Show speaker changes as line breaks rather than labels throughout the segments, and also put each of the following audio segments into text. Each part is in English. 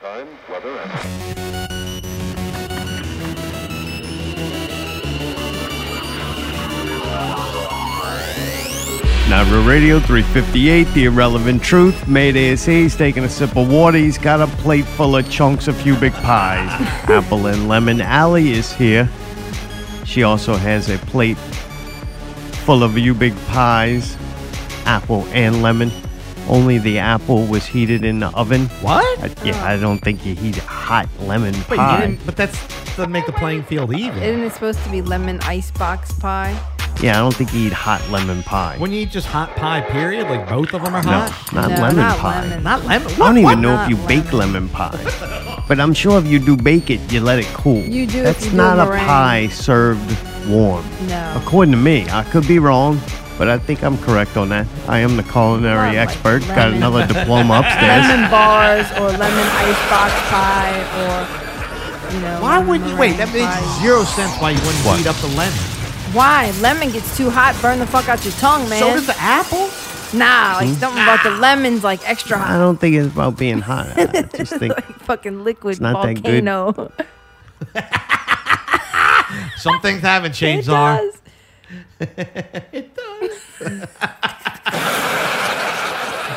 Time, weather, and.
Navra Radio 358, The Irrelevant Truth. Mayday is here. He's taking a sip of water. He's got a plate full of chunks of pubic pies. Apple and Lemon Alley is here. She also has a plate full of you big pies, apple and lemon. Only the apple was heated in the oven.
What?
I, yeah, I don't think you heat hot lemon
Wait, you
pie. Uh,
didn't, but that's doesn't make the playing field even.
Isn't it supposed to be lemon icebox pie?
Yeah, I don't think you eat hot lemon pie.
When you eat just hot pie, period, like both of them are
no,
hot.
not
No,
lemon
not
pie.
lemon.
Not lemon.
I
What-
don't
what?
even know if
Not
you
lemon.
bake lemon pie, but I'm sure if you do bake it, you let it cool.
You do if
That's
you do
not
a
a
meringue.
pie served warm.
No.
According to me, I could be wrong, but I think I'm correct on that. I am the culinary
Not like
expert. Got
lemon.
another diploma upstairs.
lemon bars or lemon icebox pie or you know.
Why
lemon
wouldn't you? Wait, that
meringue
makes
pie.
zero sense. Why you wouldn't
What?
heat up the lemon?
Why? Lemon gets too hot, burn the fuck out your tongue, man.
So does the apple.
nah, like something about the lemons, like extra
Hmm? I
hot.
don't think it's about being hot. I just think
Fucking liquid
not that good.
volcano.
Some things haven't
it
changed. Are
does.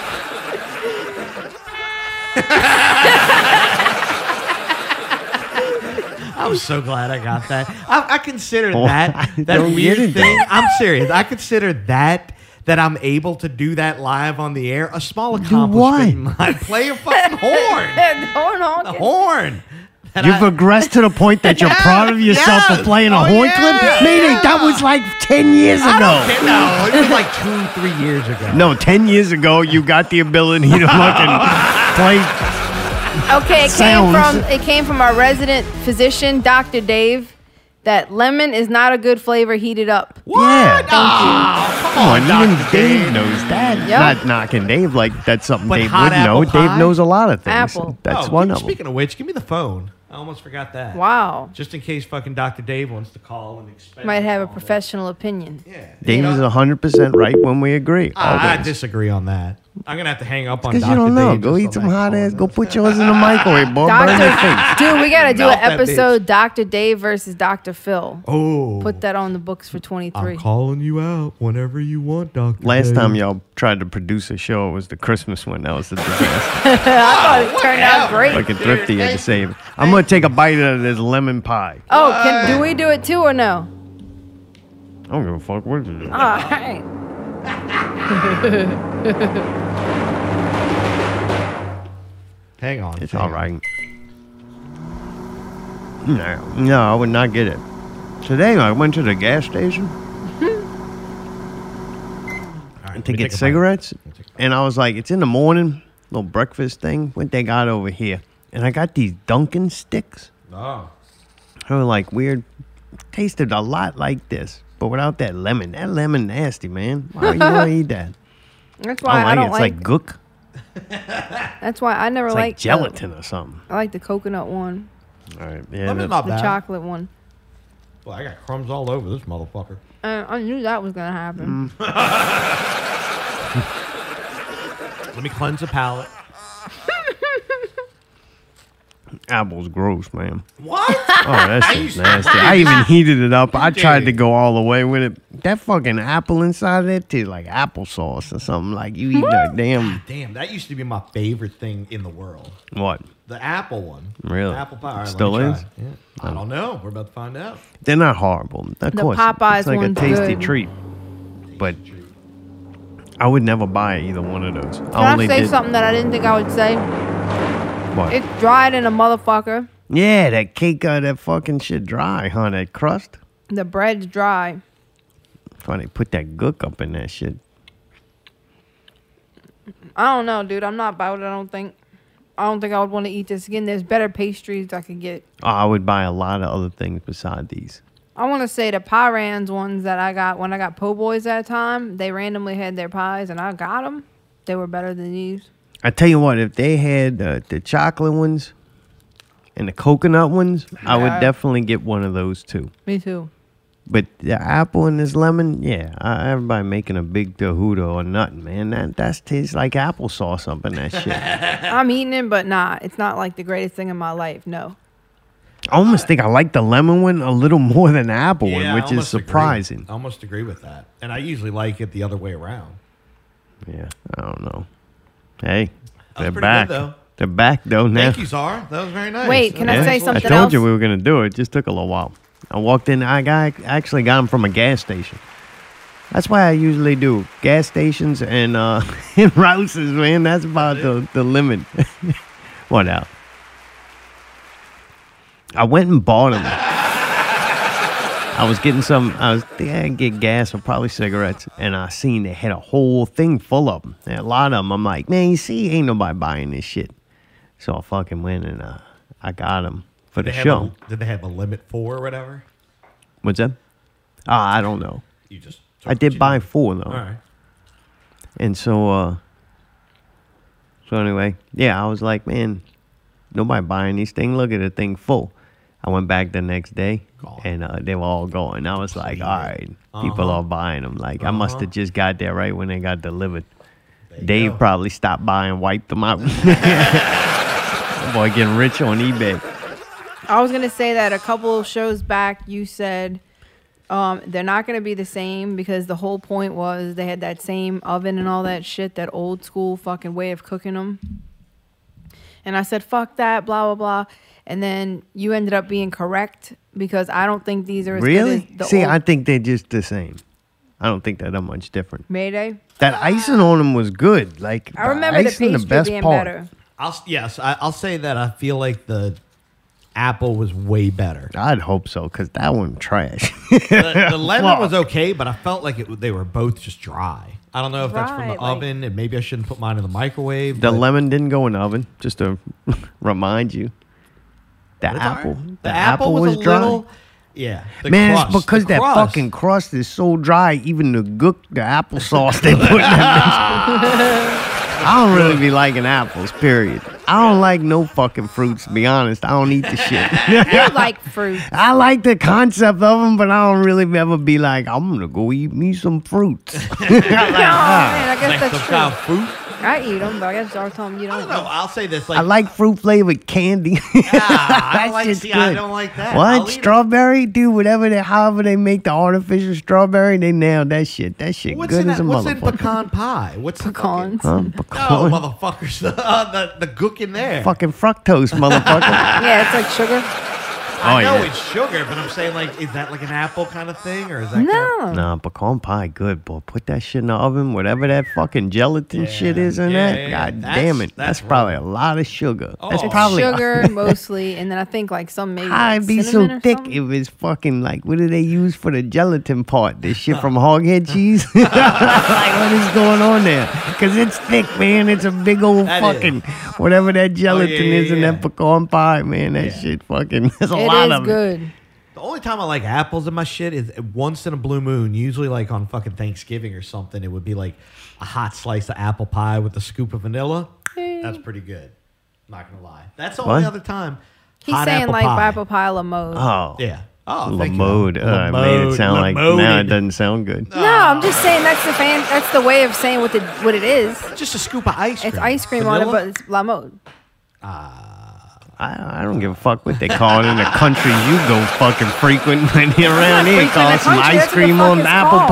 I'm so glad I got that. I, I consider
Oh,
that
I
that
don't get
weird
it,
thing.
though.
I'm serious. I consider that that I'm able to do that live on the air a small
what?
accomplishment. in my- Play a fucking horn.
Horn
The
honking.
horn. That
you've
I-
progressed to the point that you're
Yeah,
proud of yourself
yeah.
for playing a
Oh,
horn clip.
yeah,
Maybe
yeah.
that was like ten years
I
ago.
don't care. No, it was like two, three years ago.
No, ten years ago, you got the ability to fucking play
Okay, it came
Sounds.
from it came from our resident physician, Dr. Dave, that lemon is not a good flavor heated up.
What?
Yeah. Thank you.
Aw, Ah, come
Come on,
Dr.
even Dave,
Dave.
knows that.
Yep.
Not knocking Dave, like that's something
But
Dave
hot
would know.
apple pie?
Dave knows a lot of things.
Apple.
That's
Oh,
one
keep-
of them.
Speaking of which, give me the phone. I almost forgot that.
Wow.
Just in case fucking Dr. Dave wants to call and expect.
Might have a
all that.
professional opinion.
Yeah. Ah,
Dave
You
is
know,
hundred percent right when we agree.
I, I
always.
disagree on that. I'm gonna have to hang up on
Cause
Dr.
you don't know.
Dave
Go
just
eat
on
some
that
hot
call.
ass. Go put yours in the microwave, boy. Burn your face.
Doctor, dude, we gotta do an
Melt that bitch.
episode Dr. Dave versus Dr. Phil.
Oh.
Put that on the books for 23.
I'm calling you out whenever you want, Doctor.
Last time y'all tried to produce a show, it was the Christmas one. That was the disaster.
Oh, It turned out great.
Fucking thrifty had to save. it. I'm gonna take a bite out of this lemon pie.
Oh, can do we do it too or no?
I don't give a fuck what you do.
All right.
Hang on.
It's
hang
all
on.
right. No, Hmm. no, I would not get it. Today I went to the gas station
All right,
to
we
get
take a
cigarettes,
We'll take a
and I was like, "It's in the morning, little breakfast thing." What they got over here, and I got these Dunkin' sticks.
break. Oh.
They were like weird, tasted a lot like this, but without that lemon. That lemon nasty, man. Why you want to eat that? Oh,
That's why I
it.
don't
It's
like.
like gook.
that's why I never
It's like
liked the-
gelatin or something.
I like the coconut one,
All right, yeah.
Lemon's
that's-
not
the
bad.
chocolate one.
Boy, I got crumbs all over this motherfucker.
Uh, I knew that was gonna happen.
Let me cleanse the palate.
Apple's gross, man.
What?
Oh, that's
used
shit's
to
nasty.
hate
I even heated it up. I tried to
Dude.
go all the way with it. That fucking apple inside of that tastes like applesauce or something. Like you eating a damn
Damn, that used to be my favorite thing in the world.
what?
The apple one.
Really?
Apple pie. All right, let
Still
me try
is? Oh.
it. Yeah. I don't know. We're about to find out.
They're not horrible. Of
The
course,
Popeyes
it's like a
one's
tasty
good.
treat. But I would never buy either one of those.
Can I say something that I didn't think I would say?
What?
It's dried in a motherfucker.
yeah, that cake, uh, that fucking shit dry, huh? That crust.
The bread's dry.
Funny, put that gook up in that shit.
I don't know, dude. I'm not about it. I don't think. I don't think I would want to eat this again. There's better pastries I could get.
Oh, I would buy a lot of other things beside these.
I want to say the pie rands ones that I got when I got po' boys that time. They randomly had their pies and I got them. They were better than these.
I tell you what, if they had uh, the chocolate ones and the coconut ones, I would
Yeah.
definitely get one of those too.
Me too.
But the apple and this lemon, yeah, uh, everybody making a big tehuda or nothing, man. That that's tastes like applesauce up in that shit.
I'm eating it, but nah, it's not like the greatest thing in my life. No.
I almost think I like the lemon one a little more than the apple
Yeah, I
one, which is
almost agree.
surprising.
I almost agree with that. And I usually like it the other way around.
Yeah, I don't know. Hey,
was
they're
pretty good,
back.
though.
They're back though now.
Thank you, Czar. That was very nice.
Wait, can I
Yeah.
say something
I told
else?
you we were gonna do it. It Just took a little while. I walked in. I got actually got them from a gas station. That's why I usually do gas stations and uh and rouses, man. That's about the, the limit. what out? I went and bought them. I was getting some. I was thinking I'd get gas or probably cigarettes, and I seen they had a whole thing full of them. And a lot of them. I'm like, man, you see, ain't nobody buying this shit. So I fucking went and uh, I got them for the
Did they have a-
show.
did they have a limit for or whatever?
What's that? Uh, I don't know.
You just. took
I
what
did
you
buy
needed.
four though,
All right.
and so uh, so anyway, yeah, I was like, man, nobody buying these thing. Look at the thing full. I went back the next day,
Gone.
and uh, they were all gone. I was like, all right, people
Uh-huh.
are buying them. Like I must
Uh-huh.
have just got there right when they got delivered.
you
Dave
go.
probably stopped by and wiped them out. Boy, getting rich on eBay.
I was gonna say that a couple of shows back, you said um, they're not gonna be the same because the whole point was they had that same oven and all that shit, that old school fucking way of cooking them. And I said, "Fuck that," blah blah blah. And then you ended up being correct because I don't think these are as
Really?
Good as the
See,
old
I think they're just the same. I don't think they're that much different.
Mayday.
That icing on them was good. Like
I remember the
icing,
pastry
best
being
part.
better.
I'll s- yes, I, I'll say that I feel like the apple was way better.
I'd hope so, cause that one trash.
The, the lemon
Fuck.
was okay, but I felt like it, they were both just dry. I don't know if that's from the
Right, like-
oven, and maybe I shouldn't put mine in the microwave.
the
but
lemon didn't go in the oven. Just to remind you,
it's
the
all right.
apple,
The, apple, was, a
dry.
little. Yeah, the
Man,
crust, the
it's because that
crust.
fucking crust is so dry. Even the gook, the applesauce they put in that bitch. I don't really be liking apples. Period. I don't like no fucking fruits. To be honest, I don't eat the shit.
You like fruit.
I like the concept of them, but I don't really ever be like, I'm gonna go eat me some fruits.
no, Oh, man, I guess
Like
that's
some
true.
kind of fruit.
I eat them, but I guess I was telling you
I don't
don't.
know. I'll say this. Like,
I like fruit flavored candy.
Ah, I
That's
don't like.
just
See, I
good.
don't like that. I'll eat
What
it.
strawberry? Do whatever they, however they make the artificial strawberry, they nail that shit. That shit
What's
good
in
as
that?
a
What's in
motherfucker.
pecan Oh, pie? What's the fucking-
Pecans.
Huh?
No,
Pecan.
motherfuckers, the, uh, the the gook in there.
fucking fructose, motherfucker.
Yeah, it's like sugar.
I
Oh,
know
yeah.
it's sugar, but I'm saying like, is that like an apple kind of thing, or is that Kind of,
No.
nah, pecan pie, good boy. Put that shit in the oven. Whatever that fucking gelatin shit is in
yeah,
that.
yeah,
God
that's-
damn it. That's,
that's
probably a lot of sugar. That's
Oh.
probably
sugar mostly, and then I think like some maybe.
I'd
like,
be so
cinnamon or
thick
something.
if it's fucking like what do they use for the gelatin part? This shit from hoghead cheese? like what is going on there? Cause it's thick, man. It's a big old
That is. Oh,
fucking whatever that gelatin
yeah,
is in
yeah.
that pecan pie, man. That shit fucking there's a
It
lot
is
of it.
good.
the only time I like apples in my shit is once in a blue moon. Usually, like on fucking Thanksgiving or something, it would be like a hot slice of apple pie with a scoop of vanilla. That's pretty good. Not gonna lie. That's the only
What?
other time.
He's
hot
saying
apple
like
pie.
apple pie la mode.
Oh.
Yeah. Oh,
La
thank you.
mode. Uh, I made it
mode,
sound
la
like now it
moded.
doesn't sound good.
no, I'm just saying that's the fan. That's the way of saying what the what it is.
Just a scoop of ice cream.
It's ice cream on it, but it's la mode.
I, I don't give a fuck what they call it in the country you go fucking frequent when you're around here.
frequent in
Call
the
it some
country,
ice
that's what the
cream
fuck
on
it's
apple
called.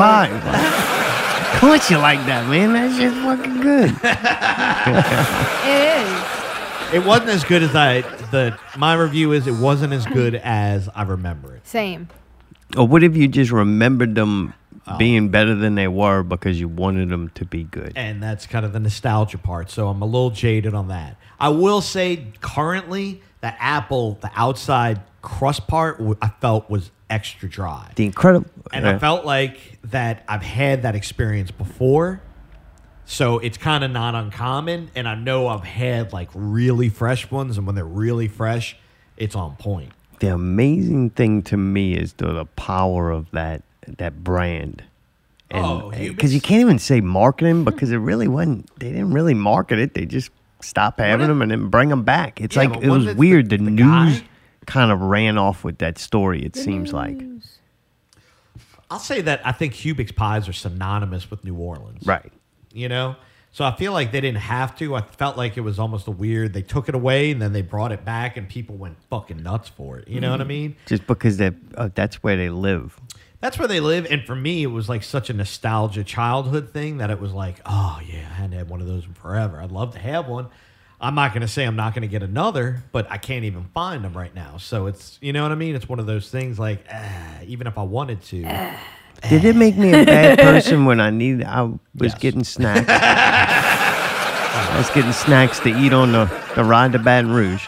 pie. of course you like that, man. That shit's fucking good.
It is.
It wasn't as good as I. The my review is it wasn't as good as I remember it.
Same.
Or what if you just remembered them being better than they were because you wanted them to be good?
and that's kind of the nostalgia part. So I'm a little jaded on that. I will say currently the apple, the outside crust part, w- I felt was extra dry,
The uh, incredible.
and I felt like that I've had that experience before. So it's kind of not uncommon, and I know I've had like really fresh ones, and when they're really fresh, it's on point.
the amazing thing to me is the, the power of that that brand.
Oh,
And
you-
because you can't even say marketing because it really wasn't. They didn't really market it. They just stopped having
if-
them and then bring them back. It's
Yeah,
like
but
it
what
was
if it's the-
weird. The,
the
news
guy?
kind of ran off with that story. It seems like
I'll say that I think Hubix pies are synonymous with New Orleans.
Right.
You know? So I feel like they didn't have to. I felt like it was almost a weird. They took it away and then they brought it back and people went fucking nuts for it. You know what I mean?
Just because they uh, that's where they live.
That's where they live. And for me, it was like such a nostalgia childhood thing that it was like, oh, yeah, I hadn't had one of those in forever. I'd love to have one. I'm not going to say I'm not going to get another, but I can't even find them right now. So it's, you know what I mean? It's one of those things like, ah, even if I wanted to,
Did it make me a bad person when I needed? I was
Yes.
getting snacks. I was getting snacks to eat on the, the ride to Baton Rouge,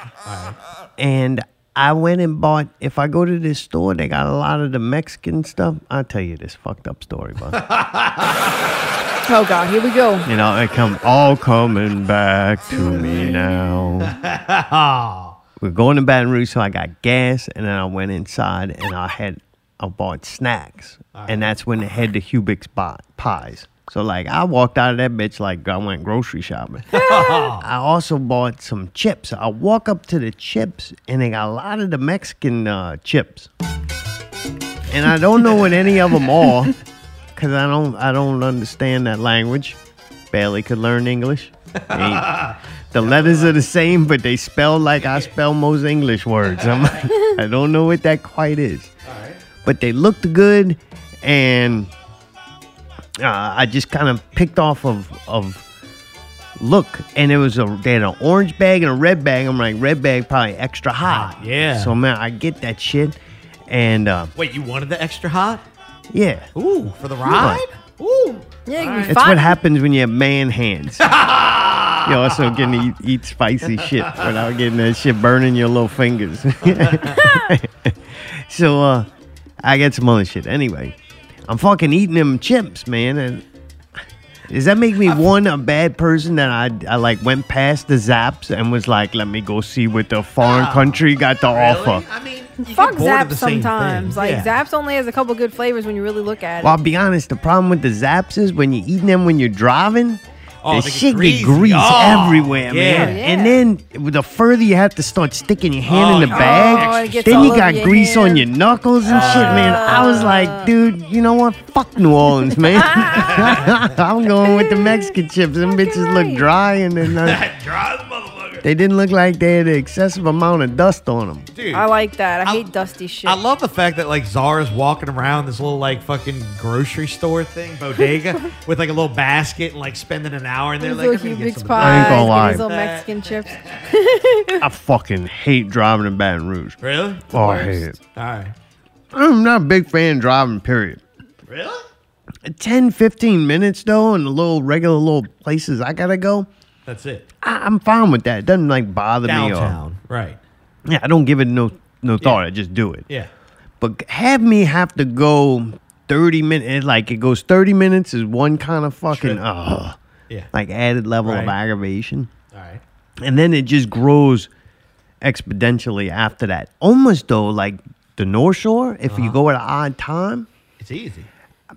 and I went and bought. If I go to this store, they got a lot of the Mexican stuff. I'll tell you this fucked up story, but
Oh God, here we go.
you know it come all coming back to me now. We're going to Baton Rouge, so I got gas, and then I went inside and I had I bought snacks, and that's when they had the Hubix bo- pies. So like I walked out of that bitch like I went grocery shopping. I also bought some chips. I walk up to the chips and they got a lot of the Mexican uh, chips, and I don't know what any of them are because I don't I don't understand that language. Barely could learn English. Ain't- the letters are the same, but they spell like I spell most English words. I'm like, I don't know what that quite is. But they looked good, and uh, I just kind of picked off of of look, and it was a they had an orange bag and a red bag. I'm like, red bag probably extra hot.
Hot, yeah.
So man, I get that shit, and uh,
wait, you wanted the extra hot?
yeah.
Ooh, for the ride? Ooh.
Yeah, you
All right.
That's what happens when you have man hands. You're also getting to eat, eat spicy shit without getting that shit burning your little fingers. so uh, I got some other shit. Anyway, I'm fucking eating them chips, man. And does that make me one a bad person that I, I like went past the zaps and was like, let me go see what the foreign country got to offer?
I mean, you get
Fuck
bored of
Zaps
the same
sometimes.
things.
Like
Yeah.
Zaps only has a couple good flavors when you really look at it.
Well, I'll be honest. The problem with the Zaps is when you're eating them when you're driving,
Oh,
the
they get
shit
greasy.
get grease
Oh,
everywhere,
yeah.
man.
Oh, yeah.
And then the further you have to start sticking your hand
Oh,
in the
yeah.
Oh,
bag,
it gets
then
all
you
over
got
your
grease on
hand.
your knuckles and shit,
Uh.
man. I was like, dude, you know what? Fuck New Orleans, man. I'm going with the Mexican chips. Them
Fucking
bitches
right.
look dry and then uh,
Dry as a motherfucker.
they didn't look like they had an excessive amount of dust on them.
Dude.
I like that. I,
I-
hate dusty shit.
I love the fact that like Zara's walking around this little like fucking grocery store thing, bodega, with like a little basket and like spending an hour in there. Like,
These little
I'm gonna
Hubix
get some
I
pies,
ain't
get
gonna lie.
these little
Uh,
Mexican chips.
I fucking hate driving in Baton Rouge.
Really?
Oh, I hate it.
All right.
I'm not a big fan of driving, period.
Really?
10 15 minutes though in the little regular little places i gotta go
That's it.
I, i'm fine with that it doesn't like bother me
Downtown. Right.
or, yeah i don't give it no no thought i just do it
Yeah.
but have me have to go 30 minutes like it goes 30 minutes is one kind of fucking
Sure.
uh,
Yeah.
like added level of
Right.
aggravation
All right.
and then it just grows exponentially after that almost though like the north shore if
Uh-huh.
you go at an odd time
It's easy.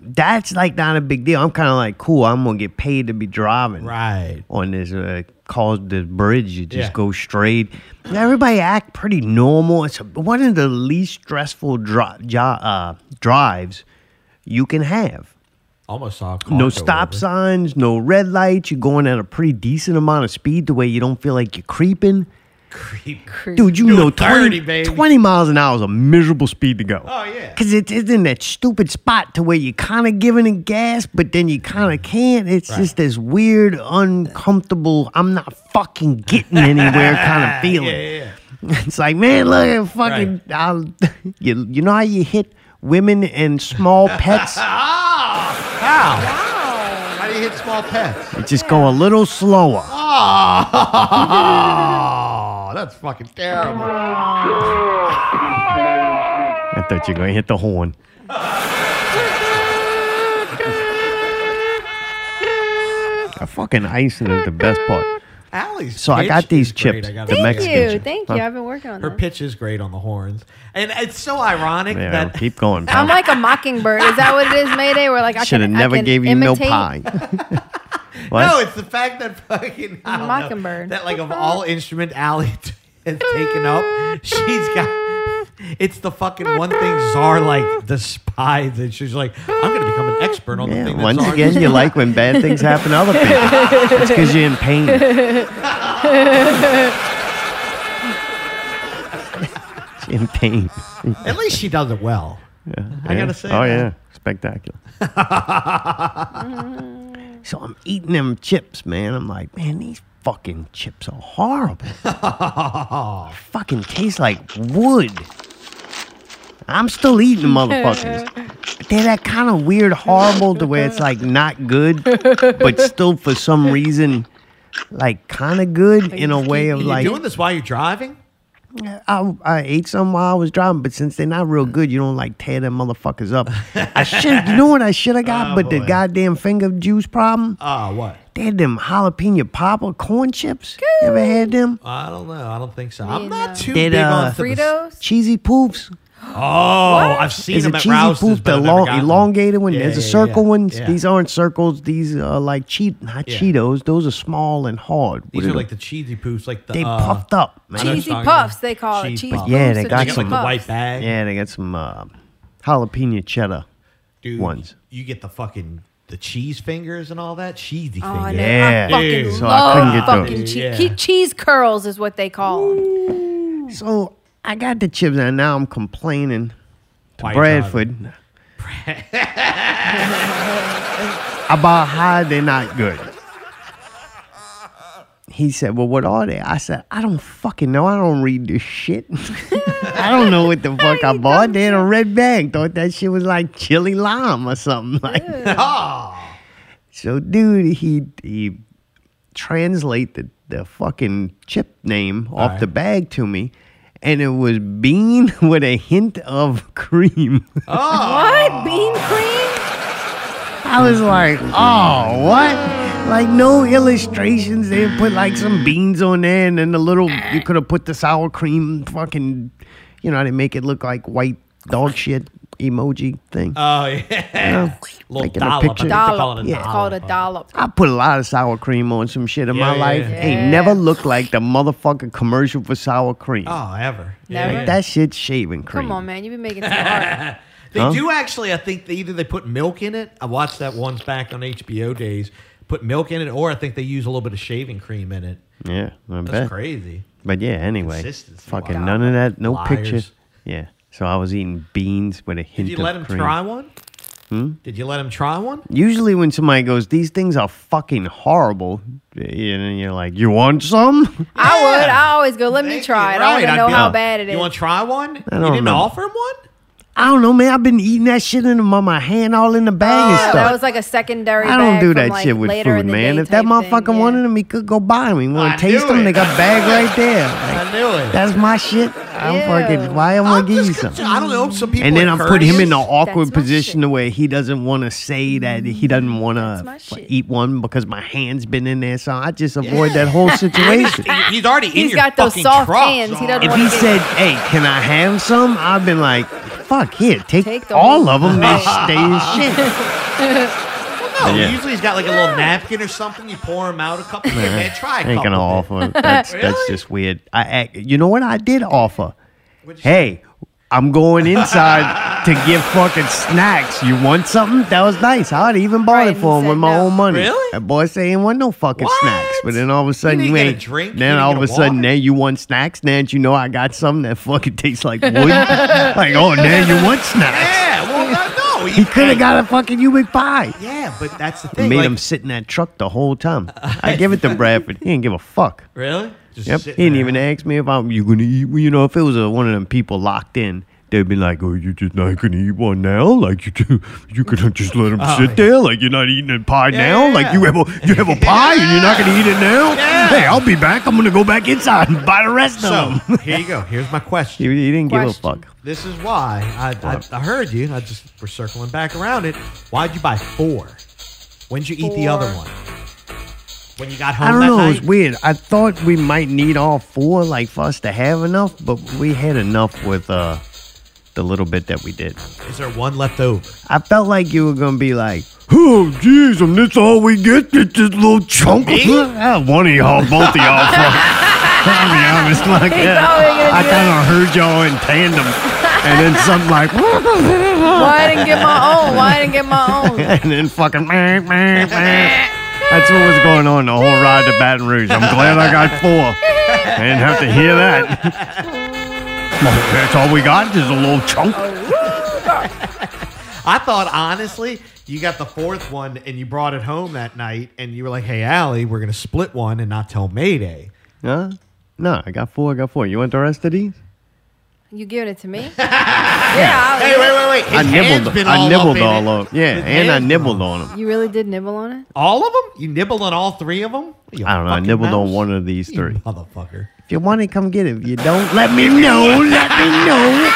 that's like not a big deal i'm kind of like cool i'm gonna get paid to be driving
Right.
on this uh, cause the bridge. You just
Yeah.
go straight. Everybody act pretty normal. It's one of the least stressful dri- jo- uh, drives you can have.
Almost saw. A car
No
go
stop
over.
signs, no red lights. You're going at a pretty decent amount of speed the way you don't feel like you're creeping.
Creep.
Dude, you
Doing
know
30,
20,
baby.
20 miles an hour is a miserable speed to go.
Oh, yeah.
Because it is in that stupid spot to where you're kind of giving it gas, but then you kind of can't. It's
Right.
just this weird, uncomfortable, I'm not fucking getting anywhere kind of feeling.
Yeah, yeah,
It's like, man, look at fucking. I'll, you, you know how you hit women and small pets?
Ah. How?
Wow.
How do you hit small pets?
You just go a little slower.
Oh, that's fucking terrible.
I thought you were going to hit the horn. A fucking icing is the best part.
Allie's
So I
pitch
got these
is great,
chips,
I gotta
the
say.
Thank
Mexican
you.
chip.
Thank you.
Huh?
I've been working on
Her
this.
pitch is great on the horns, and it's so ironic
Yeah,
that
keep going.
I'm
pal.
like a mockingbird. Is that what it is, Mayday? We're like, I
Should have
can- I
never
can
gave you no
imitate-
pie. what?
no, it's the fact that fucking I don't know,
Mockingbird.
that like of all instrument Allie has taken up, she's got It's the fucking one thing Czar like despises. She's like, I'm gonna become an expert on the
Yeah,
thing. That
once
Czar
again, you like when bad things happen to other people. It's because you're in pain. in pain.
At least she does it well. I
Yeah.
gotta say.
Oh,
man.
yeah. Spectacular. so I'm eating them chips, man. I'm like, man, these fucking chips are horrible. fucking taste like wood. I'm still eating motherfuckers. They're that kind of weird, horrible, the way it's like not good, but still for some reason, like kind of good in a way of
You
like.
doing this while you're driving?
I, I ate some while I was driving, but since they're not real good, you don't like tear them motherfuckers up. I should, you know what I should have got,
Oh,
but the
boy.
goddamn finger juice problem.
Oh, what?
They had them jalapeno popper corn chips. You ever had them?
I don't know. I don't think so. I'm
Yeah,
not
no.
too
Did,
big
uh,
on the-
Fritos.
Cheesy poofs.
Oh, I've seen
Is
them
it
at
cheesy
Rouse's,
poof?
but
The
I've never
long,
gotten them.
elongated one.
Yeah,
There's a
yeah,
circle
yeah.
ones.
Yeah.
These aren't circles. These are like cheat, not
Yeah.
Cheetos. Those are small and hard. What
These
are
are
the-
like the cheesy poofs, like the
they
uh,
puffed up, man.
know what
Cheesy
you're talking
puffs,
about.
they call
Cheese
it. Cheesy
puffs.
puffs.
Yeah, they
or
got
They got like the
cheesy
some-
puffs.
white bag.
Yeah, they got some uh, jalapeno cheddar.
Dude,
ones.
You get the fucking the cheese fingers and all that cheesy
Oh, I
fingers.
know.
Yeah.
I fucking
Dude.
So I couldn't
love
get those.
fucking che-
Yeah.
ke- cheese curls is what they call them.
So I got the chips, and now I'm complaining to
Why you
Bradford about how they're not good. He said, "Well, what are they?" I said, "I don't fucking know. I don't read this shit. I don't know what the fuck I bought. They had a red bag. Thought that shit was like chili lime or something like." So, dude, he he translate the, the fucking chip name off
right.
the bag to me, and it was bean with a hint of cream.
What bean cream?
I was like, oh, what? Like no illustrations. They put like some beans on there, and then the little you could have put the sour cream fucking, you know, they make it look like white dog shit emoji thing.
Oh yeah,
You know?
little
Like in a
dollop. I think
picture.
they call it
Dollop.
a
It's called a
dollop.
dollop.
I put a lot of sour cream on some shit in
Yeah,
my
yeah,
life.
yeah.
Ain't
Yeah.
never looked like the motherfucking commercial for sour cream.
Oh, ever.
Never.
Yeah, yeah.
That shit's shaving cream.
Come on, man. You be making some art.
They do actually. I think they, either they put milk in it. I watched that once back on HBO days. Put milk in it, or I think they use a little bit of shaving cream in it.
Yeah, I
That's
bet.
crazy.
But yeah, anyway,
Consistency.
fucking
Wow.
none of that. No
Liars.
pictures. Yeah. So I was eating beans with a hint
Did you
of
let him
cream. Hmm?
try one? Did you let him try one?
Usually, when somebody goes, "These things are fucking horrible," you know, you're like, "You want some?"
I
Yeah.
would. I always go. Let me
Thank
try
you.
it. I want
Right,
to
I'd
know
be
how
like,
bad it is.
You want to try one?
don't
you didn't
know.
offer him one?
I don't know, man. I've been eating that shit in my, my hand, all in the bag and
Yeah,
stuff.
Oh, that was like a secondary.
I don't
bag
do
from,
that
like,
shit with
later in
food,
the
man.
day
If
type
that
thing,
motherfucker
yeah.
wanted them, he could go buy them. He want
I
to
knew
taste them.
it.
They got bag right there. Like,
I knew it.
that's my shit. I'm
Ew.
fucking. Why am I
I'm
gonna give you
just
some?
concerned. I don't know. Some people
And then I'm
encourage
putting him in an
it.
awkward
That's my Mm,
position to where he doesn't want to say that he doesn't want
my shit.
to eat one because my hand's been in there. So I just avoid that whole situation.
He- He's already in
He's
your
got those
fucking
soft
truck,
hands. He
Czar.
doesn't
if
wanna
he
get-
said, "Hey, can I have some?" I've been like, "Fuck here, take,
Take the
all
whole-
of them. They stay as shit."
No,
Yeah.
usually he's got like a little napkin or something. You pour him out a couple. Yeah, man, try a
I
couple.
ain't gonna offer. it. That's that's
Really?
just weird. I act, you know what I did offer?
What'd you
Hey, I'm going inside to get fucking snacks. You want something? That was nice. I'd even bought
Right,
it
and
for
he
him
said
with my
no.
own money.
Really?
That boy say he ain't want no fucking
What?
snacks. But then all of a sudden
didn't
you
get a
ain't.
drink? You
Then
didn't
all
get
of
a
a sudden
water?
now you want snacks. Now that you know I got something that fucking tastes like wood. like oh now you want snacks.
Yeah, well, no, no.
He could have got a fucking Ubik pie.
Yeah, but that's the
It
thing.
made
like-
him sit in that truck the whole time. I give it to Bradford. He didn't give a fuck.
Really? Just
Yep. He
sitting
didn't
there.
even ask me if I'm you gonna eat. You know, if it was a, one of them people locked in, they'd be like, "Oh, you just not gonna eat one now? Like you do? You could just let them sit there? Like you're not eating a pie
Yeah,
now?
yeah,
Like
yeah.
you have a you have a pie and you're not gonna eat it now?
Yeah.
Hey, I'll be back. I'm gonna go back inside and buy the rest
So
of them."
here you go. Here's my
He,
question.
he didn't give a
Question.
fuck.
This is why I, I, I heard you. I just we're circling back around it. Why'd you buy four? When'd you eat the other
Four.
one? When you got home
I don't
that
know.
night?
It's weird. I thought we might need all four, like for us to have enough, but we had enough with uh the little bit that we did.
Is there one left over?
I felt like you were gonna be like, "Oh, jeez, and that's all we get? This, this little chunk?
Me?
I want to eat all both of y'all. For. I mean, I was like,
He's
yeah,
probably gonna
I
do
kind of heard y'all in tandem, and then something like,
Why I didn't get my own? Why I didn't get my own?
and then fucking. meh, meh, meh. That's what was going on the whole ride to Baton Rouge. I'm glad I got four. I didn't have to hear that. Well, that's all we got. Just a little chunk.
I thought honestly, you got the fourth one and you brought it home that night, and you were like, "Hey, Allie, we're gonna split one and not tell Mayday."
Huh? No, I got four. I got four. You want the rest of these?
You giving it to me? yeah.
Hey, wait, wait, wait! His
I
hand's
nibbled.
been
I
all
nibbled
up in
all
it.
of. Yeah,
His
and I
hand's been
nibbled
all-
on them.
You really did nibble on it?
All of them? You nibbled on all three of them?
I don't know. I nibbled on one of these
You
three.
motherfucker.
If you want it, come get it. If you don't, let me know. Let me know.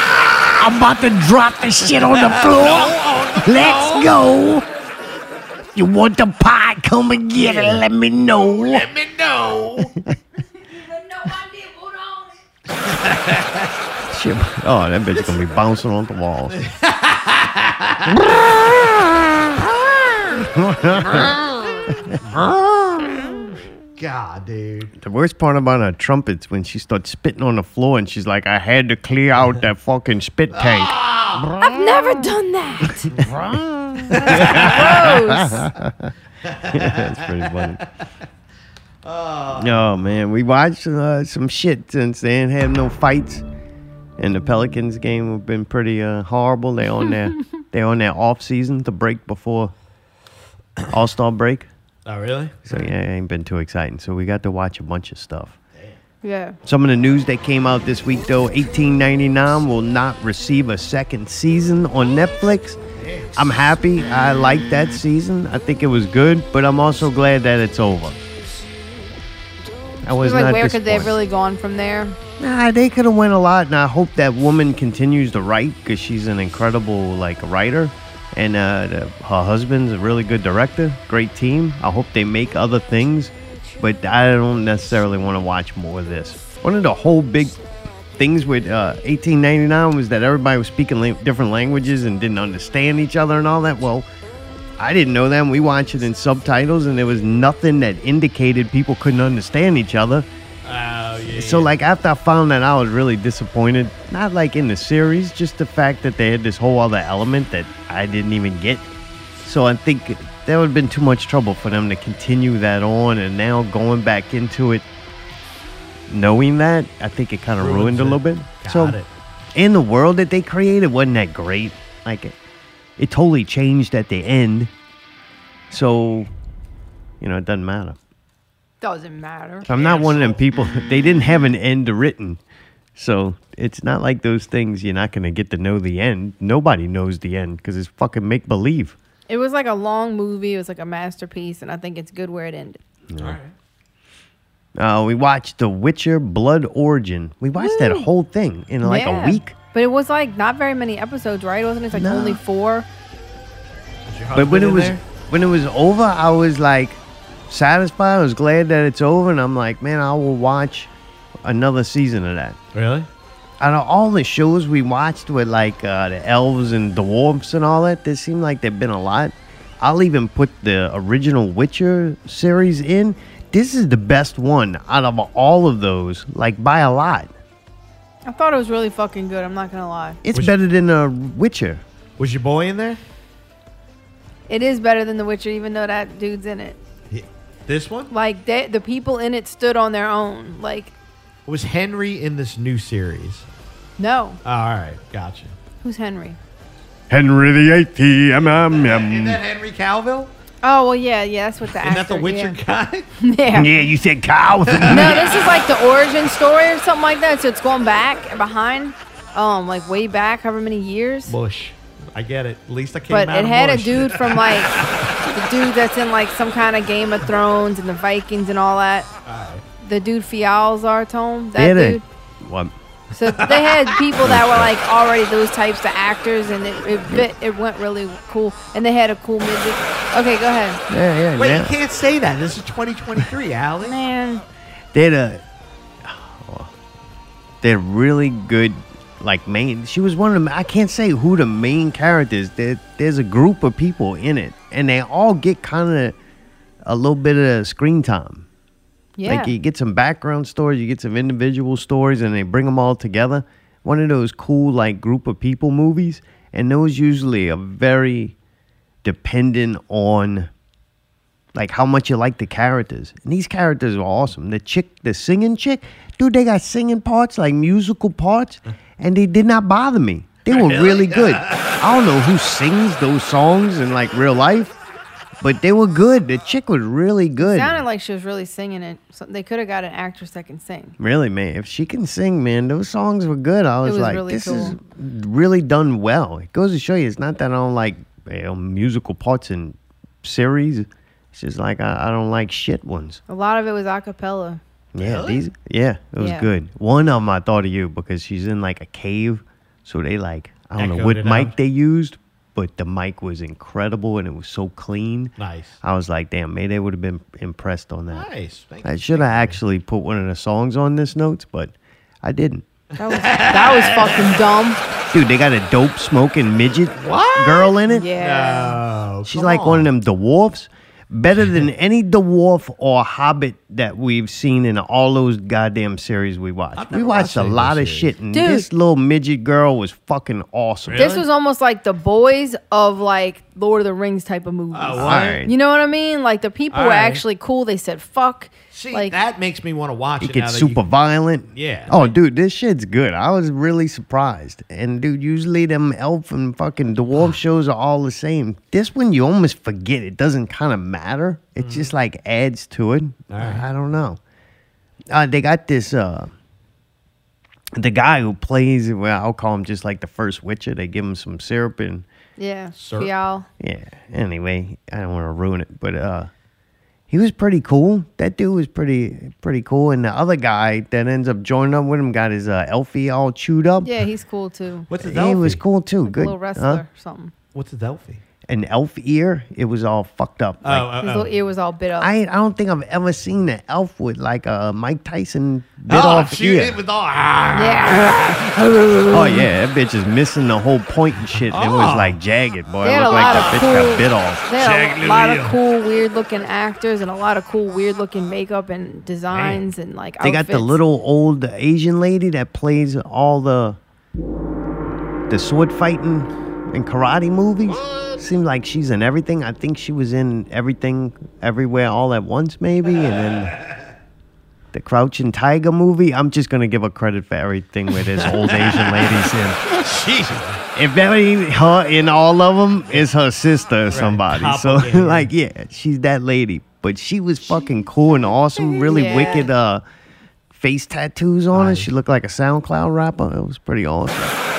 I'm about to drop the shit on the floor. Let's go. You want the pie? Come and get it. Let me know.
Let me know.
Shit. Oh, that bitch gonna be bouncing on the walls.
God, dude.
The worst part about her trumpets when she starts spitting on the floor and she's like, I had to clear out that fucking spit tank.
I've never done that. Gross.
That's pretty funny. Oh man, we watched uh, some shit since they ain't have no fights, and the Pelicans game have been pretty uh, horrible. They on their they on their off season, the break before All Star break.
Oh, really?
So yeah, it ain't been too exciting. So we got to watch a bunch of stuff.
Yeah.
Some of the news that came out this week, though, 1899 will not receive a second season on Netflix. I'm happy. I liked that season. I think it was good, but I'm also glad that it's over. I was
like,
not
where could they have
disappointed.
really gone from there?
Nah, they could have went a lot, and I hope that woman continues to write because she's an incredible like writer, and uh, the, her husband's a really good director. Great team. I hope they make other things, but I don't necessarily want to watch more of this. One of the whole big things with uh, 1899 was that everybody was speaking la- different languages and didn't understand each other and all that. Well. I didn't know that. and We watched it in subtitles, and there was nothing that indicated people couldn't understand each other.
Oh, yeah.
So like after I found that I was really disappointed, not like in the series, just the fact that they had this whole other element that I didn't even get. So I think there would have been too much trouble for them to continue that on and now going back into it knowing that, I think it kind of ruined
Ruins
a
it.
little bit.
Got
so
it.
in the world that they created wasn't that great. Like it, it totally changed at the end. So you know, it doesn't matter.
Doesn't matter.
I'm not one of them people. They didn't have an end written. So it's not like those things you're not going to get to know the end. Nobody knows the end because it's fucking make believe.
It was like a long movie. It was like a masterpiece, and I think it's good where it ended.
All right.
Uh, we watched The Witcher Blood Origin. We watched that whole thing in like
Yeah.
a week.
But it was like not very many episodes, right? Wasn't it like
No.
only four?
Is your
But when
husband
it
in
was
there?
when it was over, I was like satisfied. I was glad that it's over, and I'm like, man, I will watch another season of that.
Really?
out of all the shows we watched with like uh, the elves and dwarves and all that, there seemed like there've been a lot. I'll even put the original Witcher series in. This is the best one out of all of those, like by a lot.
I thought it was really fucking good. I'm not gonna lie.
It's
Which-
better than a Witcher.
Was your boy in there?
It is better than The Witcher, even though that dude's in it.
Yeah. This one?
Like they, the people in it stood on their own. Like
Was Henry in this new series?
no,
Oh, all right. Gotcha.
who's Henry?
Henry the Eighth, mm, yum yum
Isn't
yum.
that Henry Calville?
Oh well, yeah, yeah, that's what the
Isn't
actor.
that the Witcher guy?
Yeah. yeah.
Yeah, you said cow.
No, this is like the origin story or something like that. So it's going back behind, um, like way back, however many years.
Bush. I get it. At least I came
But
out
it
of
had a
Bush.
dude from like the dude that's in like some kind of Game of Thrones and the Vikings and all that. The dude Fial's Artome. That
Did
dude.
it? What?
So they had people that were like already those types of actors, and it it, fit, it went really cool. And they had a cool midget. Okay, go ahead,
Yeah, yeah,
Wait,
yeah.
you can't say that. This is 2023, Allie.
man.
They had a, they're really good. Like main, she was one of the. I can't say who the main characters. There, there's a group of people in it, and they all get kind of a little bit of screen time.
Yeah.
Like you get some background stories, you get some individual stories, and they bring them all together. One of those cool like group of people movies, and those usually are very dependent on like how much you like the characters. And these characters are awesome. The chick, the singing chick, dude, they got singing parts, like musical parts, and they did not bother me. They were really good. I don't know who sings those songs in like real life, but they were good. The chick was really good.
Sounded like she was really singing it. So they could have got an actress that can sing.
Really, man. If she can sing, man, those songs were good. I was,
was
like,
really
this is
cool.
really done well. It goes to show you, it's not that I don't like you know, musical parts in series. It's just like I, I don't like shit ones.
A lot of it was a cappella.
Yeah,
Really?
these. Yeah, it was
Yeah.
good. One of them I thought of you because she's in like a cave, so they like I don't know
Echoed
what
it
mic
out.
they used, but the mic was incredible and it was so clean.
Nice.
I was like, damn, maybe they would have been impressed on that.
Nice. Thank
I
you.
should have actually put one of the songs on this notes, but I didn't.
That was that was fucking dumb.
Dude, they got a dope smoking midget
What?
girl in it.
Yeah.
Oh,
She's
come
like
on.
one of them dwarfs. Better than any dwarf or hobbit that we've seen in all those goddamn series we watched.
I've
We
never
watched
watched
a
any of
lot
those
of
series.
shit, and
Dude.
this little midget girl was fucking awesome.
This was almost like the boys of like Lord of the Rings type of movies.
Oh,
All
what?
right.
You know what I mean? Like the people were
Alright.
actually cool. They said fuck.
See,
like
that makes me want to watch
It
it. now
gets
that you-
super violent.
Yeah.
Oh, dude, this shit's good. I was really surprised. And dude, usually them elf and fucking dwarf shows are all the same. This one you almost forget. It doesn't kind of matter. It
Mm-hmm.
just like adds to it. I don't know. Uh, they got this. uh The guy who plays, well, I'll call him just like the first Witcher. They give him some syrup and
yeah,
Sir.
Fial.
yeah. Anyway, I don't want to ruin it, but uh, he was pretty cool. That dude was pretty pretty cool, and the other guy that ends up joining up with him got his uh, Elfie all chewed up.
Yeah, he's cool too.
What's his
he
Elfie?
was cool too.
A
Good,
little wrestler
huh?
or something.
What's his Elfie?
An elf ear. It was all fucked up.
Oh,
Like,
oh,
His
oh.
little ear was all bit up.
I I don't think I've ever seen an elf with like a Mike Tyson bit
oh,
off
shoot
ear.
it with all. Ah.
yeah.
oh yeah, that bitch is missing the whole point and shit. It was
Oh.
like jagged, boy.
They
It
had
looked
a
like
lot
the
of
bitch got
cool-
bit off.
They had
Jagged
a lot
little
of cool, weird looking actors and a lot of cool, weird looking makeup and designs and like
They got the
outfits.
little old Asian lady that plays all the the sword fighting and karate movies. Seems like she's in everything. I think she was in everything, everywhere, all at once, maybe, and then the Crouching Tiger movie. I'm just gonna give her credit for everything where this old Asian lady's in.
Jesus.
If that ain't her in all of them, it's her sister or somebody. So,
Doppelganger.
like, yeah, she's that lady. But she was fucking cool and awesome. Really
Yeah.
wicked uh, face tattoos on her. She looked like a SoundCloud rapper. It was pretty awesome.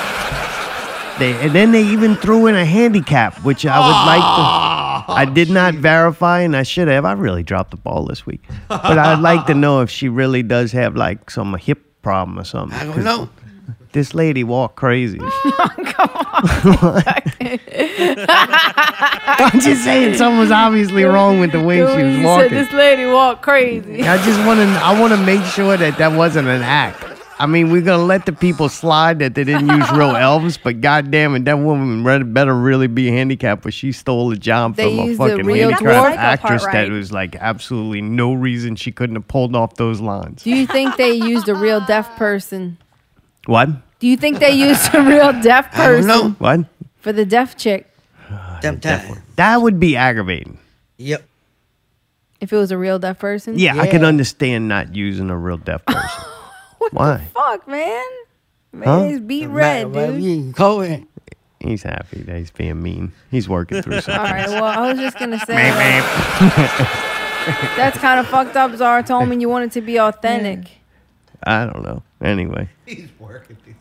They, and then they even threw in a handicap, which I would
Ah.
like to. I did not verify, and I should have. I really dropped the ball this week. But I'd like to know if she really does have like some hip problem or something.
I don't know.
This lady walked crazy. I'm just saying something was obviously wrong with the way
Dude,
she was
you
walking.
said this lady walked crazy.
I just want to. I want to make sure that that wasn't an act. I mean, we're gonna let the people slide that they didn't use real elves, but goddamn it, that woman re- better really be handicapped. But she stole a job
They
from a
used the
fucking
real
handicapped
dwarf?
actress
Part
that
right.
was like absolutely no reason she couldn't have pulled off those lines.
Do you think they used a real deaf person?
What?
Do you think they used a real deaf
I don't
person
know.
What?
for the deaf chick?
Damn time.
That would be aggravating.
Yep.
If it was a real deaf person?
Yeah, I can
Yeah.
understand not using a real deaf person. Why?
Fuck, man. Man,
Huh?
he's beat
Matter
red,
whatever
dude.
You call it.
He's happy that he's being mean. He's working through
All
something.
right. Well, I was just gonna say like, that's kind of fucked up, Zara Tolman. You want it to be authentic.
I don't know. Anyway,
He's working. He's,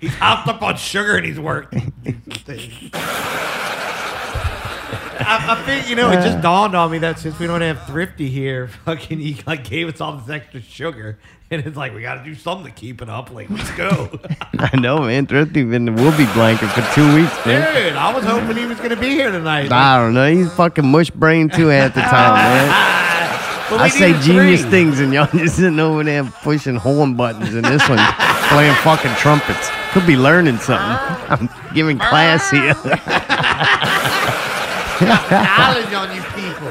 he's hopped up on sugar and he's working. I, I think you know. It just dawned on me that since we don't have Thrifty here, fucking he like gave us all this extra sugar, and it's like we got to do something to keep it up. Like let's go,
I know, man. Thrifty been the whoopee blanket for two weeks,
dude.
man.
I was hoping he was gonna be here tonight.
I don't know. He's fucking mush brain too half the time, man.
But we
I say
needed
genius
three.
things, and y'all just sitting over there pushing horn buttons, and this one playing fucking trumpets. Could be learning something. I'm giving class here.
Knowledge on you people.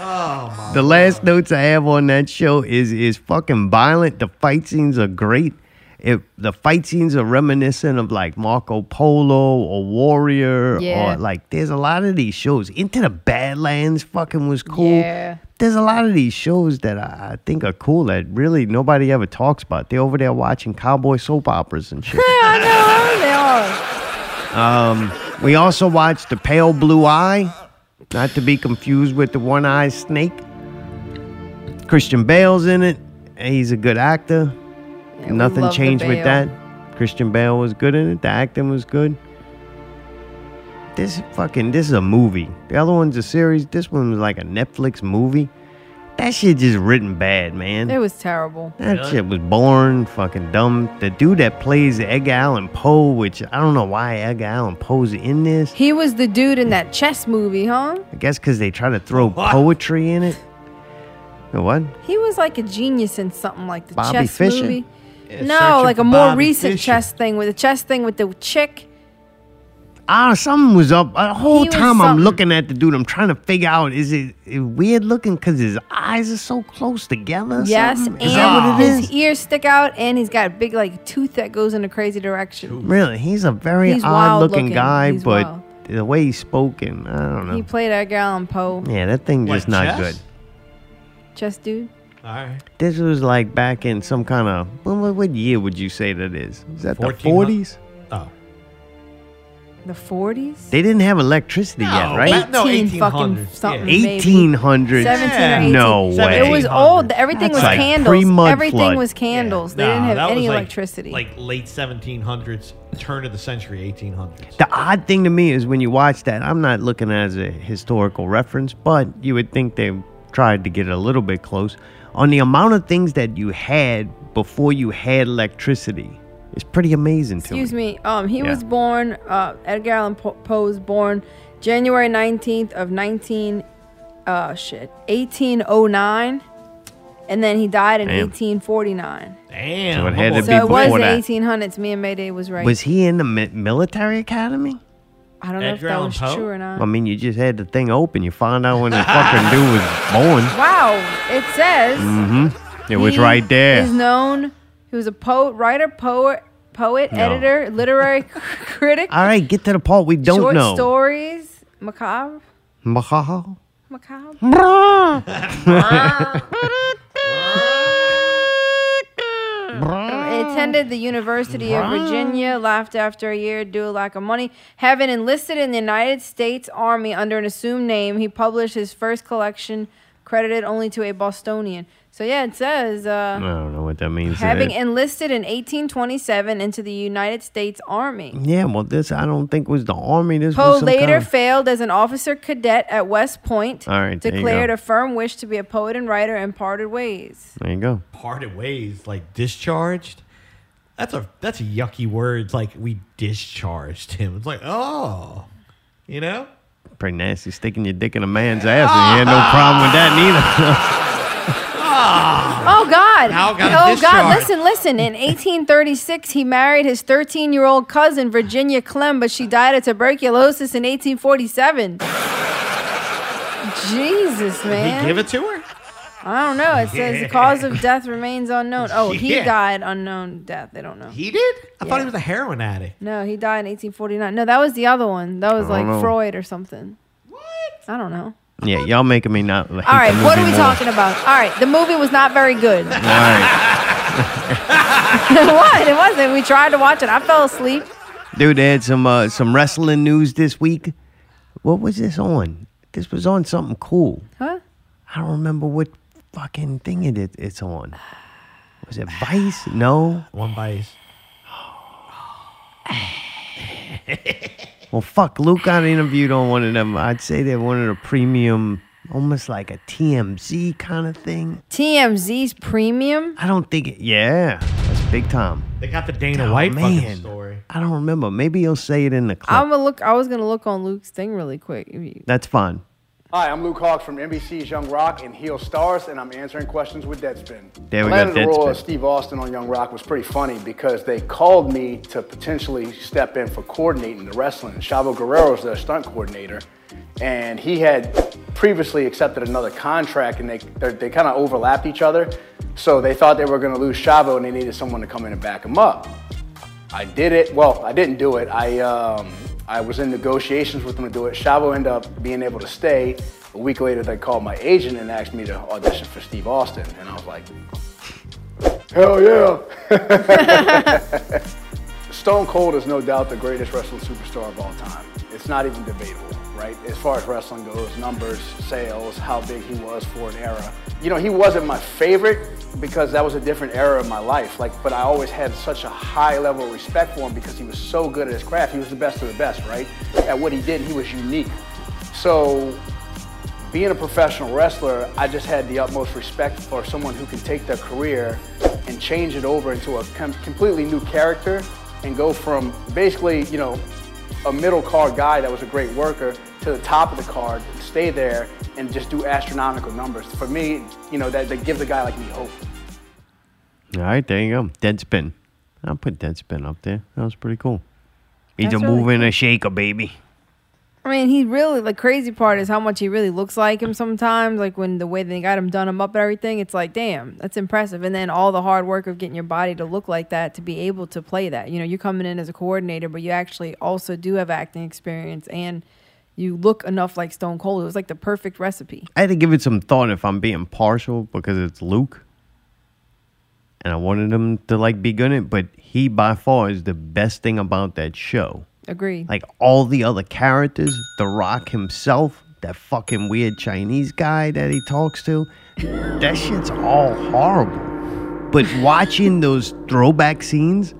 oh my
The last notes I have on that show is is fucking violent. The fight scenes are great. It, the fight scenes are reminiscent of like Marco Polo or Warrior
Yeah.
or like there's a lot of these shows. Into the Badlands fucking was cool.
Yeah.
There's a lot of these shows that I, I think are cool that really nobody ever talks about. They're over there watching cowboy soap operas and shit.
I know they are.
We also watched The Pale Blue Eye, not to be confused with The One Eyed Snake. Christian Bale's in it. He's a good actor.
Yeah, we
Nothing
love the
changed with
Bale.
that. Christian Bale was good in it. The acting was good. This fucking this is a movie. The other one's a series. This one was like a Netflix movie. That shit just written bad, man.
It was terrible.
That shit was born fucking dumb. The dude that plays Edgar Allan Poe, which I don't know why Edgar Allan Poe's in this.
He was the dude in that chess movie, huh?
I guess because they try to throw
What?
poetry in it. The What?
He was like a genius in something like the
Bobby
chess
Fischer?
movie.
Yeah,
no,
searching
like
for
a more
Bobby
recent
Fischer.
chess thing with the chess thing with the chick.
Ah, something was up. The whole
He was
time I'm
something.
looking at the dude, I'm trying to figure out is it, it weird looking because his eyes are so close together? or
Yes,
something?
and
Is that what it
his
is?
ears stick out, and he's got a big like tooth that goes in a crazy direction.
Really, he's a very
He's
odd looking,
wild-looking.
guy,
He's
but
wild.
the way he spoke and I don't know.
He played Edgar Allan Poe,
yeah, that thing
What,
just not
chess?
good.
chess dude.
All right.
This was like back in some kind of what, what- what year would you say that is? Is that the
1400?
40s?
Oh.
The forties.
They didn't have electricity yet, right?
Matt- no,
fucking
1800s,
something.
yeah.
maybe.
1800s.
17 or
Yeah.
18.
No way.
It was old. Everything
That's
was
like
candles.
pre-mud
Everything
flood.
was candles. They
Nah,
didn't
that
have any
was like-
electricity.
Like late 1700s, turn of the century, 1800s.
The odd thing to me is when you watch that, I'm not looking at it as a historical reference, but you would think they tried to get a little bit close on the amount of things that you had before you had electricity. It's pretty amazing to
Excuse
me.
me. Um, he
Yeah.
was born. Uh, Edgar Allan Po- Poe was born January nineteenth of nineteen. Uh, shit, eighteen oh nine, and then he died in
Damn.
eighteen forty nine.
Damn.
So it
my
had
boy.
to be
So it was
before
the
that.
eighteen hundreds. Me and Mayday was right.
Was he in the mi- military academy?
I don't know
Edgar
if that
Allan
was
Poe?
true or not.
I mean, you just had the thing open. You found out when the fucking dude was born.
wow, it says
Mm. It was
he
right there.
Is known. He was a poet, writer, poet, poet,
No.
editor, literary critic.
All right, get to the part we don't
short
know.
stories, macabre,
Macaw.
macabre. He attended the University of Virginia, left after a year due to lack of money. Having enlisted in the United States Army under an assumed name, he published his first collection, credited only to a Bostonian. So yeah, it says
I
uh,
don't know what that means. to
having
that.
enlisted in 1827 into the United States Army.
Yeah, well, this I don't think was the army. This
Poe
was some
later
kind of-
failed as an officer cadet at West Point,
All right, there you go.
declared a firm wish to be a poet and writer, and parted ways.
there you go.
parted ways, like discharged. That's a that's a yucky word. It's like we discharged him. It's like oh, you know.
Pretty nasty sticking your dick in a man's ass, and you had no problem with that neither.
Oh God!
Now got
oh God!
discharged.
Listen, listen. In 1836, he married his 13-year-old cousin Virginia Clem, but she died of tuberculosis in 1847.
Did
Jesus,
he give
man!
it to her?
I don't know. It says the cause of death remains unknown. Oh, he
Yeah.
died unknown death. They don't know.
He did. I thought
Yeah.
he was a heroin addict.
No, he died in 1849. No, that was the other one. That was
I
like
don't know.
Freud or something.
What?
I don't know.
yeah, y'all making me not. Hate
All right,
the
what
movie
are we
more.
talking about? All right, the movie was not very good.
All right,
what? It wasn't. We tried to watch it. I fell asleep.
dude, they had some uh, some wrestling news this week. What was this on? This was on something cool.
Huh?
I don't remember what fucking thing it is- it's on. Was it Vice? No.
One vice.
Well, fuck, Luke got interviewed on one of them. I'd say they're one of the premium, almost like a TMZ kind of thing.
TMZ's premium?
I don't think it. Yeah, that's big time.
They got the Dana
Oh,
White fucking
man.
story.
I don't remember. Maybe you'll say it in the clip.
I'm gonna look. I was gonna look on Luke's thing really quick. If you-
that's fine.
Hi, I'm Luke Hawk from NBC's Young Rock and Heel Stars, and I'm answering questions with Deadspin.
There we go,
Planet Aurora,
Deadspin.
Steve Austin on Young Rock was pretty funny because they called me to potentially step in for coordinating the wrestling. Chavo Guerrero's their stunt coordinator, and he had previously accepted another contract, and they they're- they kind of overlapped each other. So they thought they were going to lose Chavo, and they needed someone to come in and back him up. I did it. Well, I didn't do it. I um, I was in negotiations with them to do it. Chavo ended up being able to stay. A week later, they called my agent and asked me to audition for Steve Austin, and I was like, Hell yeah! Stone Cold is no doubt the greatest wrestling superstar of all time. It's not even debatable, right? As far as wrestling goes, numbers, sales, how big he was for an era. You know, he wasn't my favorite because that was a different era of my life. Like, but I always had such a high level of respect for him because he was so good at his craft. He was the best of the best, right? At what he did, he was unique. So being a professional wrestler, I just had the utmost respect for someone who can take their career and change it over into a com- completely new character and go from basically, you know, a middle card guy that was a great worker to the top of the card, stay there and just do astronomical numbers. For me, you know, that, that give the guy like me hope.
All right, there you go. Deadspin. I'll put Deadspin up there. That was pretty cool. He's
That's
a
really
mover and a shaker, baby.
I mean, he really the crazy part is how much he really looks like him sometimes. Like when the way they got him done him up and everything, it's like, damn, that's impressive. And then all the hard work of getting your body to look like that to be able to play that. You know, you're coming in as a coordinator, but you actually also do have acting experience and you look enough like Stone Cold. It was like the perfect recipe.
I had to give it some thought if I'm being partial because it's Luke. And I wanted him to like be good in it, but he by far is the best thing about that show.
Agreed.
Like all the other characters, The Rock himself, that fucking weird Chinese guy that he talks to, that shit's all horrible. But watching those throwback scenes,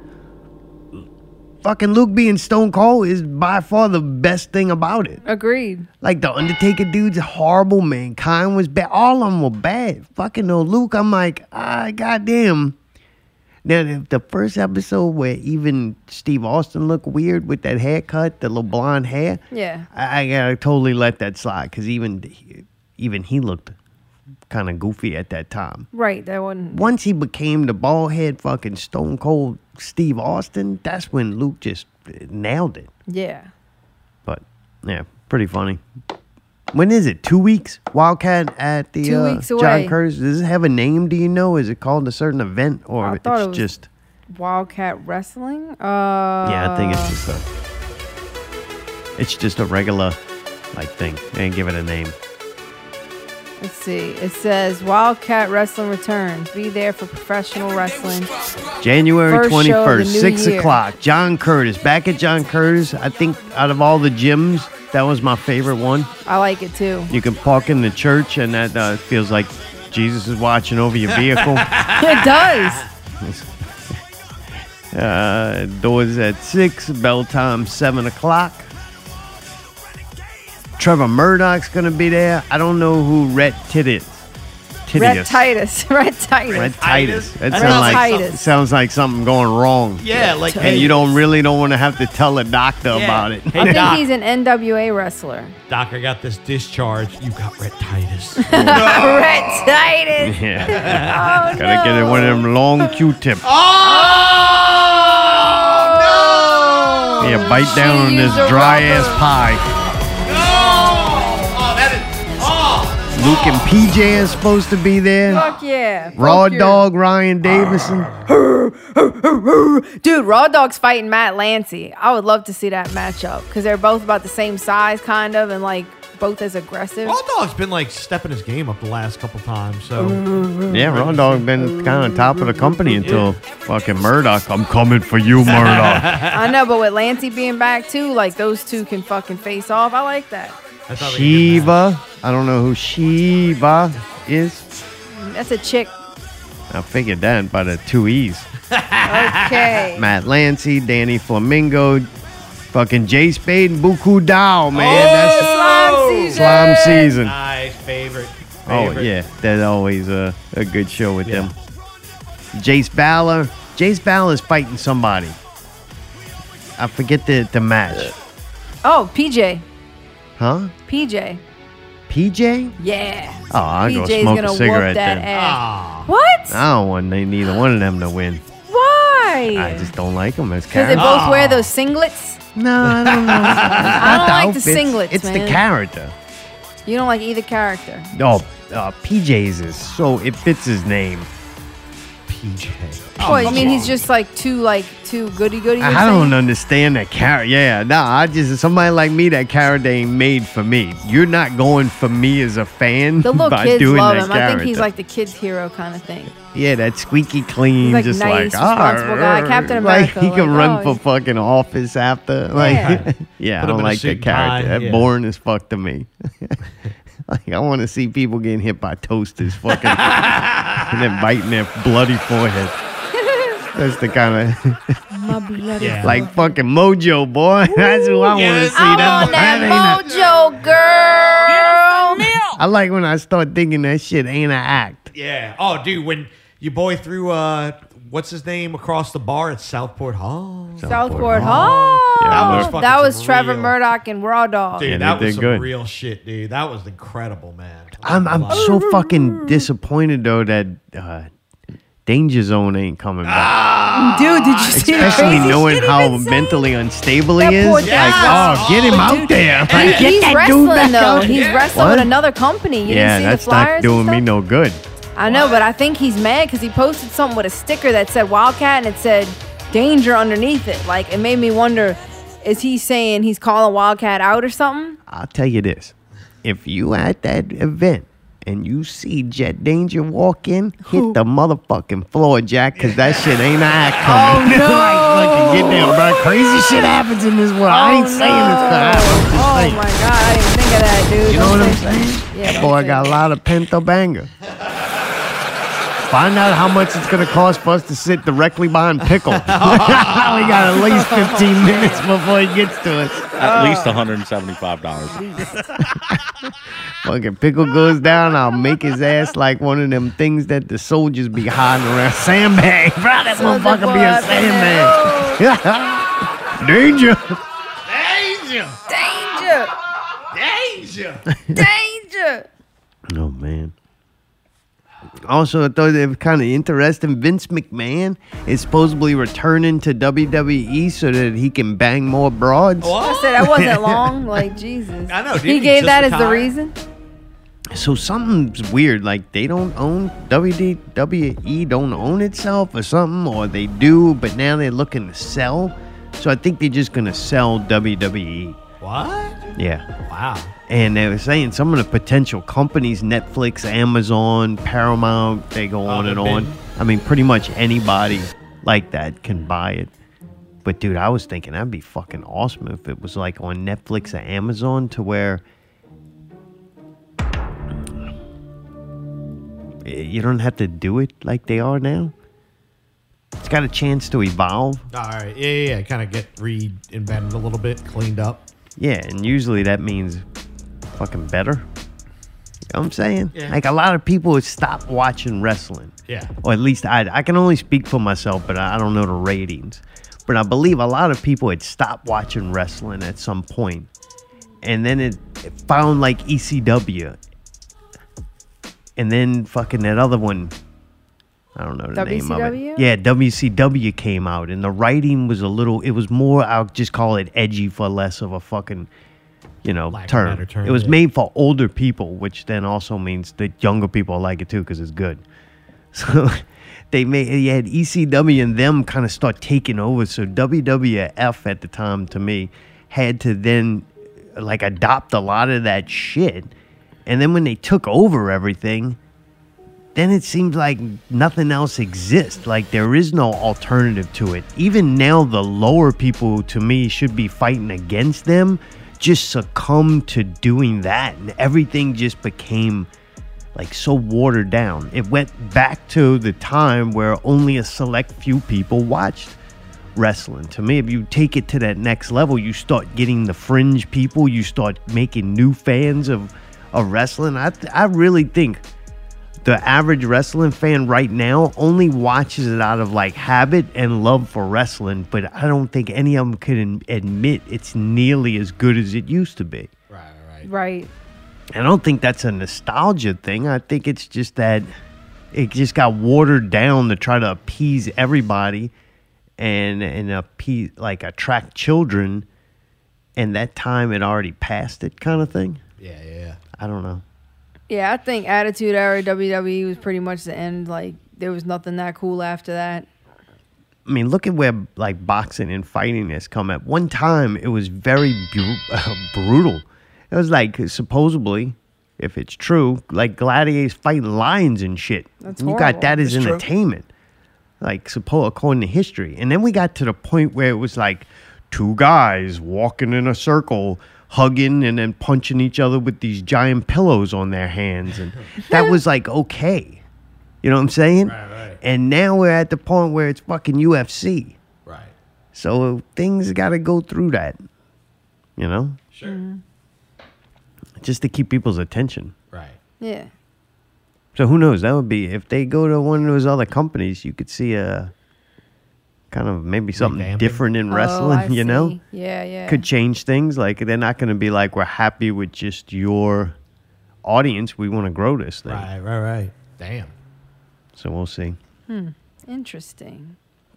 fucking Luke being Stone Cold is by far the best thing about it.
Agreed.
Like the Undertaker dude's horrible, mankind was bad. All of them were bad. Fucking no Luke, I'm like, ah, goddamn. Now the, the first episode where even Steve Austin looked weird with that haircut, the little blonde hair.
Yeah.
I, I gotta totally let that slide because even he- even he looked kind of goofy at that time.
Right. That wasn't
Once he became the bald head fucking Stone Cold Steve Austin, that's when Luke just nailed it.
yeah.
But yeah, pretty funny. When is it? Two weeks? Wildcat at the
Two
uh,
weeks
John
away.
Curtis. Does it have a name? Do you know? Is it called a certain event
I
or it's
thought it was-
just?
Wildcat wrestling. Uh
yeah, I think it's just a. It's just a regular, like thing. They didn't give it a name.
Let's see. It says Wildcat Wrestling returns. Be there for professional wrestling.
January
First
twenty
show of the
first,
new
six
year.
o'clock. John Curtis back at John Curtis. I think out of all the gyms, that was my favorite one.
I like it too.
You can park in the church, and that uh, feels like Jesus is watching over your vehicle.
It does.
Uh, doors at 6, bell time 7 o'clock. Trevor Murdoch's going to be there. I don't know who Rhett Tit is.
Red
Titius.
Titus. Red Titus.
Ret Titus. That
Ret
sounds like,
Titus.
it sounds like something going wrong.
Yeah, like
And you don't really don't want to have to tell a doctor
Yeah.
about it.
Hey,
I think
Doc.
he's an NWA wrestler.
Doc, I got this discharge. You got retitis.
Red Titus.
Yeah.
Oh,
Oh. Gotta get it
no.
one of them long Q-tips.
oh
Yeah, bite down on
Should've
this
used a
dry
rubber.
ass pie.
no! Oh, that is oh.
Luke and PJ is supposed to be there.
Fuck yeah.
Raw
Fuck your-
Dog Ryan Davison.
Dude, Raw Dog's fighting Matt Lancy. I would love to see that matchup because they're both about the same size, kind of, and like both as aggressive.
Oh.
Raw Dog's been like stepping his game up the last couple times. So
Yeah, Ron Dog been kind of top of the company until fucking Murdoch. I'm coming for you, Murdoch.
I know, but with Lancy being back too, like those two can fucking face off. I like that.
I thought they did that.
Shiva. I don't know who Shiva is.
That's a chick.
I figured that by the two E's.
Okay.
Matt Lancy, Danny Flamingo, fucking Jay Spade, and Buku Dao, man.
Oh,
That's
Slime season.
slime season.
Nice Oh! favorite.
Oh,
favorite.
yeah. That's always a, a good show with
Yeah.
them. Jace Balor. Jace Balor's fighting somebody. I forget the, the match.
Oh, PJ.
Huh?
PJ.
PJ?
Yeah.
Oh, I'll go
PJ's
smoke
gonna
a
whoop
cigarette
that
then.
ass.
Ah.
What?
I don't want they neither one of them to win. I
Why?
just don't like them as
Because they
characters.
both wear those singlets.
No, I don't know.
I don't like the
Outfits,
singlets,
It's
man.
the character.
You don't like either character.
Oh, uh, PJ's is so it fits his name.
PJ.
Oh, I mean, he's just like too like too goody goody.
I don't understand that carrot. Yeah, nah. I just somebody like me that carrot ain't made for me. You're not going for me as a fan
The little
by
kids
doing
love
that
him. I
character.
think he's like the kids hero kind of thing.
yeah, that squeaky clean,
He's like
just
nice,
like ah,
responsible guy, Captain
like,
America,
he can
like,
run
oh,
for fucking office after. Like,
Yeah.
yeah,
Put
I
him in
don't
a
like
suit
that
and
character.
tie,
That
yeah.
boring as fuck to me. like, I want to see people getting hit by toasters, fucking, and then biting their bloody forehead. That's the kind of.
My bloody
Yeah.
Like fucking Mojo, boy. That's who I want to see.
I
that
want
boy. That
that
ain't a-
mojo, girl.
I like when I start thinking that shit ain't an act.
Yeah. Oh, dude, when your boy threw uh, what's his name across the bar at Southport Hall.
Southport Hall.
Yeah, that was
fucking
that was Trevor
real.
Murdoch and Raw Dog.
Dude,
Yeah, they
that was
did
some
good.
real shit, dude. That was incredible, man.
I'm I'm so fucking disappointed though that uh, Danger Zone ain't coming back.
Dude, did you see the
Especially
Ah. crazy
knowing
shit he
how
been saying?
mentally unstable he
That
is.
poor
Like,
guy.
oh, get him out there. Like,
He-
get
he's
that
wrestling
dude back
though.
out
He's
there.
wrestling
What?
with another company. You didn't
Yeah,
see
that's
the flyers
not
and
doing me
stuff?
no good.
I know, but I think he's mad because he posted something with a sticker that said Wildcat and it said danger underneath it. Like it made me wonder, is he saying he's calling Wildcat out or something?
I'll tell you this: if you at that event and you see Jet Danger walk in, hit the motherfucking floor, Jack, because that shit ain't I coming.
Oh, no.
like, look, get down, bro. Crazy shit happens in this world. I ain't
Oh,
saying
no.
it's gonna happen. I'm
Oh
just saying.
my god, I didn't think of that, dude.
You know what I'm saying?
Yeah,
that
don't
boy
say
got a
it.
lot of pent up anger. Find out how much it's gonna cost for us to sit directly behind Pickle. we got at least 15 minutes before he gets to us.
At least $175.
Fucking pickle goes down. I'll make his ass like one of them things that the soldiers be hiding around. Sandbag, bro. That
So the
motherfucker be
boy
a
up in there,
sandbag.
"Oh,
Danger.
oh, Danger! Danger! Danger!
Oh man. Also, I thought it was kind of interesting. Vince McMahon is supposedly returning to WWE so that he can bang more broads.
Oh,
I said that wasn't long. Like Jesus,
I know, dude,
He
he
gave
just
that as the
retired.
reason.
So something's weird. Like they don't own WWE, don't own itself or something, or they do, but now they're looking to sell. So I think they're just gonna sell WWE.
What?
Yeah.
Wow.
And they were saying some of the potential companies, Netflix, Amazon, Paramount, they go on
they're
and on.
big.
I mean, pretty much anybody like that can buy it. But dude, I was thinking that'd be fucking awesome if it was like on Netflix or Amazon to where you don't have to do it like they are now. It's got a chance to evolve.
All right. Yeah, yeah, yeah. Kind of get reinvented a little bit, cleaned up.
Yeah, and usually that means fucking better. You know what I'm saying?
Yeah.
Like a lot of people would stop watching wrestling.
Yeah.
Or at least I I can only speak for myself, but I I don't know the ratings. But I believe a lot of people had stopped watching wrestling at some point. And then it, it found like ECW. And then fucking that other one. I don't know the name of
WCW?
it. Yeah, WCW came out and the writing was a little it was more I'll just call it edgy for less of a fucking you know,
Lack of better
term.
term,
It was
yeah.
made for older people, which then also means that younger people like it too because it's good. So they made you had ECW and them kind of start taking over. So WWF at the time to me had to then like adopt a lot of that shit. And then when they took over everything, then it seems like nothing else exists. Like there is no alternative to it. Even now, the lower people to me should be fighting against them, just succumb to doing that. And everything just became like so watered down. It went back to the time where only a select few people watched wrestling. To me, if you take it to that next level, you start getting the fringe people, you start making new fans of, of wrestling. I, I really think the average wrestling fan right now only watches it out of like habit and love for wrestling, but I don't think any of them could ad- admit it's nearly as good as it used to be.
Right, right.
Right.
And I don't think that's a nostalgia thing. I think it's just that it just got watered down to try to appease everybody and and appease like attract children. And that time had already passed it, kind of thing.
Yeah, yeah.
I don't know.
Yeah, I think Attitude Era WWE was pretty much the end. Like there was nothing that cool after that.
I mean, look at where like boxing and fighting has come at. One time, it was very bru- brutal. It was like supposedly, if it's true, like gladiators fight lions and shit.
That's
you got that
horrible.
as
It's true.
entertainment, like suppo according to history. And then we got to the point where it was like two guys walking in a circle, hugging and then punching each other with these giant pillows on their hands, and that was like okay. You know what I'm saying?
Right, right.
And now we're at the point where it's fucking UFC.
Right.
So things got to go through that, you know,
Sure.
just to keep people's attention.
Right.
Yeah.
So who knows? That would be if they go to one of those other companies, you could see a kind of maybe something
Revamping?
different in
Oh,
wrestling,
I
you know?
see. Yeah, yeah.
Could change things. Like they're not going to be like, we're happy with just your audience. We want to grow this thing.
Right. Right. Right. Damn.
So we'll see.
Interesting.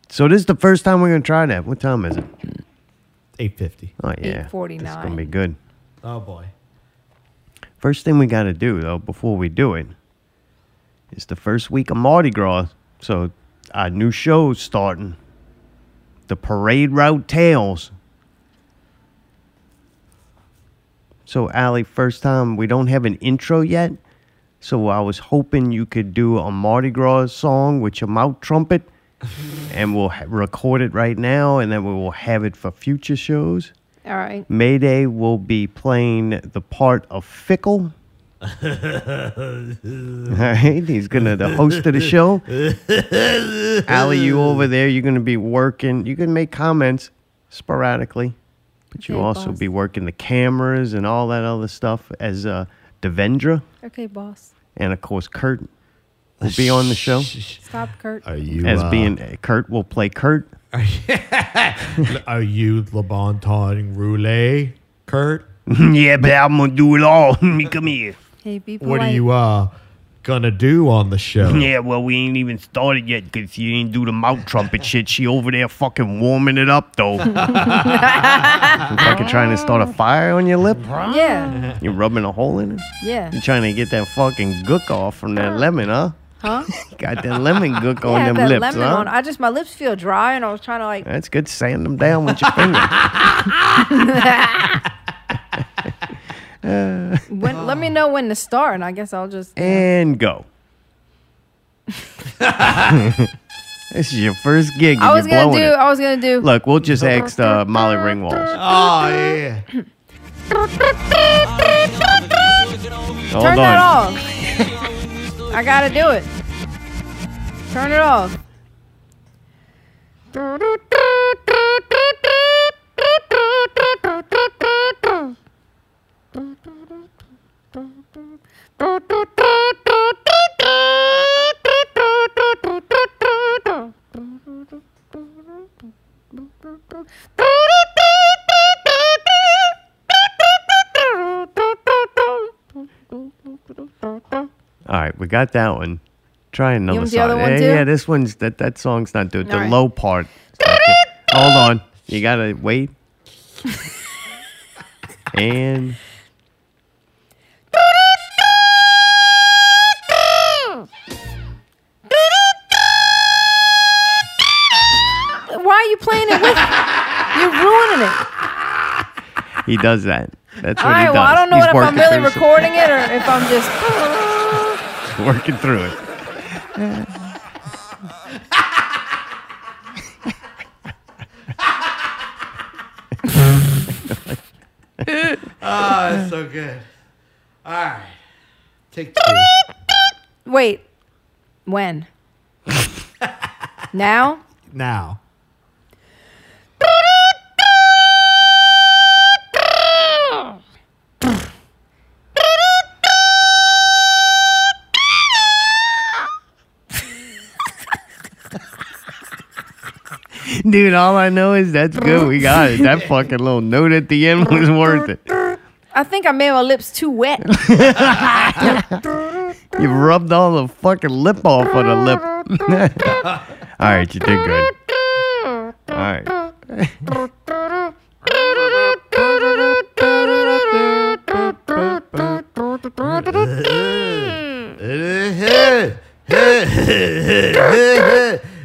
So this is the first time we're going to try that. What time is it?
Eight fifty.
Oh, yeah. It's going to be
8:49.
good.
Oh boy.
First thing we got to do, though, before we do it, it's the first week of Mardi Gras. So our new show's starting. The Parade Route Tales. So, Allie, first time, we don't have an intro yet. So I was hoping you could do a Mardi Gras song with your mouth trumpet. and we'll ha- record it right now, and then we will have it for future shows.
All right.
Mayday will be playing the part of Fickle. All right, he's gonna the host of the show. Allie, you over there, you're gonna be working. You can make comments sporadically, but you
Okay,
also
boss.
be working the cameras and all that other stuff as uh, Devendra
Okay, boss.
and of course Kurt will be on the show
Stop, Kurt.
Are you
as
uh,
being Kurt will play Kurt.
Are you LeBonton Roulet, Kurt?
yeah, but I'm gonna do it all. Come here.
Hey, be polite.
What are you uh gonna do on the show?
Yeah, well, we ain't even started yet because you didn't do the mouth trumpet shit. She over there fucking warming it up, though. fucking trying to start a fire on your lip.
Yeah.
You're rubbing a hole in it.
Yeah.
You're trying to get that fucking gook off from that lemon, huh?
Huh?
Got that lemon gook on
yeah,
them
that
lips,
lemon
huh?
on. I just my lips feel dry, and I was trying to like.
That's good. Sand them down with your finger.
When, Let me know when to start, and I guess I'll just.
And go. this is your first gig. And
I was
you're
gonna
blowing
do.
it.
I was gonna do.
Look, we'll just ask uh, Molly Ringwald.
Oh yeah.
Hold
Turn
on.
that off. I gotta do it. Turn it off.
All right, we got that one. Try another
want the
song.
other one
yeah,
too?
yeah, this one's that that song's not the the
All right.
low part. Hold on, you gotta wait. and
Why are you playing it with? You're ruining it.
he does that. That's what
All right.
he does.
Well, I don't know
He's
what, if I'm
working
really
through some-
recording it or if I'm just.
working through it.
Oh, that's so good. All right. Take two.
Wait. When? now?
Now.
Dude, all I know is that's good. We got it. That fucking little note at the end was worth it.
I think I made my lips too wet.
You rubbed all the fucking lip off of the lip. all right, you did good. All right.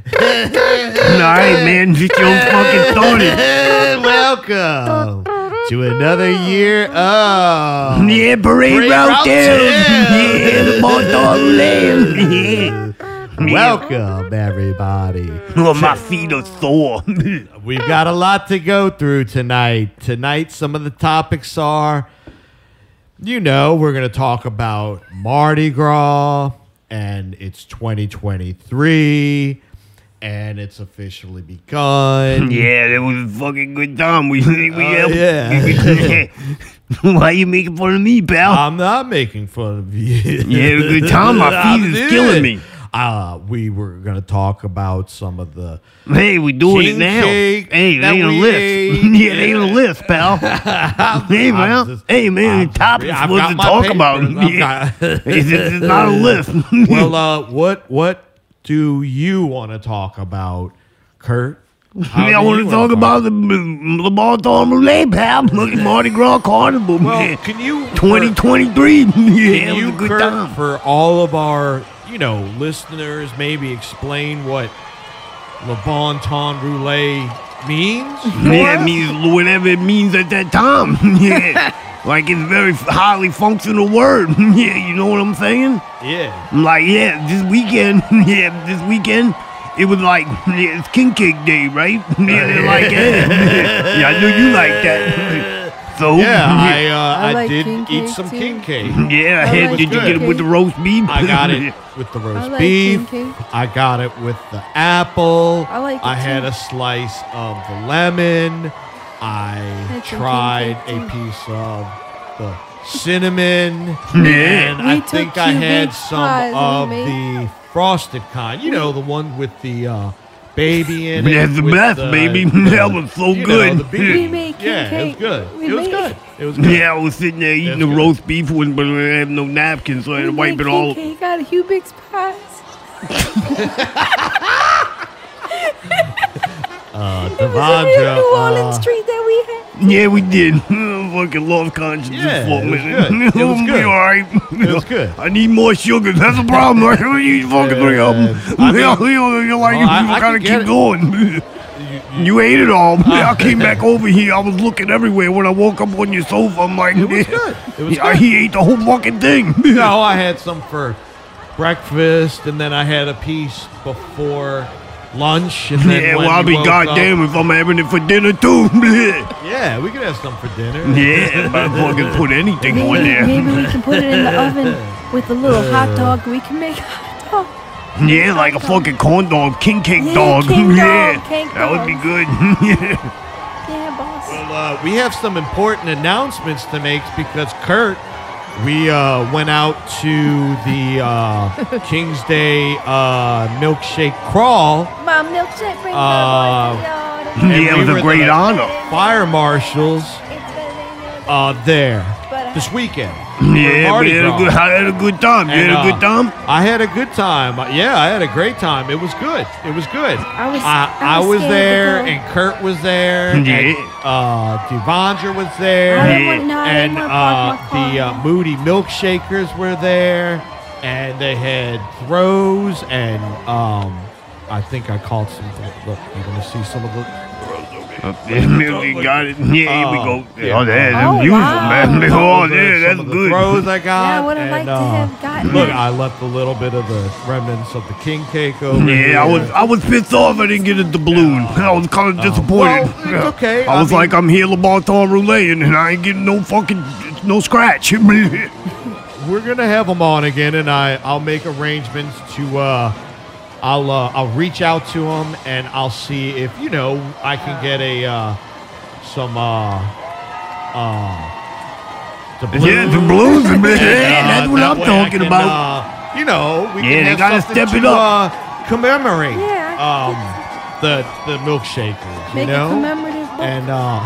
All right, man, get your fucking thorny.
Welcome to another year of
Yeah, parade,
Parade
route,
route
down.
down.
Yeah, the motor lamb. Yeah.
Welcome, everybody.
Well, my feet are sore.
We've got a lot to go through tonight. Tonight, some of the topics are you know, we're going to talk about Mardi Gras, and it's 2023, and it's officially begun.
yeah, that was a fucking good time. We, we
Oh, yeah.
Why you making fun of me, pal?
I'm not making fun of you.
Yeah, good time. My feet
I'm
is
doing
killing
it.
me.
Uh, we were going to talk about some of the.
Hey, we doing it
King
now.
cake
Hey, they
that
ain't a
we
list.
ate.
yeah, they ain't a list, pal. hey, man.
just-
hey, man.
I'm
the
just
topics
re- I've
was
got
to
my
talk
papers.
about.
I've
Yeah.
got-
it's, it's not a list.
well, uh, what what do you want to talk about, Kurt? How do
I
you
want to
wanna
talk about the the Bartholomew Roulette, pal. Look at Mardi Gras Carnival.
Well,
Yeah.
can you
2023. yeah,
Can
it was
you
a good
Kurt,
time.
for all of our you know listeners maybe explain what Le Bon Ton Roulette means?
Yeah, it means whatever it means at that time. Yeah. like it's very highly functional word. yeah, you know what I'm saying?
yeah.
I'm like, yeah, this weekend, yeah, this weekend, it was like, yeah, it's King Cake Day, right? Yeah, they're like, yeah, yeah, I knew you like that. So,
Yeah, I uh,
I
I,
like
did
king
eat
cake,
some
too.
king cake.
yeah,
I
Head,
like
did you
King
get it
Cake.
with the roast beef?
I got it with the roast
like
beef.
king cake.
I got it with the apple.
I like it
I had
too.
a slice of the lemon. I
like some
tried
king
a
cake too.
piece of the cinnamon.
Yeah.
And I
We
think
took
I
you
had
big
some
pies,
of
homie.
the frosted kind. You know, the one with the uh, baby in it.
That's the
with
best, baby. That was so
you know,
good.
the beef.
We made king
yeah, it was
cake.
good.
We
it was
made-
good. It was good.
Yeah, I was sitting there
That's
eating the
good.
roast beef, with, but I have no napkins, so I had to
We
wipe
made
it all.
king cake out of Hubix pies. It was a
Devondra,
New
uh,
Orleans treat that we had.
Yeah, we did. Fucking lost conscience
Yeah,
for a
it was
minute.
good. It was
We'll be
good.
all right.
It was good.
I need more sugar. That's the problem. Right? We need fucking three of them.
I mean-
You're like,
Well, I-
you
I
gotta
can get
keep
it.
going. You ate it all. I came back over here. I was looking everywhere. When I woke up on your sofa, I'm like,
was good. It was
Yeah,
good.
he ate the whole fucking thing.
No, I had some for breakfast, and then I had a piece before lunch. And then
Yeah,
when
well, I'll
you
be
woke
goddamn
up-
if I'm having it for dinner too.
Yeah, we could have some for dinner.
yeah, if I fucking put anything on
Maybe,
there.
maybe we can put it in the oven with a little hot dog. We can make hot dog.
Yeah, like a fucking corn dog, king cake
Yeah,
dog.
king dog,
yeah,
cake
that would be
dog.
good.
Yeah, boss.
Well, uh, we have some important announcements to make because Kurt, we uh, went out to the uh, King's Day uh, milkshake crawl.
My milkshake brings
Uh,
my voice to the audience.
yeah,
And
it
we
was
were
a great
the-
honor.
Fire marshals
It's better than the other.
uh, there
But I-
this weekend.
Yeah, we
Mardi
had a
Gras.
good, I had a good time. You
And,
had a
uh,
good time.
I had a good time. Uh, Yeah, I had a great time. It was good. It was good. I
was-
I,
I was
was
scared to
there,
go.
and Kurt was there,
Yeah.
and uh, Devondra was there,
I didn't want- no, I
and
didn't wanna park my
uh, the
car.
uh, Moody Milkshakers were there, and they had throws, and um, I think I caught some. Look, you're gonna see some of the.
Yeah, we got it. Yeah, here we go. Oh, there, that's
Oh,
beautiful,
wow.
man. Oh, yeah,
some
that's
of the
good.
Throws I
Yeah,
got.
I would have
and,
liked to
uh,
have gotten
Look,
that.
I left a little bit of the remnants of the king cake over here.
Yeah, I was I was pissed off I didn't get a doubloon. I was kind of disappointed.
Oh. Well, it's okay.
I
I
was
mean-
like, I'm here, LeBarton Roulette, and I ain't getting no fucking no scratch. yeah,
We're gonna have them on again, and I I'll make arrangements to uh, I'll uh, I'll reach out to them and I'll see if you know I can get a uh, some uh uh
doubloons, man. that's what
that
I'm
way I
talking
can,
about.
uh, you know, we
Yeah,
can
they
have
gotta
something
step it
to,
up.
Uh, commemorate.
Yeah, I
Um, the the milkshakers.
Make
you know.
a commemorative book
and uh,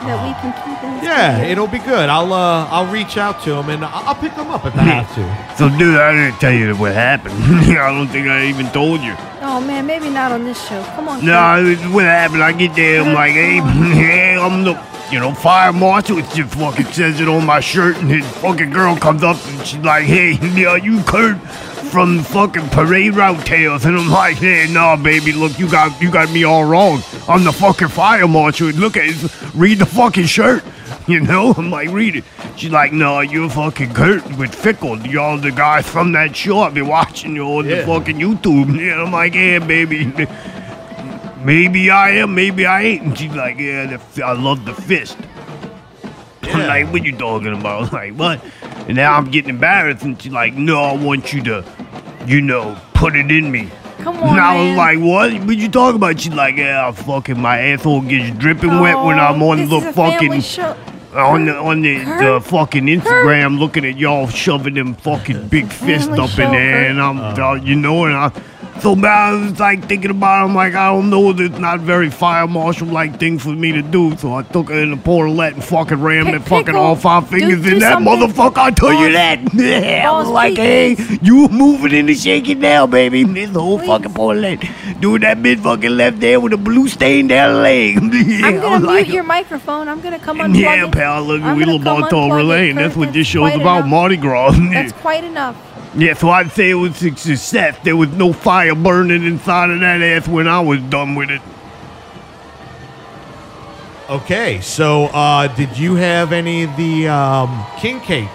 that we can keep in this
yeah,
community.
it'll be good. I'll uh, I'll reach out to them and I- I'll pick them up if I have to.
So, dude, I didn't tell you what happened. I don't think I even told you.
Oh man, maybe not on this show. Come on.
No, it's what happened? I get there, I'm like, hey, hey, I'm the, you know, fire marshal. It just fucking says it on my shirt, and his fucking girl comes up and she's like, hey, yeah, you Kurt? from the fucking parade route tails, and I'm like, hey, nah, baby, look, you got you got me all wrong. I'm the fucking fire marshal. Look at it, read the fucking shirt. You know, I'm like, read it. She's like, no, you're fucking Kurt with Fickle. Y'all, the guys from that show, I've been watching you on the
Yeah.
fucking YouTube. And I'm like, yeah, baby. Maybe I am, maybe I ain't. And she's like, yeah, the, f- I love the fist. I'm like, what you talking about? I'm like, what? And now I'm getting embarrassed. And she's like, no, I want you to, you know, put it in me.
Come on,
and I was
man.
like, what? What you talking about? She's like, yeah, fucking my asshole gets dripping wet when I'm
Oh,
on
this
the
is a family
fucking
show.
Uh, on the on the, the
Kurt,
fucking Instagram, looking at y'all shoving them fucking big fist
Family
up in
show,
there,
Kurt.
and I'm, uh, you know, and I. So bad, I was like thinking about. It. I'm like, I don't know. It's not very fire marshal like thing for me to do. So I took her in the portalette and fucking rammed
Pick-
it fucking
pickle.
all five
Do-
fingers
do
in that
something.
motherfucker. I tell you
Boss.
that. Yeah, I was
Boss,
like, hey,
please.
you moving in the shaking now, baby. This whole fucking portalette, doing that mid fucking left there with a blue stain down leg. yeah,
I'm
I was
gonna mute
like,
your microphone. I'm gonna come
and
unplug
yeah,
it.
pal, look,
I'm
we
gonna
live
come
on Tom
unplug it,
Relay, and
Kurt.
that's what this
That's
show's
quite
about,
enough.
Mardi Gras.
That's quite enough.
yeah, so I'd say it was a success. There was no fire burning inside of that ass when I was done with it.
Okay, so uh, did you have any of the um, king cake,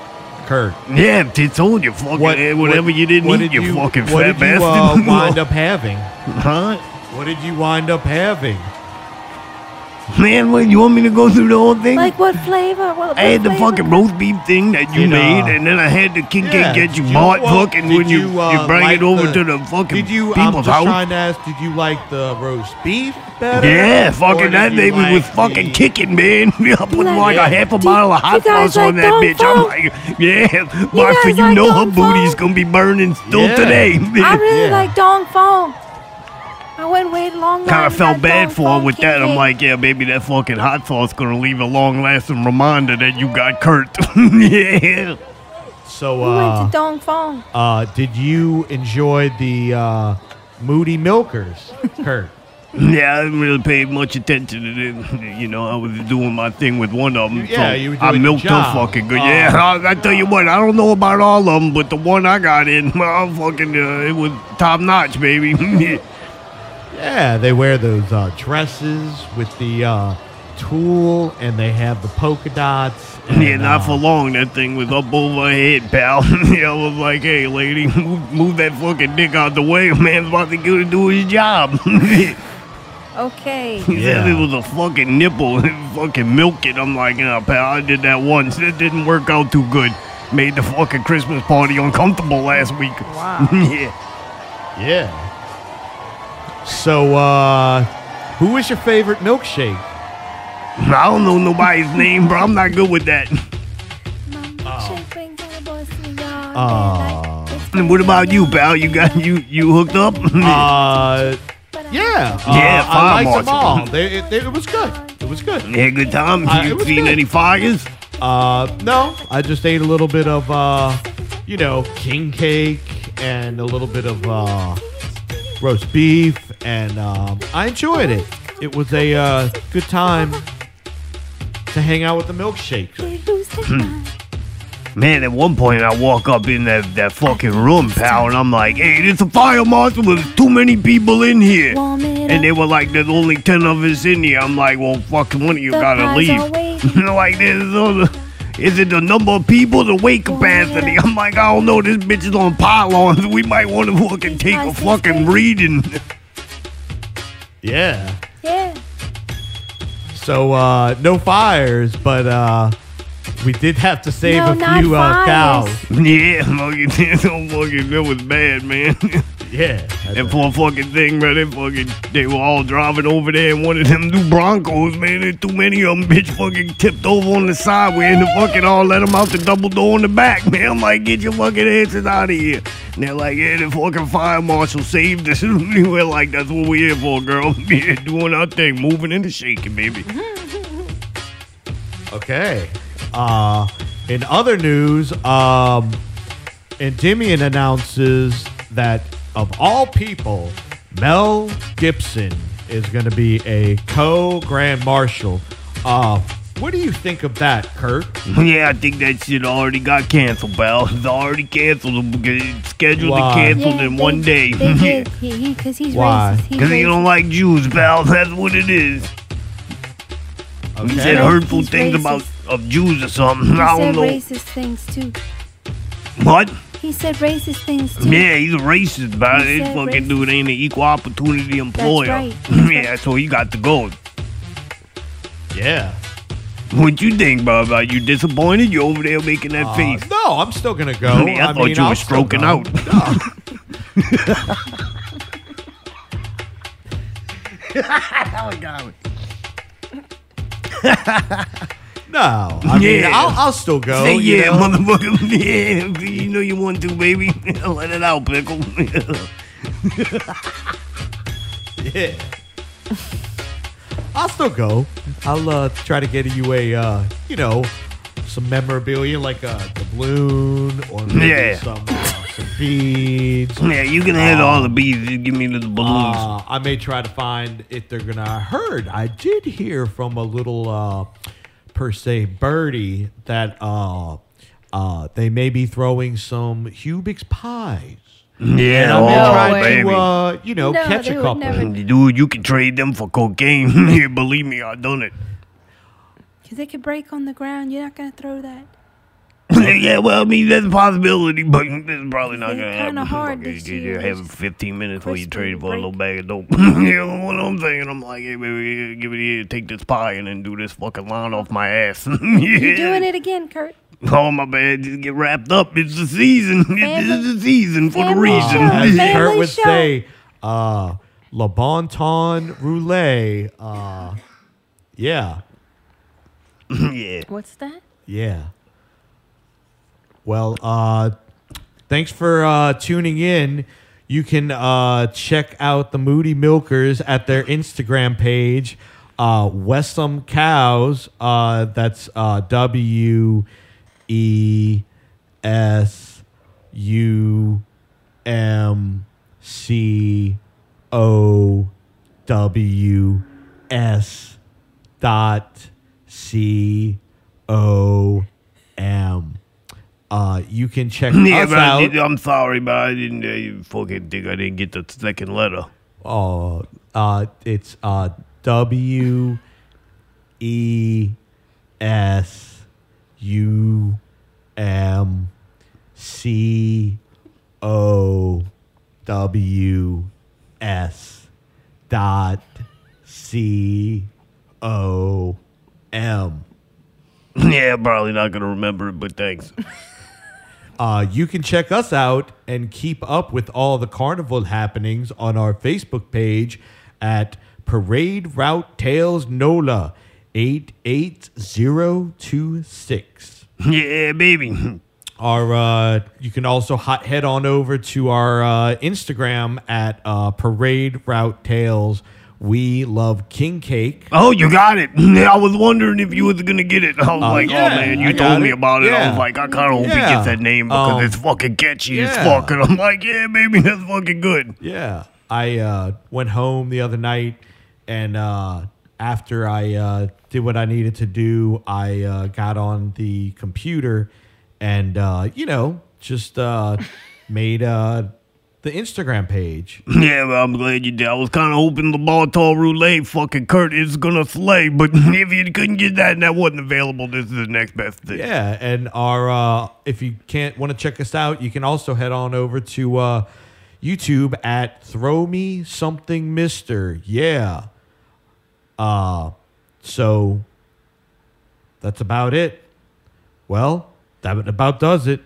Kurt?
Yeah, I told you, fucking, eh, whatever you didn't
what
eat, you, fucking
what
fat
did you, uh,
bastard.
wind up having?
huh?
What did you wind up having?
Man, what, you want me to go through the whole thing?
Like what flavor? What, what
I had the
flavor?
fucking roast beef thing that you
Did, uh,
made, and then I had the king
Yeah,
cake that you
did
bought,
uh,
fucking,
did
when you, you,
uh,
bring
like
it over to the fucking
did you, I'm
people's
just
house.
trying to ask, did you like the roast beef better?
Yeah,
Or
fucking
did
that
you
baby was
like
fucking
the-
kicking, man. I put
like-
like a half a
Do-
bottle of
do you
hot
guys
sauce on
like
that
Dong
bitch. I'm
Fong?
like, yeah, Martha,
guys
you
like
know her
Dong
booty's
Fong?
gonna be burning still
Yeah.
today.
I really
Yeah.
like Dong Fong. I went wait a long.
Kind
line
of
and
felt
got
bad
Dong
for her
Fong
with that. I'm
cake.
like, yeah, baby, that fucking hot sauce gonna leave a long lasting reminder that you got Kurt. yeah.
So,
we went
uh,
to Dong Fong.
uh, did you enjoy the uh, Moody Milkers, Kurt?
Yeah, I didn't really pay much attention to them. You know, I was doing my thing with one of them.
Yeah,
so
you were
I
doing
milked
your
her
job.
fucking good.
Oh.
yeah, I, I tell you what, I don't know about all of them, but the one I got in, I fucking, uh, it was top notch, baby.
Yeah, they wear those uh, dresses with the uh, tulle, and they have the polka dots. And,
yeah, not
uh,
for long. That thing was up over her head, pal. yeah, I was like, hey, lady, move, move that fucking dick out the way. Man's about to go to do his job.
Okay.
He said
Yeah.
it was a fucking nipple and fucking milk it. I'm like, nah, pal, I did that once. It didn't work out too good. Made the fucking Christmas party uncomfortable last week.
Wow.
yeah.
Yeah. So, uh, who is your favorite milkshake?
I don't know nobody's name, bro. I'm not good with that.
Uh,
Oh.
And what about you, pal? You got you you hooked up?
Uh, yeah. uh, I
Yeah, fire
liked them
marshal.
all. They, it, they- it was good. It was good.
yeah, good time.
Uh, it
you
was
seen
good.
any fires?
Uh, no, I just ate a little bit of, uh, you know, king cake and a little bit of uh, roast beef, and um, I enjoyed it. It was a uh, good time to hang out with the milkshakes.
Hmm. Man, at one point I walk up in that, that fucking room, pal, and I'm like, hey, there's a fire marshal. There's too many people in here. And they were like, there's only 10 of us in here. I'm like, well, fucking one of you gotta leave. like, this is all the. Is it the number of people, the weight capacity? I'm like, I don't know. This bitch is on pylons. We might want to fucking take a fucking reading.
Yeah.
Yeah.
So uh, no fires, but uh, we did have to save
No,
a
not
few uh,
fires.
cows.
Yeah, fucking, that fucking, that was bad, man.
Yeah.
That poor fucking thing, man. They fucking, they were all driving over there, and one of them new Broncos, man. There's too many of them, bitch. Fucking tipped over on the sideway, and the fucking all let them out the double door in the back, man. I'm like, get your fucking asses out of here. And they're like, yeah, the fucking fire marshal saved us. we were like, that's what we're here for, girl. Yeah, doing our thing, moving and shaking, baby.
Okay. Uh, in other news, um, Endymion announces that of all people, Mel Gibson is going to be a co Grand Marshal. Uh, What do you think of that, Kurt?
yeah, I think that shit already got canceled, pal. It's already canceled. It's scheduled
Why?
to cancel in
they-
one day.
They did. He, he, cause he's
Why?
racist. He's
Because you
racist.
don't like Jews, pal. That's what it is. You said
Right,
hurtful
he's
things
racist.
about of Jews or something.
He
I don't
said
know.
racist things too.
What?
He said racist things too.
Yeah, he's a racist, but
He
this
said
fucking
racist.
dude ain't an equal opportunity employer.
right.
yeah, so he got the gold.
Yeah.
What you think, Bob? Are you disappointed? You over there making that
Uh,
face?
no, I'm still gonna go.
Honey, I, thought
mean,
you
I'll
were
still
stroking
go.
out.
No, I mean,
Yeah.
I'll, I'll still go.
Say
you
yeah,
know?
motherfucker. Yeah, you know you want to, baby. Let it out, pickle.
Yeah. I'll still go. I'll uh, try to get you a, uh, you know, some memorabilia like a doubloon or maybe
Yeah. Hmm.
some, uh, some beads.
yeah, you can have all the bees. Just give me the balloons.
Uh, I may try to find if they're gonna. I heard I did hear from a little uh, per se birdie that uh, uh, they may be throwing some Hubix pies.
yeah,
I may
no
oh,
try
baby.
to, uh, you know,
No,
catch
they
a
would
couple.
never-
Dude, you can trade them for cocaine. Yeah, Believe me, i done it.
Cause it could break on the ground. You're not gonna throw that.
yeah, well, I mean, that's a possibility, but it's probably not
It's
going to happen.
kinda hard
Okay,
this
you
year.
just have 15 minutes while you
Crispy
trade for a little
break.
bag of dope. you know what I'm saying? I'm like, hey, baby, here, give it here. Take this pie and then do this fucking line off my ass. yeah.
You're doing it again, Kurt.
Oh, my bad. Just get wrapped up. It's the season. it's
Family-
the season for the
family
reason.
show.
as
Family
Kurt would
show.
say, uh, Le Bon Ton Roulette. Uh, yeah,
yeah.
What's that?
yeah. Well, uh, thanks for uh, tuning in. You can uh, check out the Moody Milkers at their Instagram page, uh, Westham Cows. Uh, that's uh, W E S U M C O W S dot C O M. Uh, you can check
Yeah,
us
but I did,
out.
I'm sorry, but I didn't uh, fucking think I didn't get the second letter.
Oh, uh, it's uh, W E S U M C O W S dot C O M.
Yeah, probably not gonna remember it, but thanks.
Uh, you can check us out and keep up with all the carnival happenings on our Facebook page at Parade Route Tales NOLA 88026.
yeah, baby.
Our uh, you can also hot head on over to our uh, Instagram at uh, Parade Route Tales. We love King Cake.
Oh, you got it. I was wondering if you was gonna get it. I was like,
Uh, yeah,
oh man, you
I got
told me
it.
about it. I
Yeah.
was like, I kind of hope he
Yeah.
gets that name because
Um,
it's fucking catchy as
yeah.
fuck. And I'm like, yeah, baby, that's fucking good.
Yeah. I uh, went home the other night, and uh, after I uh, did what I needed to do, I uh, got on the computer and, uh, you know, just uh, made uh, the Instagram page.
Yeah, well, I'm glad you did. I was kind of hoping the ball tall roulette fucking Kurt is gonna slay, but if you couldn't get that and that wasn't available, this is the next best thing.
Yeah, and our uh, if you can't want to check us out, you can also head on over to uh, YouTube at Throw Me Something Mister. Yeah. Uh, so that's about it. Well, that about does it.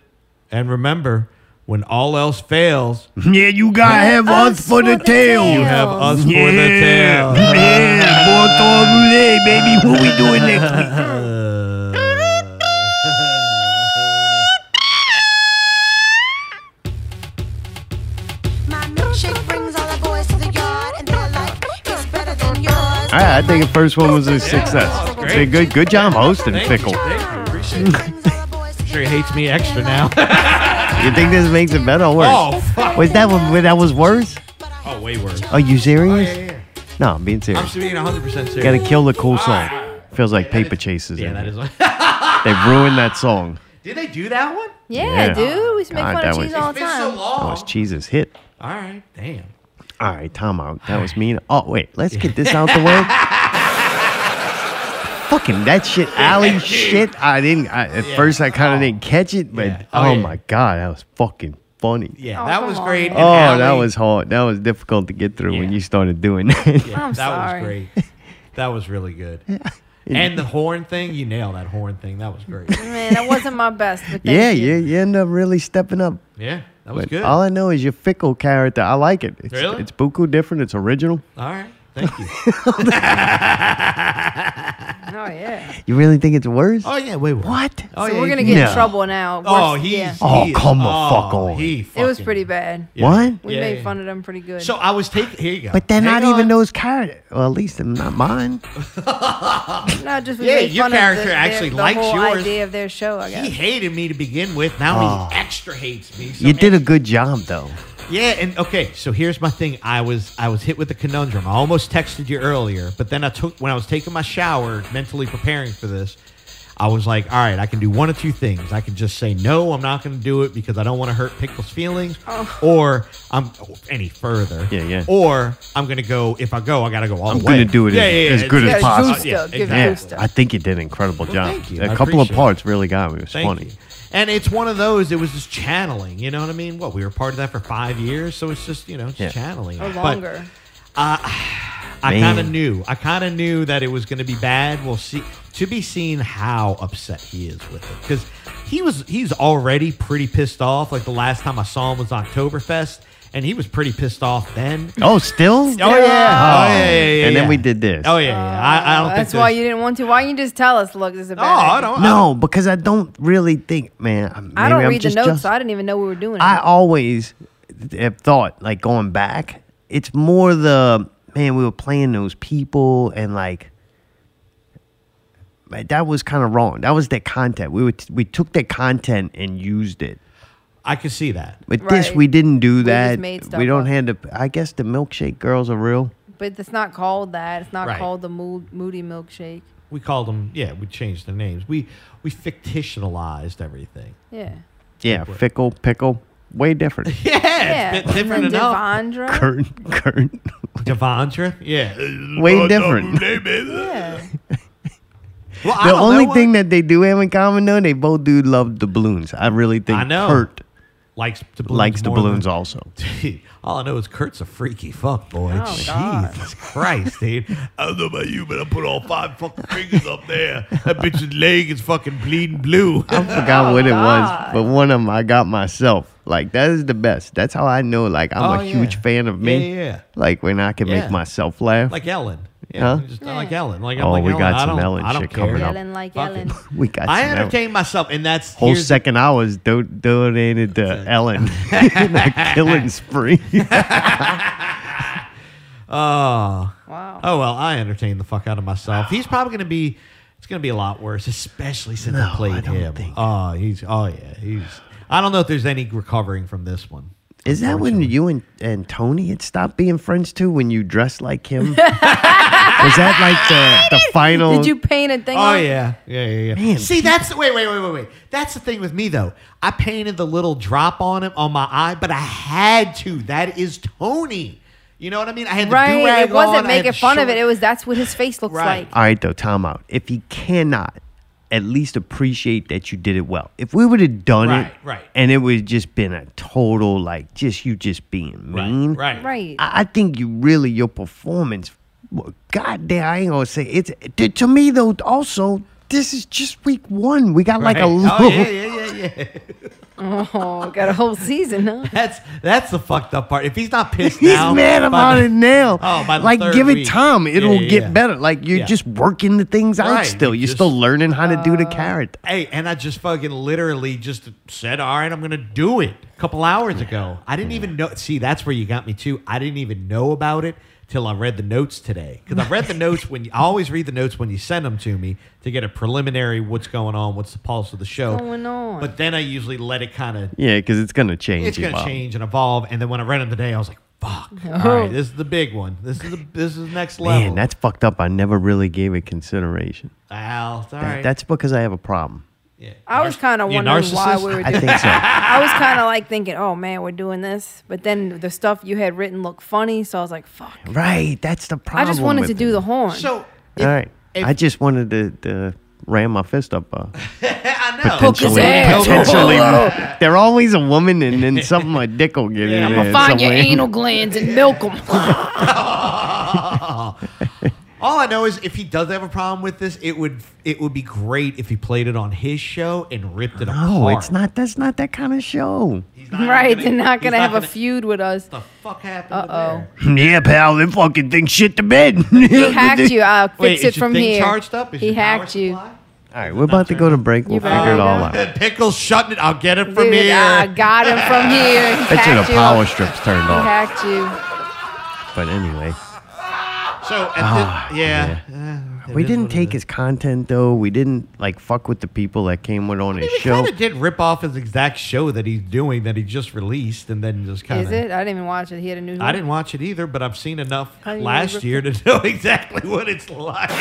And remember, when all else fails,
Yeah, you gotta have us, for the tail.
tail.
You
you have us for the tail.
Yeah, ball tall roulette, baby. What we doing next week?
My milkshake brings all the boys to the yard, and they're like, it's better than yours.
All right, I think the first one was a success.
that was
Say
great.
good, good job hosting, Pickle.
Sure hates me extra now.
You think this makes it better or worse?
oh, fuck.
Was that one, that was worse?
Oh, way worse.
Are you serious?
yeah.
No, I'm being
I'm
serious.
just being 100% serious.
Gotta kill the cool song.
Feels like paper chasers.
Yeah,
in
that
here.
is.
They ruined that song.
Mm-hmm. Did they do that one?
Yeah,
Yeah.
dude. We used to make
God,
fun
that
of
was-
cheese all
Oh, It's
the
been
time.
so
That
Oh,
long.
was Cheese's hit.
All right, damn.
All right, time out. That was mean. Oh wait, let's get this out the way. Fucking that shit, alley shit. I didn't. I, at first, I kind of didn't catch it, but
Oh. Yeah.
oh,
Oh, yeah.
my god, that was fucking funny.
Yeah,
Oh,
that
come
was
on.
great. and
Oh, that
Allie-
was hard. That was difficult to get through when
Yeah.
you started doing that.
Yeah,
I'm
that
sorry.
was great. That was really good. and the horn thing, you nailed that horn thing. That was great.
Man, that wasn't my best. But thank
yeah,
you.
you, you end up really stepping up.
Yeah, that was
But
good.
all I know is your fickle character. I like it. It's,
Really?
It's buku different. It's original.
All right, thank you.
Oh yeah.
You really think it's worse?
oh yeah, wait,
What?
Oh,
so
yeah,
we're
he-
gonna get
No.
in trouble now.
Oh,
Worst-
he's.
yeah.
Oh,
he-
come the fuck on.
He
It was
fucking-
pretty bad.
Yeah.
What?
We
Yeah,
made
yeah.
fun of them pretty good.
So I was taking. Here you go.
But they're
Hang
not even
on.
those characters. Well, at least they're not mine.
not just we
Yeah,
made
your
fun of
character
the, their-
actually
the
likes
whole
yours.
idea of their show. I
He
guess.
hated me to begin with. Now he extra hates me. So
Oh. You did a good job, though.
Yeah, and okay, so here's my thing. I was I was hit with a conundrum. I almost texted you earlier, but then I took when I was taking my shower, mentally preparing for this, I was like, all right, I can do one of two things. I can just say no, I'm not going to do it because I don't want to hurt Pickle's feelings,
Oh.
or I'm oh, any further.
Yeah, yeah.
Or I'm going to go. If I go, I got to go all
I'm
the way.
gonna do it
Yeah,
as-
yeah, yeah,
as good
as
it's-
possible.
uh,
Give it
Yeah,
boost up.
I think you did an incredible job.
thank you.
A
I
couple of
appreciate it.
parts really got me. It was
Thank
funny.
you. And it's one of those. It was just channeling. You know what I mean? What we were part of that for five years, so it's just you know it's
Yeah.
channeling.
Or
But
longer.
I
Man.
kind of knew. I kind of knew that it was going to be bad. We'll see. To be seen how upset he is with it because he was he's already pretty pissed off. Like the last time I saw him was Oktoberfest, and he was pretty pissed off then.
Oh, still?
Oh yeah, oh yeah, yeah, yeah,
And then
yeah.
we did this.
Oh yeah, yeah. I,
Uh,
I don't think
That's why
there's-
you didn't want to. Why you just tell us? Look, this is a
No,
bad.
I
idea."
don't.
No, because I don't really think, man. Maybe
I don't
am
read the
just
notes,
just-
so I didn't even know we were doing
I
it.
always have thought, like going back, it's more the man we were playing those people and like man, that was kind of wrong. That was their content. We were t- we took their content and used it.
I could see that.
But this
Right.
we didn't do
just
that.
made
we
stuff
don't
up.
have the. I guess the milkshake girls are real.
But it's not called that. It's not
Right.
called the mood, Moody Milkshake.
We called them. Yeah, we changed the names. We we fictionalized everything.
Yeah.
Yeah, fickle pickle, way different.
Yeah,
Yeah.
it's a bit different
and
enough.
Devondra.
Curtain, curtain,
Devondra. Yeah. Oh,
way different.
Yeah.
Well, I don't
The
know
only
what-
thing that they do have in common though, they both do love the balloons. I really think
I know.
Kurt
likes the balloons
likes the
more
balloons
than-
also.
all I know is Kurt's a freaky fuck boy.
Oh, God.
Jesus Christ, dude. I don't know about you, but I put all five fucking fingers up there. That bitch's leg is fucking bleeding blue.
I forgot what it
Oh,
was, but one of them I got myself. Like that is the best. That's how I know. Like I'm
Oh,
a huge
yeah.
fan of me.
Yeah, yeah, yeah.
Like when I can
Yeah.
make myself laugh.
like Ellen. Yeah,
Huh?
just not like Ellen. Like, I'm
Oh,
like
we
Ellen,
got
I
some
don't-
Ellen
I don't
shit
care.
coming up.
Yelling like
Fuck it.
Ellen.
we got
I
some Ellen.
entertain myself, and that's
Whole
here's-
second hours do- donated to Ellen in a killing spree.
Wow.
Oh well, I entertain the fuck out of myself. He's probably gonna be. It's gonna be a lot worse, especially since I played
I don't
him.
think-
Oh, he's. Oh yeah, he's. I don't know if there's any recovering from this one.
Is that when you and, and Tony had stopped being friends too? When you dressed like him? Was that like the, the final?
Did you paint a thing?
Oh
on-
yeah, yeah, yeah, yeah. See, that's the wait, wait, wait, wait, wait. That's the thing with me though. I painted the little drop on him on my eye, but I had to. That is Tony. You know what I mean? I had the
Right.
do-rag
It
on,
wasn't
I had
making
the
fun of
short-
it. It was that's what his face looks
Right.
like.
All right, though, time out. If he cannot, at least appreciate that you did it well. If we would have done
Right,
it,
right.
and it would just been a total like just you just being mean,
Right.
Right.
I, I think you really your performance. well, God damn, I ain't gonna say it's to, to me though. Also, this is just week one. We got like a
Right.
little.
Oh yeah, yeah, yeah, yeah.
Oh, got a whole season, huh?
That's that's the fucked up part. If he's not pissed
He's
now,
mad
by
about
the-
it now.
Oh, by the
like
third
give it
week.
time,
Yeah,
it'll
yeah,
get
yeah.
better. Like you're
Yeah.
just working the things out
Right,
still.
you
You're still
just- Uh,
learning how to do the character.
Hey, and I just fucking literally just said, all right, I'm going to do it a couple hours ago. I didn't even know. See, that's where you got me too. I didn't even know about it till I read the notes today. Because I read the notes when you, I always read the notes when you send them to me to get a preliminary what's going on, what's the pulse of the show.
Going on.
But then I usually let it kind of,
Yeah, because it's gonna change.
it's going to
evolve.
change and evolve. And then when I read them today, I was like, Fuck. All right, this is the big one. This is the, this is next level.
Man, that's fucked up. I never really gave it consideration.
Al. It's all
That-
right.
That's because I have a problem.
Yeah.
I was kind of
You a
wondering why
narcissist?
we were doing
I think so.
I was kind of like thinking, oh man, we're doing this. But then the stuff you had written looked funny. So I was like, fuck.
right. That's the problem.
I just wanted
with
to
it.
do the horn.
So
All right.
if-
I just wanted to, to ram my fist up. Uh,
I know.
Poke his ass.
potentially. They're always a woman, and then something my dick will get in
I'm
there
gonna find your
somewhere.
anal glands and milk them.
All I know is if he does have a problem with this, it would it would be great if he played it on his show and ripped it apart.
No, Oh, it's not. That's not that kind of show.
He's not
right? They're
gonna-
not
he's
gonna have a
gonna-
feud with us.
What the fuck happened?
Uh-oh.
Uh
Yeah, pal, them fucking things shit to bed.
He hacked you. I'll fix
Wait, is
it
your
from
thing
here.
charged up? Is
he
your power
hacked you.
supply?
All right, we're about to go to break. We'll
You've
figure it all
already
out.
That pickle's shutting it. I'll get it from
Dude,
here.
I got him from here. He
Bet you
hacked
the
you.
power strip's turned
He
off.
hacked you.
But anyway,
so at
Ah,
the, yeah, Uh, it
we
is
didn't
what it
take
is.
his content though. We didn't like fuck with the people that came with on his
We
show.
kind of did rip off his exact show that he's doing that he just released, and then just kind of.
Is it? I didn't even watch it. He had a new.
I didn't watch it either, but I've seen enough
How do you
last
rip
year to know exactly what it's like.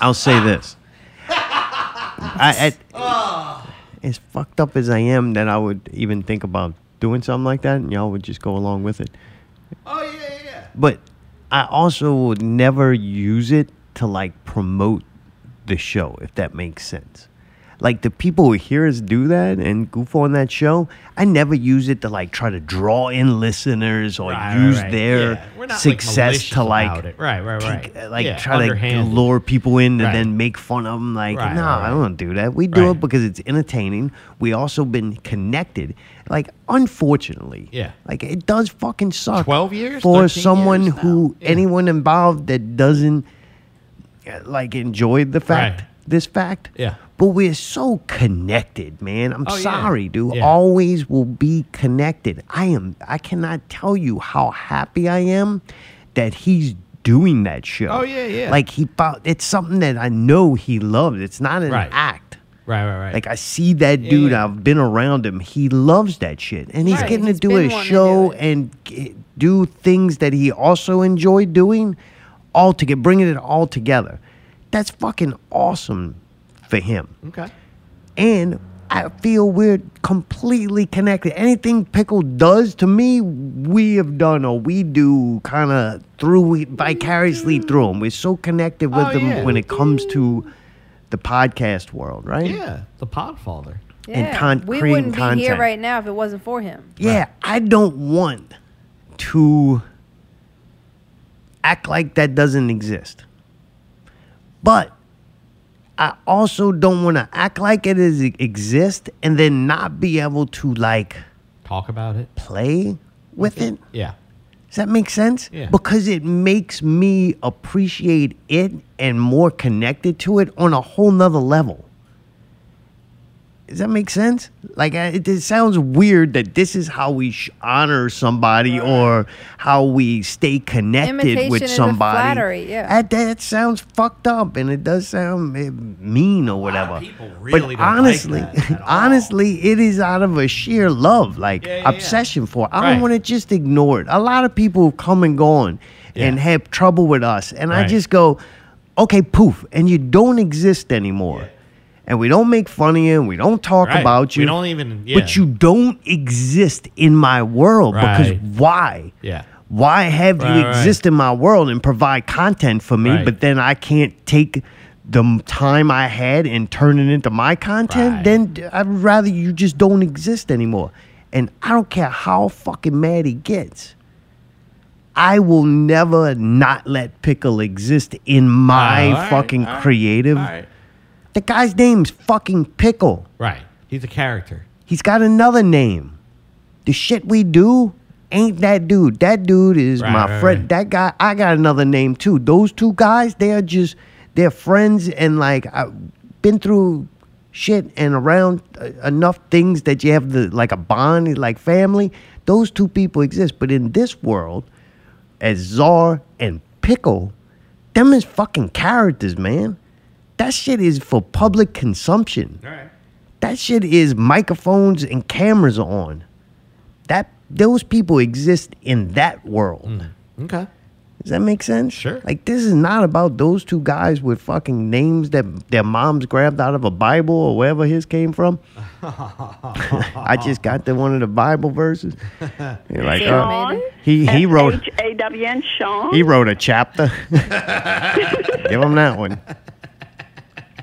I'll
Ah.
say this. I, I,
Ah.
as fucked up as I am, that I would even think about doing something like that, and y'all would just go along with it.
Oh yeah, yeah, yeah.
But I also would never use it to like promote the show, if that makes sense. Like the people who hear us do that and goof on that show, I never use it to like try to draw in listeners or
Right, right,
use
right.
their
Yeah. We're not, like,
success to
malicious
like
about it. Right, right,
take-
right.
like
Yeah,
try to
underhanded.
lure people in and
Right.
then make fun of them. Like,
Right,
no,
right,
I
right.
don't do that. We do
Right.
it because it's entertaining. We also been connected. Like, unfortunately,
Yeah.
Like it does fucking suck.
12 years?
for
13
someone
years now?
who
Yeah.
anyone involved that doesn't uh, like enjoy the fact
Right.
this fact.
Yeah.
But we're so connected, man. I'm
Oh, yeah.
sorry, dude.
Yeah.
Always will be connected. I am I cannot tell you how happy I am that he's doing that show.
Oh, yeah, yeah.
Like he found it's something that I know he loves. It's not an
Right.
act.
Right, right, right.
Like I see that dude,
yeah.
I've been around him. He loves that shit, and he's
Right,
getting
he's
to do
been
a
wanting to
show
do it.
and g- do things that he also enjoyed doing, all together, bringing it all together. That's fucking awesome for him.
okay.
And I feel we're completely connected. Anything Pickle does to me, we have done or we do kind of through vicariously through him. We're so connected with
Oh,
him
yeah.
when it comes to the podcast world, right?
Yeah, the Podfather.
and
Yeah.
con-
we
creating
wouldn't be here
content.
right now if it wasn't for him.
Yeah, I don't want to act like that doesn't exist. But I also don't want to act like it is exist and then not be able to like
Talk about it.
play with it.
Yeah.
Does that make sense?
Yeah.
Because it makes me appreciate it and more connected to it on a whole nother level. Does that make sense? Like, I- it, it sounds weird that this is how we sh- honor somebody or how we stay connected
Imitation
with
is a
somebody.
flattery, yeah.
That, that sounds fucked up, and it does sound eh, mean or whatever.
people really
but
don't like
honestly,
that at all.
honestly, it is out of a sheer love, like
Yeah, yeah, yeah.
obsession for. it. I
Right.
don't want to just ignore it. A lot of people come and gone and
Yeah.
have trouble with us, and I
Right.
just go, okay, poof, and you don't exist anymore. And we don't make fun of you, and we don't talk
Right.
about you.
We don't even- yeah.
But you don't exist in my world
Right.
because why?
Yeah.
Why have
Right,
you
right.
exist in my world and provide content for me,
Right.
but then I can't take the m- time I had and turn it into my content?
Right.
Then d- I'd rather you just don't exist anymore. And I don't care how fucking mad he gets. I will never not let Pickle exist in my
all right,
fucking
all right,
creative.
All right.
The guy's name's fucking Pickle.
Right. He's a character.
He's got another name. The shit we do ain't that dude. That dude is
Right,
my
right,
friend.
right.
That guy, I got another name too. Those two guys, they are just, they're friends and like, I've been through shit and around uh, enough things that you have the, like a bond, like family. Those two people exist. But in this world, as Czar and Pickle, them is fucking characters, man. That shit is for public consumption.
right.
That shit is microphones and cameras on. That those people exist in that world.
Okay.
Does that make sense?
Hmm. Sure.
Like this is not about those two guys with fucking names that their moms grabbed out of a Bible or wherever his came from. I just got the one of the Bible verses. You're like, oh,
Maybe.
he he wrote
H A W N Sean.
he wrote a chapter. Give him that one.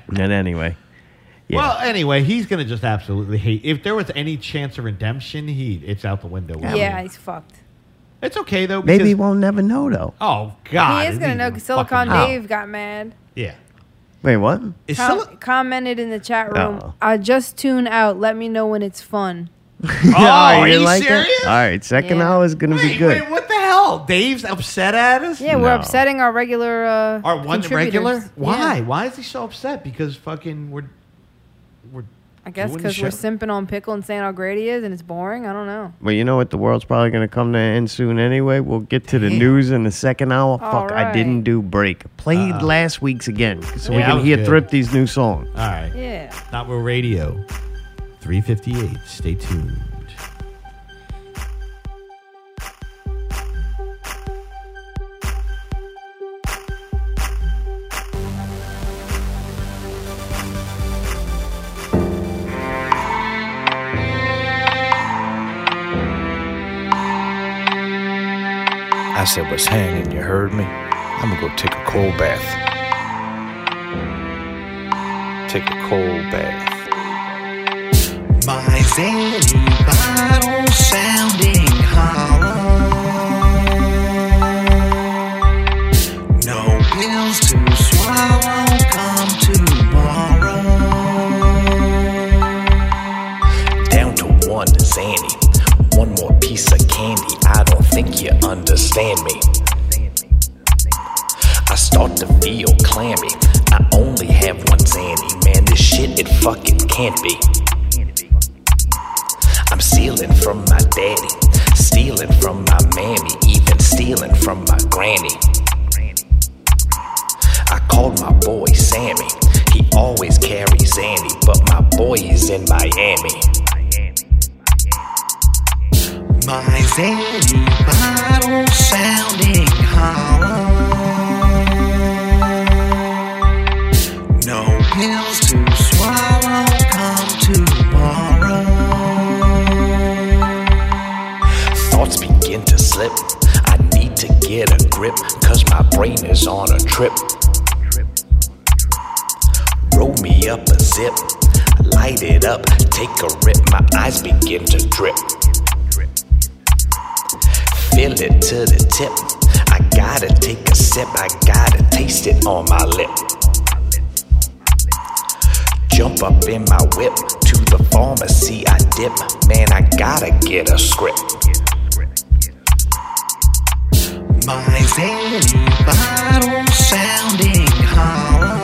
And anyway, Yeah.
Well, anyway, he's gonna just absolutely hate. If there was any chance of redemption, he it's out the window. with
Yeah,
him.
he's fucked.
it's okay though.
maybe
because-
he won't never know though.
Oh
Ah,
God,
he is gonna know because Silicon
fucking-
Dave got mad.
Oh, Yeah.
Wait, what?
Is
Com-
Sil-
commented in the chat room.
Oh.
I just tune out. Let me know when it's fun.
Oh,
are you
that?
serious?
All right, second
Yeah.
hour is gonna be
wait,
good.
wait, what the hell? Dave's upset at us.
Yeah, we're
No.
upsetting our regular. Uh,
Our one
contributors.
regular. Why?
Yeah.
Why is he so upset? Because fucking we're we're.
I guess
doing the
because we're
show.
simping on pickle and saying how great he is, and it's boring. I don't know.
Well, you know what? The world's probably going to come to an end soon anyway. We'll get to the
Damn.
news in the second hour.
All
Fuck, I
right.
didn't do break. Play last week's again so we
Uh-huh. Yeah, that
can
was
hear
good.
Thrifty's new song.
All right.
Yeah.
Not Real Radio. 358. Stay tuned.
I said, was hanging, you heard me? I'm gonna go take a cold bath. Take a cold bath. My daily bottle sounding hollow. No pills to swallow come tomorrow. Down to one Zanny. One more piece of candy. I don't think you understand me. I start to feel clammy. I only have one Zanny. Man, this shit, it fucking can't be. I'm stealing from my daddy, stealing from my mammy, even stealing from my granny. I called my boy Sammy. He always carries Zanny, but my boy is in Miami. My Zanny bottle sounding hollow. No pills to swallow come tomorrow. Thoughts begin to slip. I need to get a grip, cause my brain is on a trip. Roll me up a zip, light it up, take a rip. My eyes begin to drip. Feel it to the tip. I gotta take a sip. I gotta taste it on my lip. Jump up in my whip to the pharmacy. I dip. Man, I gotta get a script. My Zanny bottle sounding hollow.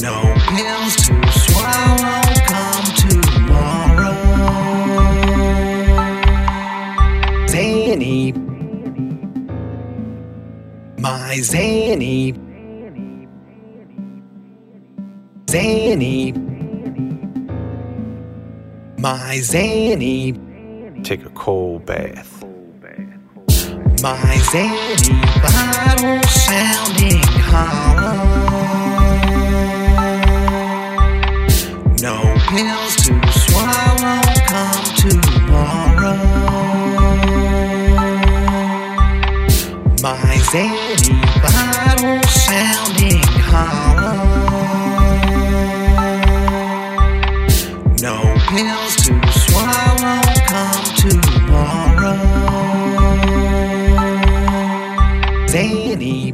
No pills to swallow come tomorrow. Zanny. My Zanny. Zanny. My Zanny. Take a cold bath. My Zanny bottle sounding hollow. No pills to swallow come tomorrow. My Zanny bottle sounding hollow. No pills to swallow come tomorrow. Zanny.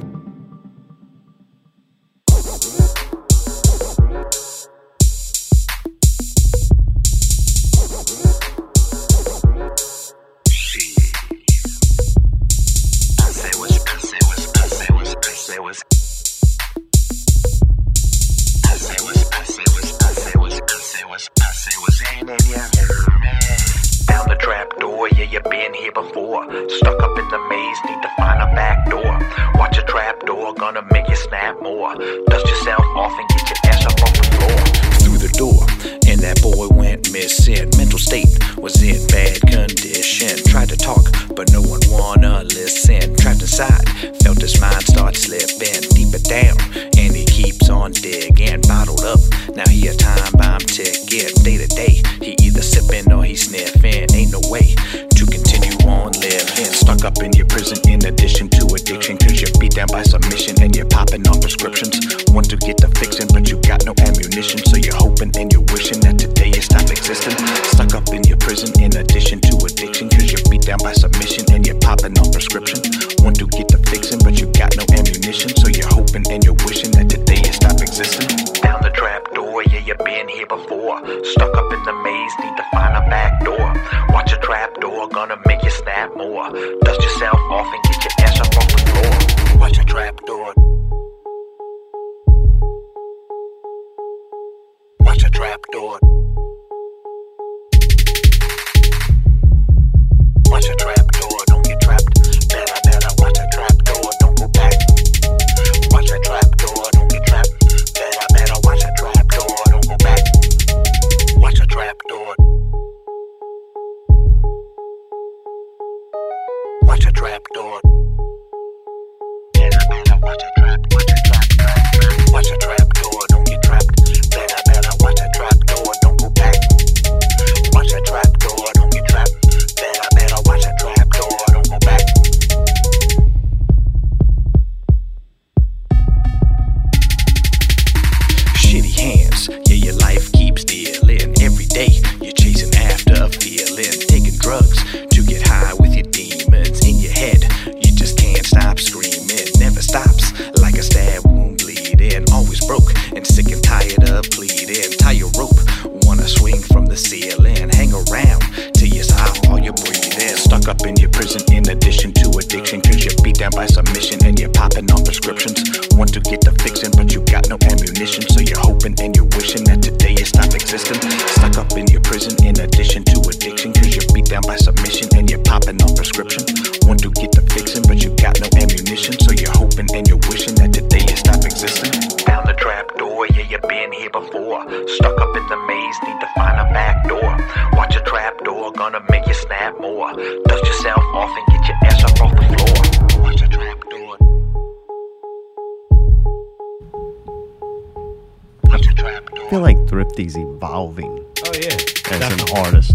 Down the trap door, yeah, you been here before. Stuck up in the maze, need to find a back door. Watch a trap door, gonna make you snap more. Dust yourself off and get your ass up off the floor, through the door, and that boy went missing. Mental state was in bad condition. Tried to talk, but no one wanna listen. Trapped inside, felt his mind start slipping deeper down, and he keeps on digging. Bottled up, now he a time bomb ticket. Day to day, he either sipping or he sniffing. Ain't no way to continue on living. Stuck up in your prison, in addition to addiction, cause you're beat down by submission and you're popping on prescriptions. Want to get the fixin', but you got no ammunition, so you're hoping and you're wishing that today you stop existing. Stuck up in your prison, in addition to addiction, cause you're beat down by submission and you're popping on prescription. Want to get the fixin', but you got no ammunition, so you're hoping and you're wishing that today you stop existing. Down the trap door, yeah, you've been here before. Stuck up in the maze, need to find a back door. Watch a trap door, gonna make you snap more. Dust yourself off and get your ass up off the floor. Watch a trap door. Watch a trap door. Watch a trap door, don't get trapped. Better, better, watch a trap door, don't go back. Watch a trap door, don't get trapped. Better, better, watch a trap door, don't go back. Watch a trap door. Watch a trap door. Better, better, watch a trap, watch a trap, trap, trap. Watch a trap door, don't get trapped. Better, better, watch a trap door, don't go back. Watch a trap door, don't get trapped. Better, better, watch a trap door, don't go back. shitty hands. Yeah, your life keeps dealing. Every day you're chasing after a feeling. Taking drugs to get high with your demons in your head. You just can't stop screaming. Never stops like a stab wound bleeding. Always broke and sick and tired of pleading. Tie your rope, wanna swing from the ceiling. Hang around till you sigh all your breathing. Stuck up in your prison in addition to addiction. Cause you're beat down by submission and you're popping on prescriptions. Want to get the fixin', but you got no ammunition. So you're hoping and you're wishing that today you stop existing. Stuck up in your prison in addition to addiction. Cause you're beat down by submission and you're popping on prescription. Want to get the fixin', but you got no ammunition. So you're hoping and you're wishing that today you stop existing. Down the trap door, yeah, you've been here before. Stuck up in the maze, need to find a back door. Watch a trap door, gonna make you snap more. Dust yourself off and get your ass up off the floor. Watch a trap door. Watch a trap
I
door.
feel like Thrifty's evolving
Oh yeah.
as
Definitely.
an artist.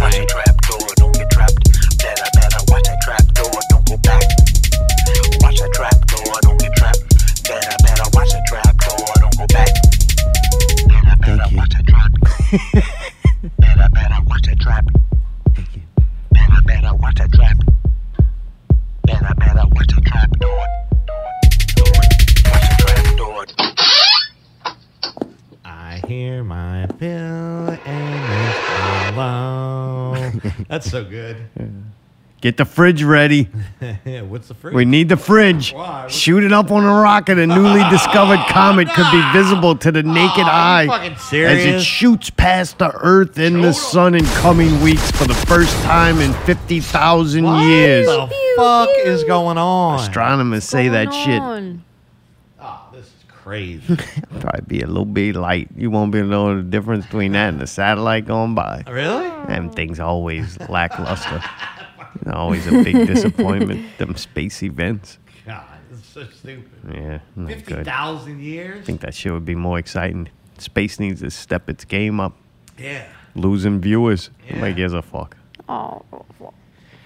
Watch a trap door, don't get trapped. Better, better, watch a trap door, don't go back. Watch a trap door, don't get trapped. Better, better, watch a trap door, don't go back. Better, better,
you.
watch a trap door. better, better, watch a trap. Better, better, watch a trap. Better, better, watch a trap door. Door, door. Watch a trap door.
I hear my pill and it's alone. That's so good.
Get the fridge ready.
What's the fruit?
We need the fridge.
Why?
Shoot it up on a rocket. A newly discovered comet could be visible to the naked
Oh, Are
eye
you fucking
as it
serious?
shoots past the Earth and the sun in coming weeks for the first time in 50,000
what
years.
the fuck is going on?
Astronomers say that shit.
Oh, this is crazy.
Probably be a little bit light. You won't be able to know the difference between that and the satellite going by.
really?
Them things always lackluster. You know, always a big disappointment. Them space events.
God, this is so stupid.
Yeah, not good. I
50,000 years?
think that shit would be more exciting. Space needs to step its game up.
Yeah.
Losing viewers. Nobody
Yeah.
gives a fuck.
Oh, well,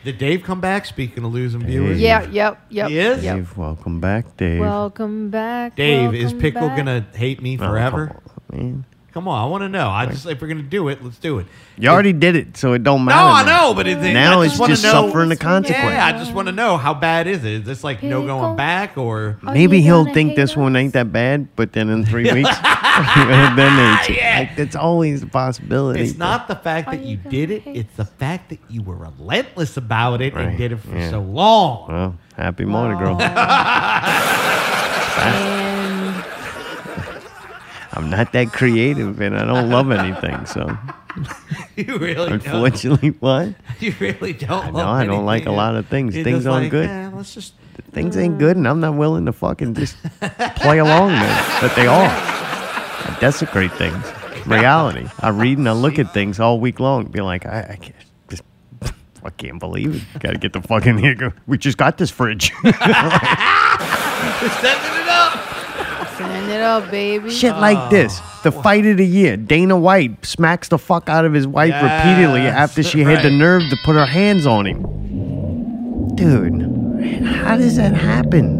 Did Dave come back? Speaking of losing viewers.
yeah, yep, yep.
He is?
Yep.
Dave, welcome back, Dave.
Welcome back.
Dave, is
welcome
Pickle
back.
gonna hate me
Oh, come
forever?
on, man.
Come on, I want to know. I just if we're gonna do it, let's do it.
You already did it, so it don't
No,
matter.
I
now.
know, but it,
Now
I
it's
just wanna
just
know-
suffering the consequence.
Yeah, I just want to know how bad is it? Is this like no
Pickle.
going back or?
Are
Maybe
you
he'll
gonna
think
hate
this one
us?
ain't that bad, but then in three weeks, then it's like, that's always a possibility.
It's not the fact
Are
that
you
you
gonna
did it;
hate
it's the fact that you were relentless about it
Right,
and did it for
yeah.
so long.
Well, happy Mardi Gras.
And
I'm not that creative, and I don't love anything. So,
you really don't.
unfortunately, what
You really don't. I
know, I don't like a lot of things. Things aren't good.
let's just. Mm.
things ain't good, and I'm not willing to fucking just play along with it, but they are. desecrate things. Reality. I read and I look at things all week long, be like, I, I can't. Just, I can't believe it. Got to get the fuck in here. Go, We just got this fridge.
Sending it up.
Send it up, baby.
Shit
Oh.
like this. The fight of the year. Dana White smacks the fuck out of his wife repeatedly
Yes,
after she had the
right.
nerve to put her hands on him. Dude, how does that happen?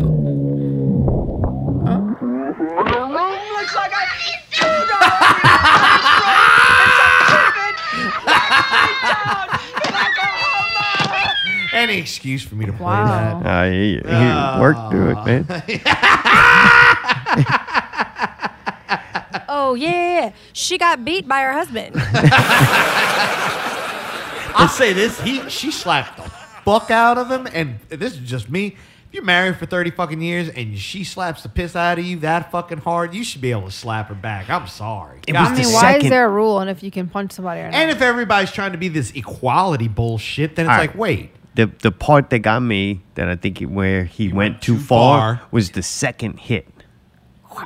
Any excuse for me to play
Wow.
Uh, he, worked through it, man.
Oh yeah, she got beat by her husband.
that. I'll say this: he she slapped the fuck out of him, and this is just me. If you're married for thirty fucking years and she slaps the piss out of you that fucking hard, you should be able to slap her back. I'm sorry.
It
God
was
I
the
mean, why
second-
is there a rule on if you can punch somebody or not?
And if everybody's trying to be this equality bullshit, then it's
All
like,
right.
wait,
The, the part that got me that I think he- where he went, too,
too
far,
far.
was the second hit.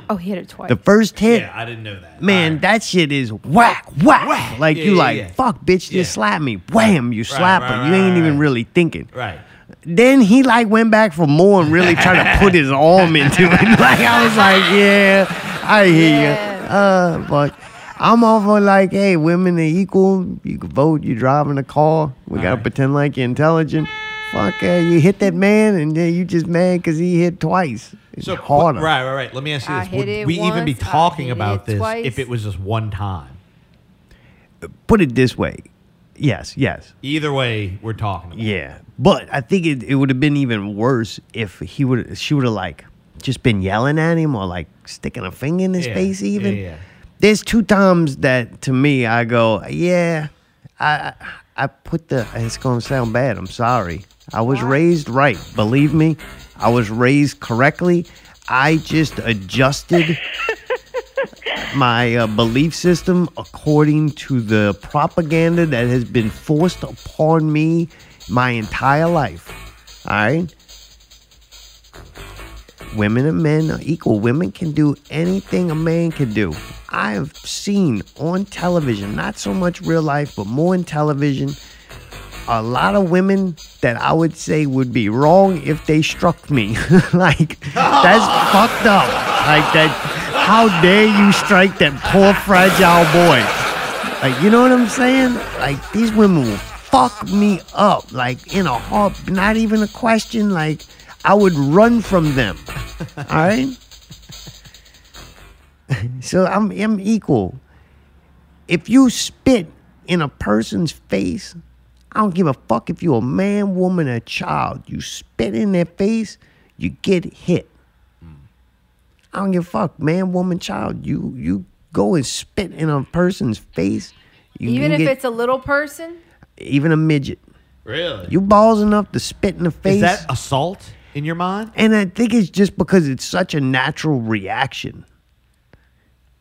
oh, he hit it twice.
The first hit,
yeah, I didn't know that.
man, that shit is whack, whack.
Whack.
Like
Yeah,
you
yeah,
like,
yeah.
fuck, bitch,
Yeah.
you slap me. Wham, you slap her.
right,
you ain't
right,
even
right.
really thinking.
right?
Then he like went back for more and really tried to put his arm into it. Like I was like, yeah, I hear you. Uh, but I'm all for like, hey, women are equal. You can vote. You driving a car. We gotta pretend like you're intelligent. Fuck, uh, you hit that man, and then you just mad because he hit twice. It's
So
harder.
Right, right, right. Let me ask you
I
this:
hit
Would
it
we even be
once, I
talking
hit
about
it
this
twice.
if it was just one time?
Put it this way. Yes, yes,
Either way, we're talking about. it.
yeah. But I think it, it would have been even worse if he would she would have like just been yelling at him or like sticking a finger in his
Yeah,
face
yeah,
even.
yeah.
There's two times that to me I go, yeah, I I I put the it's gonna sound bad, I'm sorry. I was raised right, believe me. I was raised correctly. I just adjusted my uh, belief system according to the propaganda that has been forced upon me my entire life. All right? Women and men are equal. Women can do anything a man can do. I have seen on television, not so much real life, but more in television, a lot of women that I would say would be wrong if they struck me. like, that's fucked up. Like, that, how dare you strike that poor, fragile boy? Like, you know what I'm saying? Like, these women will fuck me up. Like, in a heart, not even a question. Like, I would run from them. All right? so I'm, I'm equal. If you spit in a person's face, I don't give a fuck if you're a man, woman, or child. You spit in their face, you get hit. I don't give a fuck, man, woman, child. You you go and spit in a person's face. You,
even
you
if
get-
it's a little person,
even a midget,
Really?
you balls enough to spit in the face.
Is that assault in your mind?
and I think it's just because it's such a natural reaction.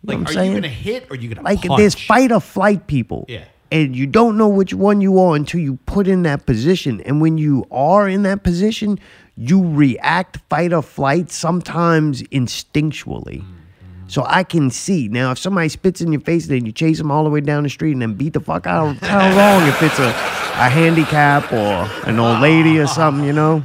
Like,
I'm
are
saying?
you gonna hit or are you gonna
Like
punch?
there's fight or flight people.
Yeah.
And you don't know which one you are until you put in that position. And when you are in that position, you react fight or flight sometimes instinctually.
Mm-hmm.
So I can see now if somebody spits in your face and then you chase them all the way down the street and then beat the fuck out of them, how wrong if it's a, a handicap or an old lady or something, you know?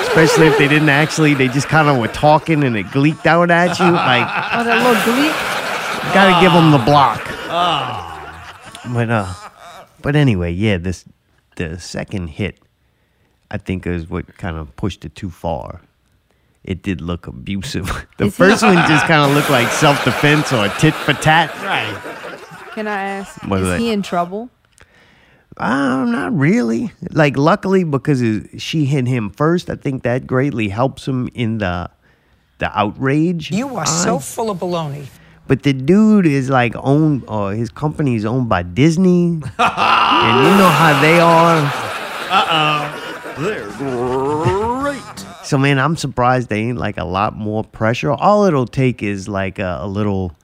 Especially if they didn't actually, they just kind of were talking and it gleeked out at you. Like,
oh, that little gleek.
Gotta give him the block. Ah. But uh, but anyway, yeah, this the second hit, I think is what kind of pushed it too far. It did look abusive. The
Is he-
first one just kind of looked like self defense or a tit for tat.
Right.
Can I ask?
What is
is
that?
he in trouble?
Um, not really. Like, luckily because it, she hit him first, I think that greatly helps him in the the outrage.
You are so full of baloney.
But the dude is like owned, or his company is owned by Disney, and you know how they are. So man, I'm surprised they ain't like a lot more pressure. All it'll take is like a, a little.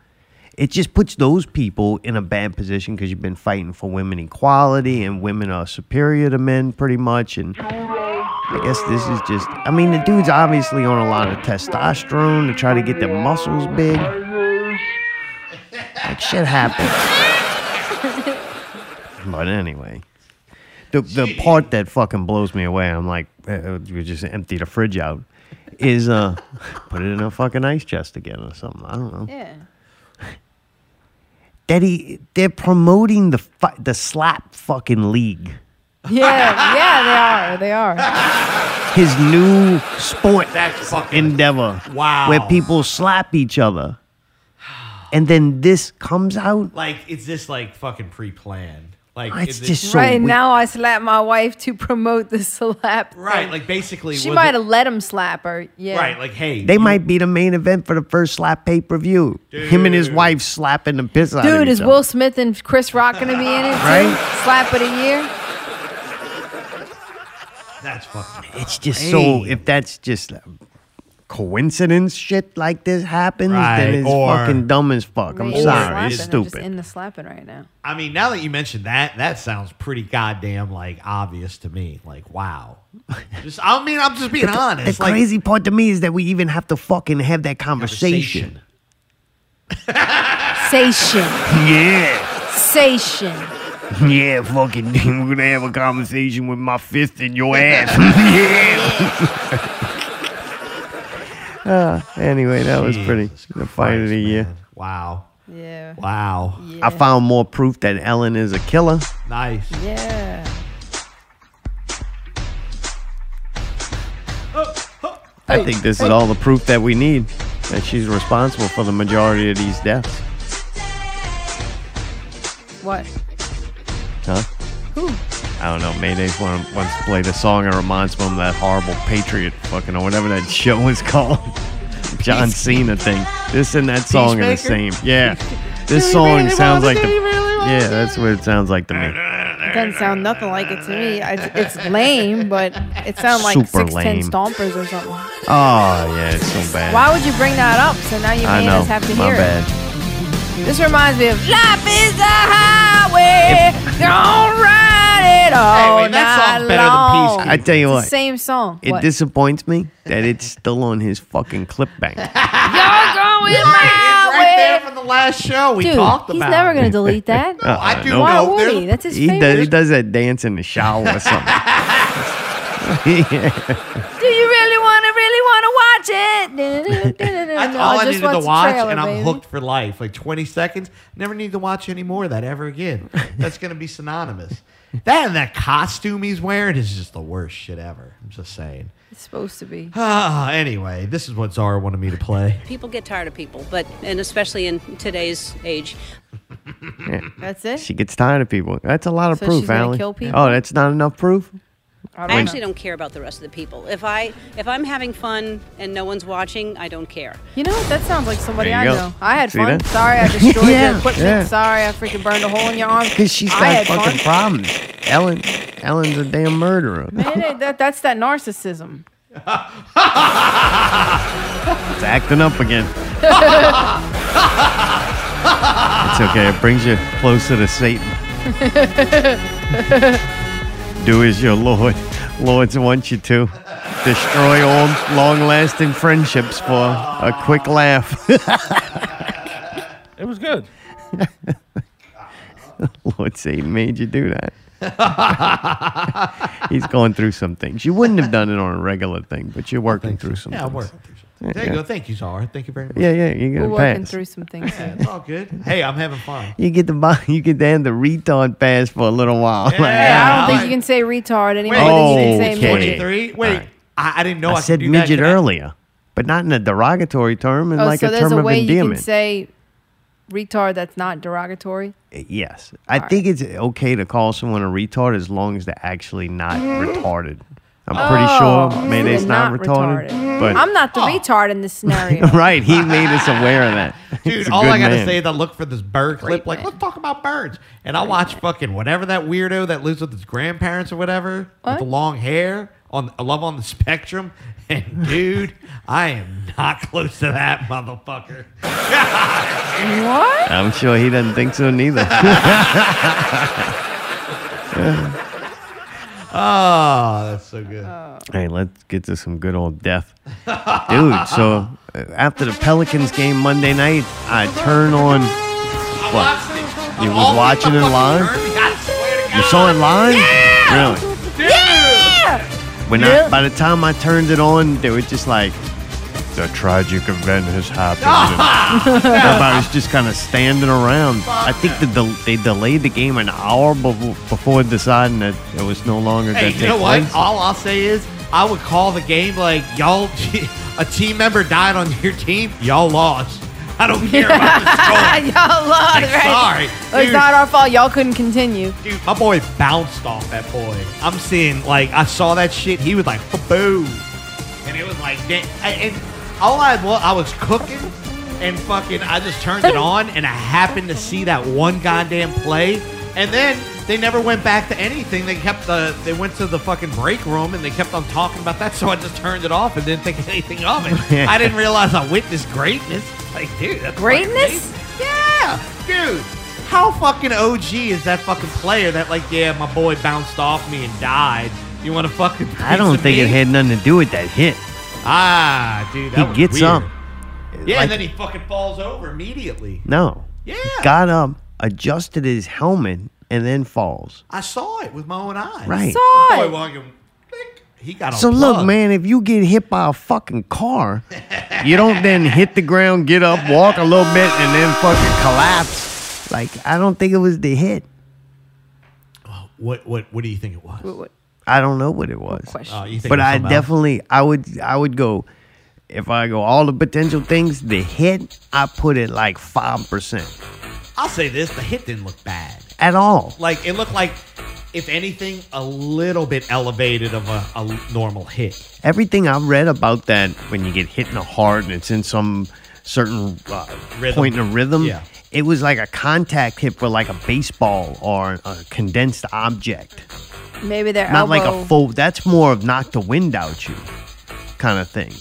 It just puts those people in a bad position because you've been fighting for women equality, and women are superior to men pretty much. And I guess this is just. I mean, the dude's obviously on a lot of testosterone to try to get their muscles big. Like shit happens. But anyway, the the part that fucking blows me away, I'm like, uh, we just empty the fridge out, is uh, put it in a fucking ice chest again or something. I don't know.
Yeah.
That he, they're promoting the fu- the slap fucking league,
Yeah, yeah, they are. They are.
his new sport endeavor.
Wow.
where people slap each other, and then this comes out.
Like, is this like fucking pre-planned? Like,
It's
is it-
just so
right
weird.
now, I slapped my wife to promote the slap.
right? Like, basically,
She
was
might
it-
have let him slap her. Yeah.
Right, like, hey,
They might be the main event for the first slap pay per view. Him and his wife slapping the piss out of
Dude,
each
is
other.
Will Smith and Chris Rock going to be in it?
Right?
Too? Slap of the year?
that's fucking.
It's just so. If that's just coincidence, shit like this happens,
Right,
then it's
or-
fucking dumb as fuck. I'm
Maybe
sorry,
slapping.
it's
I'm just
stupid.
in the slapping right now.
I mean, now that you mentioned that, that sounds pretty goddamn like obvious to me. Like, wow. Just, I mean, I'm just being
But the-
honest.
The
like,
crazy part to me is that we even have to fucking have that conversation.
Conversation.
Sation.
Yeah,
Sation.
yeah, fucking. We're gonna have a conversation with my fist in your ass. yeah. Uh, anyway, that was pretty. the fight of the year.
Wow.
Yeah.
Wow.
I found more proof that Ellen is a killer.
Nice.
Yeah.
I think this is all the proof that we need that she's responsible for the majority of these deaths.
What?
Huh?
Who?
I don't know. Mayday wants wants to play the song and reminds me of that horrible Patriot fucking or whatever that show is called. John Cena thing. This and that song are the same.
Peacemaker?
Yeah. This song sounds like the. Yeah, that's what it sounds like to me.
It doesn't sound nothing like it to me. I, it's lame, but it sounds like
Super
610
lame.
Stompers or something.
Oh, yeah, it's so bad.
Why would you bring that up? So now you
I
made
know.
us have to
my
hear
bad.
it. This reminds me of Life is a Highway. Don't ride it all
wait, that song's
night
better than
long.
I tell you
It's
what.
the same song.
It
what?
disappoints me that it's still on his fucking clip bank.
Y'all going my
It's right there
way.
from the last show we
Dude,
talked
he's
about.
never gonna delete that.
Uh,
I do
no.
Why
know.
would
There's-
he? That's his
he
favorite.
does. He does that dance in the shower or something.
Do you really want to, really want to watch it?
That's
No,
all I,
just
needed
want
to
the
watch,
trailer,
and I'm
baby.
hooked for life. Like 20 seconds, never need to watch any more of that ever again. That's going to be synonymous. That and that costume he's wearing is just the worst shit ever. I'm just saying.
It's supposed to be.
Ah, anyway, this is what Zara wanted me to play.
People get tired of people, but and especially in today's age.
That's it.
she gets tired of people. That's a lot of
So
proof,
she's gonna
Allie.
kill people?
Oh, that's not enough proof.
I,
When-
actually don't care about the rest of the people. If I if I'm having fun and no one's watching, I don't care.
You know, that sounds like somebody
There
I
you go.
know. I had
See
fun.
that?
Sorry, I destroyed
Yeah,
your equipment.
yeah.
Sorry, I freaking burned a hole in your arm.
Because she's
I had
got fucking
fun.
problems. Ellen, Ellen's a damn murderer.
Man, that- that, that's that narcissism.
It's acting up again. It's okay. It brings you closer to Satan. Do as your Lord. Lords want you to. Destroy all long lasting friendships for a quick laugh.
It was good.
Lord Satan made you do that. He's going through some things. You wouldn't have done it on a regular thing, but you're working through some
Yeah,
things.
I'm working through something. There you
Yeah.
go. Thank you, Zara. Thank you very much.
Yeah, yeah, you
We're
get a
working
pass.
through some things. here.
It's all good. Hey, I'm having fun.
You get the bo- you get down the retard pass for a little while.
Hey,
Yeah.
I don't think
Wait.
you can say retard anymore.
Wait.
than you can say
Okay.
midget.
23? Wait, I, I didn't know I,
I,
could
said
do that.
midget
Can I-
earlier, but not in a derogatory term, and
Oh,
like
so
a
there's
term
a
of
way you can
endearment.
say retard that's not derogatory.
yes, I think it's okay to call someone a retard as long as they're actually not retarded. I'm pretty
Oh,
sure Mayday's
they're
not, retarded, but
I'm not
Oh.
the retard in this scenario.
right, he made us aware of that. He's
Dude,
a
all
good
I gotta
man.
say is I look for this bird clip. Like, let's talk about birds, and I watch fucking whatever that weirdo that lives with his grandparents or whatever with the long hair on a love on the spectrum. And dude, I am not close to that motherfucker.
what?
I'm sure he doesn't think so neither.
Oh, that's so good.
Hey, let's get to some good old death. Dude, so uh, after the Pelicans game Monday night, I turn on What? You was watching in line? You saw it live? Really? When
Yeah.
I, by the time I turned it on, they were just like, the tragic event has happened. And Everybody's just kind of standing around. I think that the, they delayed the game an hour befo- before deciding that it was no longer
Hey,
going to
you
take
know
place.
what? All I'll say is I would call the game like y'all. A team member died on your team. Y'all lost. I don't care about the score.
Y'all lost,
Like, sorry,
right? It's
dude.
not our fault. Y'all couldn't continue.
My boy bounced off that boy. I'm seeing like I saw that shit. He was like boom, and it was like that. And all I was, I was cooking, and fucking I just turned it on, and I happened to see that one goddamn play. And then they never went back to anything. They kept the they went to the fucking break room, and they kept on talking about that. So I just turned it off and didn't think anything of it. I didn't realize I witnessed greatness. Like dude, that's fucking amazing.
Greatness?
Yeah, dude. How fucking OG is that fucking player that like, yeah, my boy bounced off me and died. You want to fucking?
I don't
piece of
think it
me?
had nothing to do with that hit.
Ah, dude, that
He
was
gets
weird.
up.
Yeah,
Like-
and then he fucking falls over immediately.
No.
Yeah.
He got up, adjusted his helmet, and then falls.
I saw it with my own eyes.
Right.
The
Saw
boy
it.
walking, click, he got
So look, man, if you get hit by a fucking car, you don't then hit the ground, get up, walk a little bit, and then fucking collapse. Like I don't think it was the hit.
What what what do you think it was?
I don't know what it was.
Oh, you think
but
it was
I
something else?
definitely I would I would go if I go all the potential things, the hit, I put it like five percent.
I'll say this: the hit didn't look bad.
At all.
Like it looked like, if anything, a little bit elevated of a, a normal hit.
Everything I've read about that when you get hit in the heart and it's in some certain uh,
Rhythm.
point in a rhythm,
Yeah.
it was like a contact hit for like a baseball or a condensed object,
Maybe their
not
elbow.
like a full. That's more of knock the wind out you kind of thing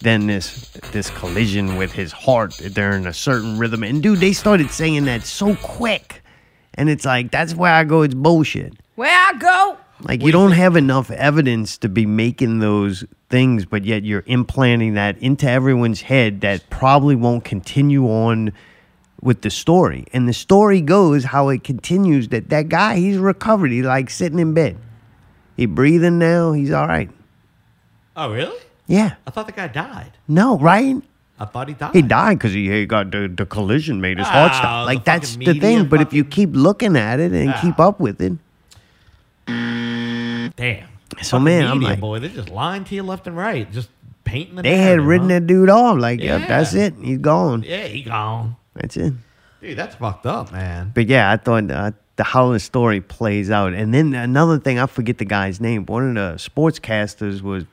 than this this collision with his heart. They're in a certain rhythm, and dude, they started saying that so quick, and it's like that's where I go. It's bullshit.
Where I go?
Like you don't have enough evidence to be making those things, but yet you're implanting that into everyone's head that probably won't continue on with the story. And the story goes how it continues that that guy he's recovered. He's like sitting in bed, he breathing now. He's all right.
Oh really?
Yeah.
I thought the guy died.
No, right?
I thought he died.
He died because he, he got the, the collision made his heart
Ah,
stop.
the
Like that's
fucking
the
media
thing. But if you keep looking at it and
Ah.
keep up with it,
Damn.
So,
Fucking
man, I'm
media,
like-
boy, they're just lying to you left and right, just painting the.
they had
narrative,
written
huh?
that dude off. Like yeah,
Yeah.
that's it. He's gone.
Yeah, he gone.
That's it.
Dude, that's fucked up, man.
But yeah, I thought uh, the how the story plays out. And then another thing, I forget the guy's name. but One of the sportscasters was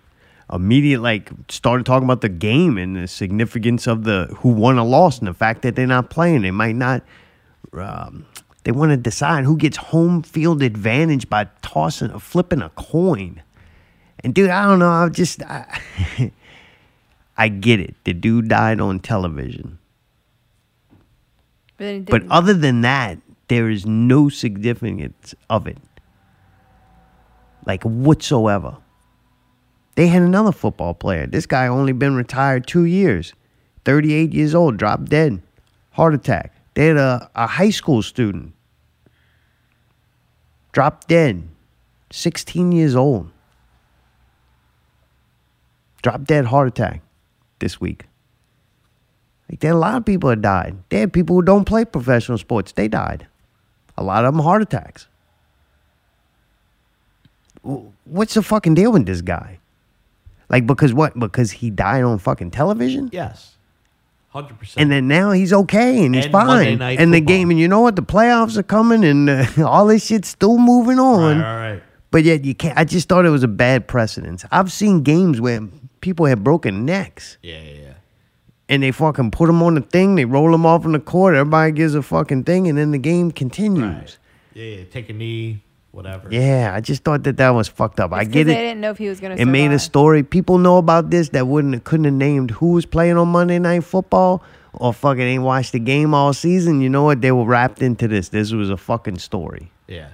immediate, like started talking about the game and the significance of the who won or lost and the fact that they're not playing. They might not. Um, they want to decide who gets home field advantage by tossing or flipping a coin. And dude, I don't know. I just I, I get it. The dude died on television.
But, then it
But
didn't.
other than that, there is no significance of it. Like whatsoever. They had another football player. This guy only been retired two years. 38 years old, dropped dead. Heart attack. They had a, a high school student. Dropped dead. 16 years old. Dropped dead heart attack this week. Like there, a lot of people have died. There are people who don't play professional sports. They died. A lot of them heart attacks. W- What's the fucking deal with this guy? Like because what? Because he died on fucking television.
Yes, hundred percent.
And then now he's okay and he's
And Monday
fine. And
Night
the
Football.
game, and you know what? The playoffs are coming, and uh, all this shit's still moving on.
All right.
But yet you can't. I just thought it was a bad precedence. I've seen games where people have broken necks.
Yeah, yeah, yeah.
and they fucking put them on the thing. They roll them off on the court. Everybody gives a fucking thing, and then the game continues.
Yeah, yeah, take a knee, whatever.
Yeah, I just thought that that was fucked up. I
It's 'cause
get
They
it.
didn't know if he was gonna.
It made a story. People know about this that wouldn't couldn't have named who was playing on Monday Night Football or fucking ain't watched the game all season. You know what? They were wrapped into this. This was a fucking story.
Yeah.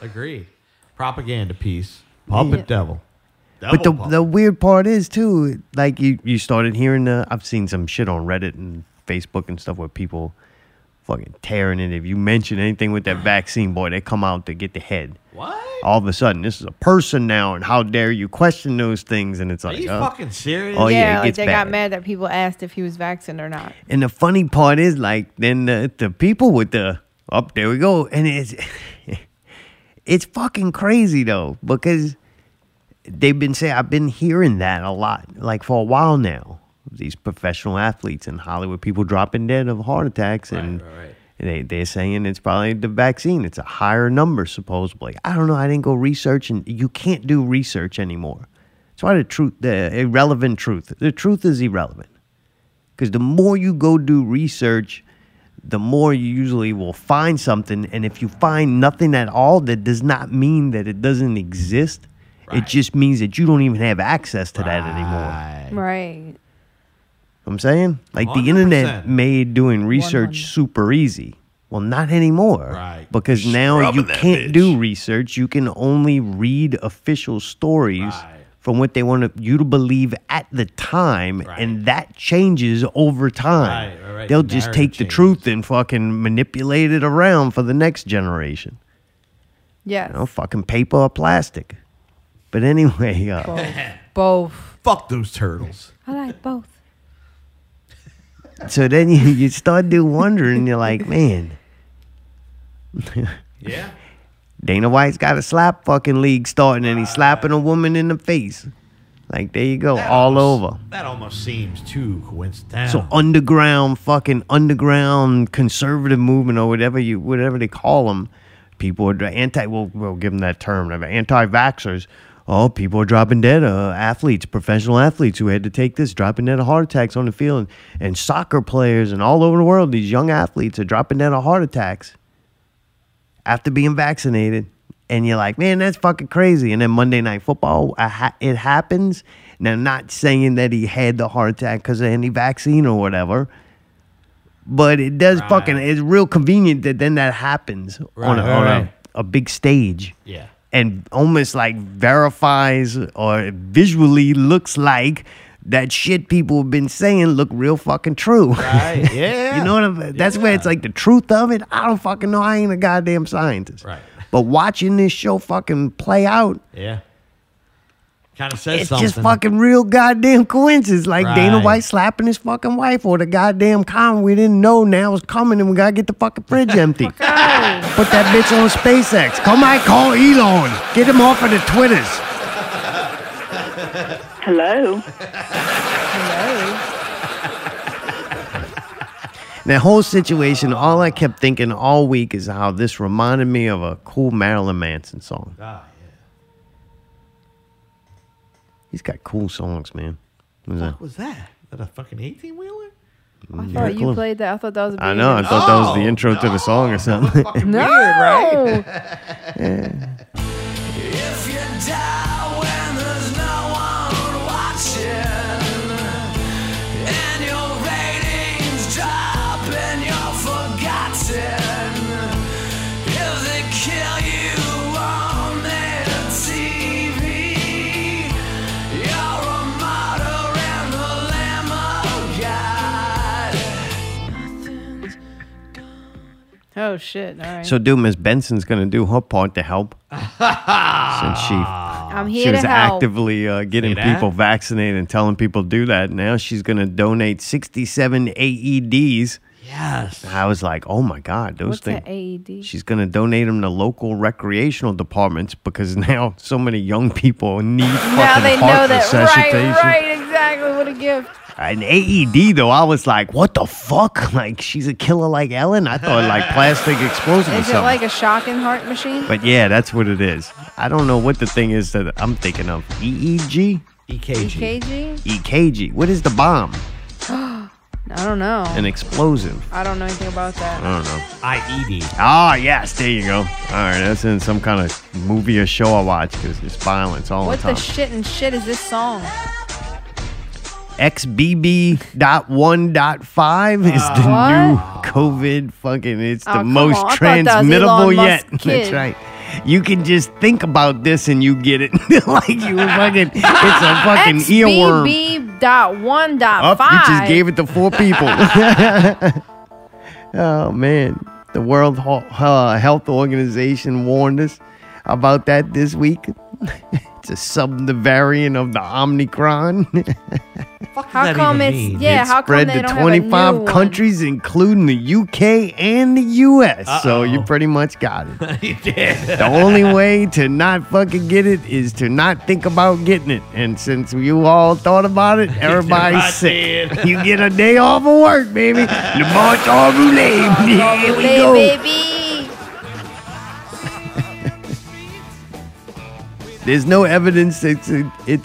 Agreed. Propaganda piece. Puppet
Yeah.
devil.
but the, the weird part is too, like you you started hearing the. I've seen some shit on Reddit and Facebook and stuff where people Fucking tearing it. If you mention anything with that vaccine, boy, they come out to get the head.
What?
All of a sudden, this is a person now, and how dare you question those things? And it's like,
you
oh.
fucking serious?
Oh yeah, it
like
gets
they
bad.
got mad that people asked if he was vaccinated or not.
And the funny part is, like, then the, the people with the up there we go, and it's it's fucking crazy though because they've been saying I've been hearing that a lot, like for a while now. These professional athletes in Hollywood, people dropping dead of heart attacks, and they they're saying it's probably the vaccine. It's a higher number supposedly. I don't know. I didn't go research, and you can't do research anymore. That's why the truth, the irrelevant truth, the truth is irrelevant. Because the more you go do research, the more you usually will find something. And if you find nothing at all, that does not mean that it doesn't exist. It just means that you don't even have access to that anymore.
Right.
I'm saying? Like the internet made doing research super easy. Well, not anymore. Right. Because now you
Scrubbing that
can't do research. You can only read official stories from what they want you to believe at the time. And that changes over time.
Right, right, right.
They'll
The
just
narrative
take the truth and fucking manipulate it around for the next generation.
Yes.
You know, fucking paper or plastic. But anyway, uh,
Both.
Fuck those turtles.
I like both.
so then you, you start to wonder and you're like, man.
Yeah.
Dana White's got a slap fucking league starting and he's slapping a woman in the face. Like, there you go, all over.
That almost seems too coincidental.
So underground, fucking underground conservative movement or whatever you, whatever they call them, people are anti. We'll, we'll give them that term. Anti-vaxxers. Oh, people are dropping dead. Uh, athletes, professional athletes who had to take this, dropping dead of heart attacks on the field, and, and soccer players and all over the world. These young athletes are dropping dead of heart attacks after being vaccinated. And you're like, man, that's fucking crazy. And then Monday Night Football, I ha- it happens. Now, not saying that he had the heart attack because of any vaccine or whatever, but it does fucking, it's real convenient that then that happens on,
Right,
a,
right,
on
right.
A, a big stage
Yeah.
and almost like verifies or visually looks like that shit people have been saying look real fucking true.
Right, yeah.
you know what I'm that's where it's like the truth of it. I don't fucking know. I ain't a goddamn scientist.
Right.
But watching this show fucking play out,
Yeah. Kind of says
it's
something.
just fucking real goddamn coincidence. Like Dana
Right.
White slapping his fucking wife or the goddamn con we didn't know now is coming and we gotta get the fucking fridge empty. Put that bitch on SpaceX. Come on, call Elon. Get him off of the Twitters.
Hello.
That whole situation, all I kept thinking all week is how this reminded me of a cool Marilyn Manson song.
Ah,
He's got cool songs, man. What was that?
What was that? Is that a fucking 18 wheeler?
I
Mm,
thought you
yeah, cool.
played that. I thought that was. A
I know. I thought that was the intro to the song or something.
No.
Yeah.
If you die when there's no one watching, and your ratings drop and you're forgotten, if they kill you on their TV, you're a martyr and the Lamb of God.
Oh shit! All right.
So, dude, Miss Benson's gonna do her part to help, since she
I'm
she
here
was
to help.
actively uh, getting
that?
people vaccinated and telling people to do that. Now she's gonna donate 67 AEDs.
Yes.
I was like, oh my god,
What's
those
E
things.
that AED?
She's going to donate them to local recreational departments because now so many young people need
Now
fucking
they know
heart
that. Right.
resuscitation.
Right. Exactly. What a gift.
An AED though, I was like, what the fuck? Like she's a killer like Ellen? I thought like plastic explosive or
Is it
something.
like a shocking heart machine?
but yeah, that's what it is. I don't know what the thing is that I'm thinking of. E EEG?
E
E EKG?
EKG. E What is the bomb?
I don't know.
An explosive.
I don't know anything about
I
that.
don't know.
IED.
Ah, yes, there you go. All right, that's in some kind of movie or show I watch because there's violence all
What
the time.
the shit and shit is this song?
XBB.1.5 is the new COVID fucking. It's
Uh, Oh,
the
come
most
on. I thought that was
transmittable
Elon
yet.
Musk's
That's
kid.
right. You can just think about this and you get it. like you were fucking. It's a fucking earworm.
XBB dot one dot
Up,
five.
you just gave it to four people. Oh man, the World Ho- uh, Health Organization warned us about that this week. it's a subvariant of the Omicron.
How
that
come
even
it's
mean?
yeah?
It
how come
spread
they
to
don't have a
25
new
countries, including the UK and the US. So you pretty much got it.
you did.
the only way to not fucking get it is to not think about getting it. And since you all thought about it, everybody's sick.
did.
you get a day off of work, baby. Le march en roulette. Here we
Hey,
go.
baby.
There's no evidence that it- it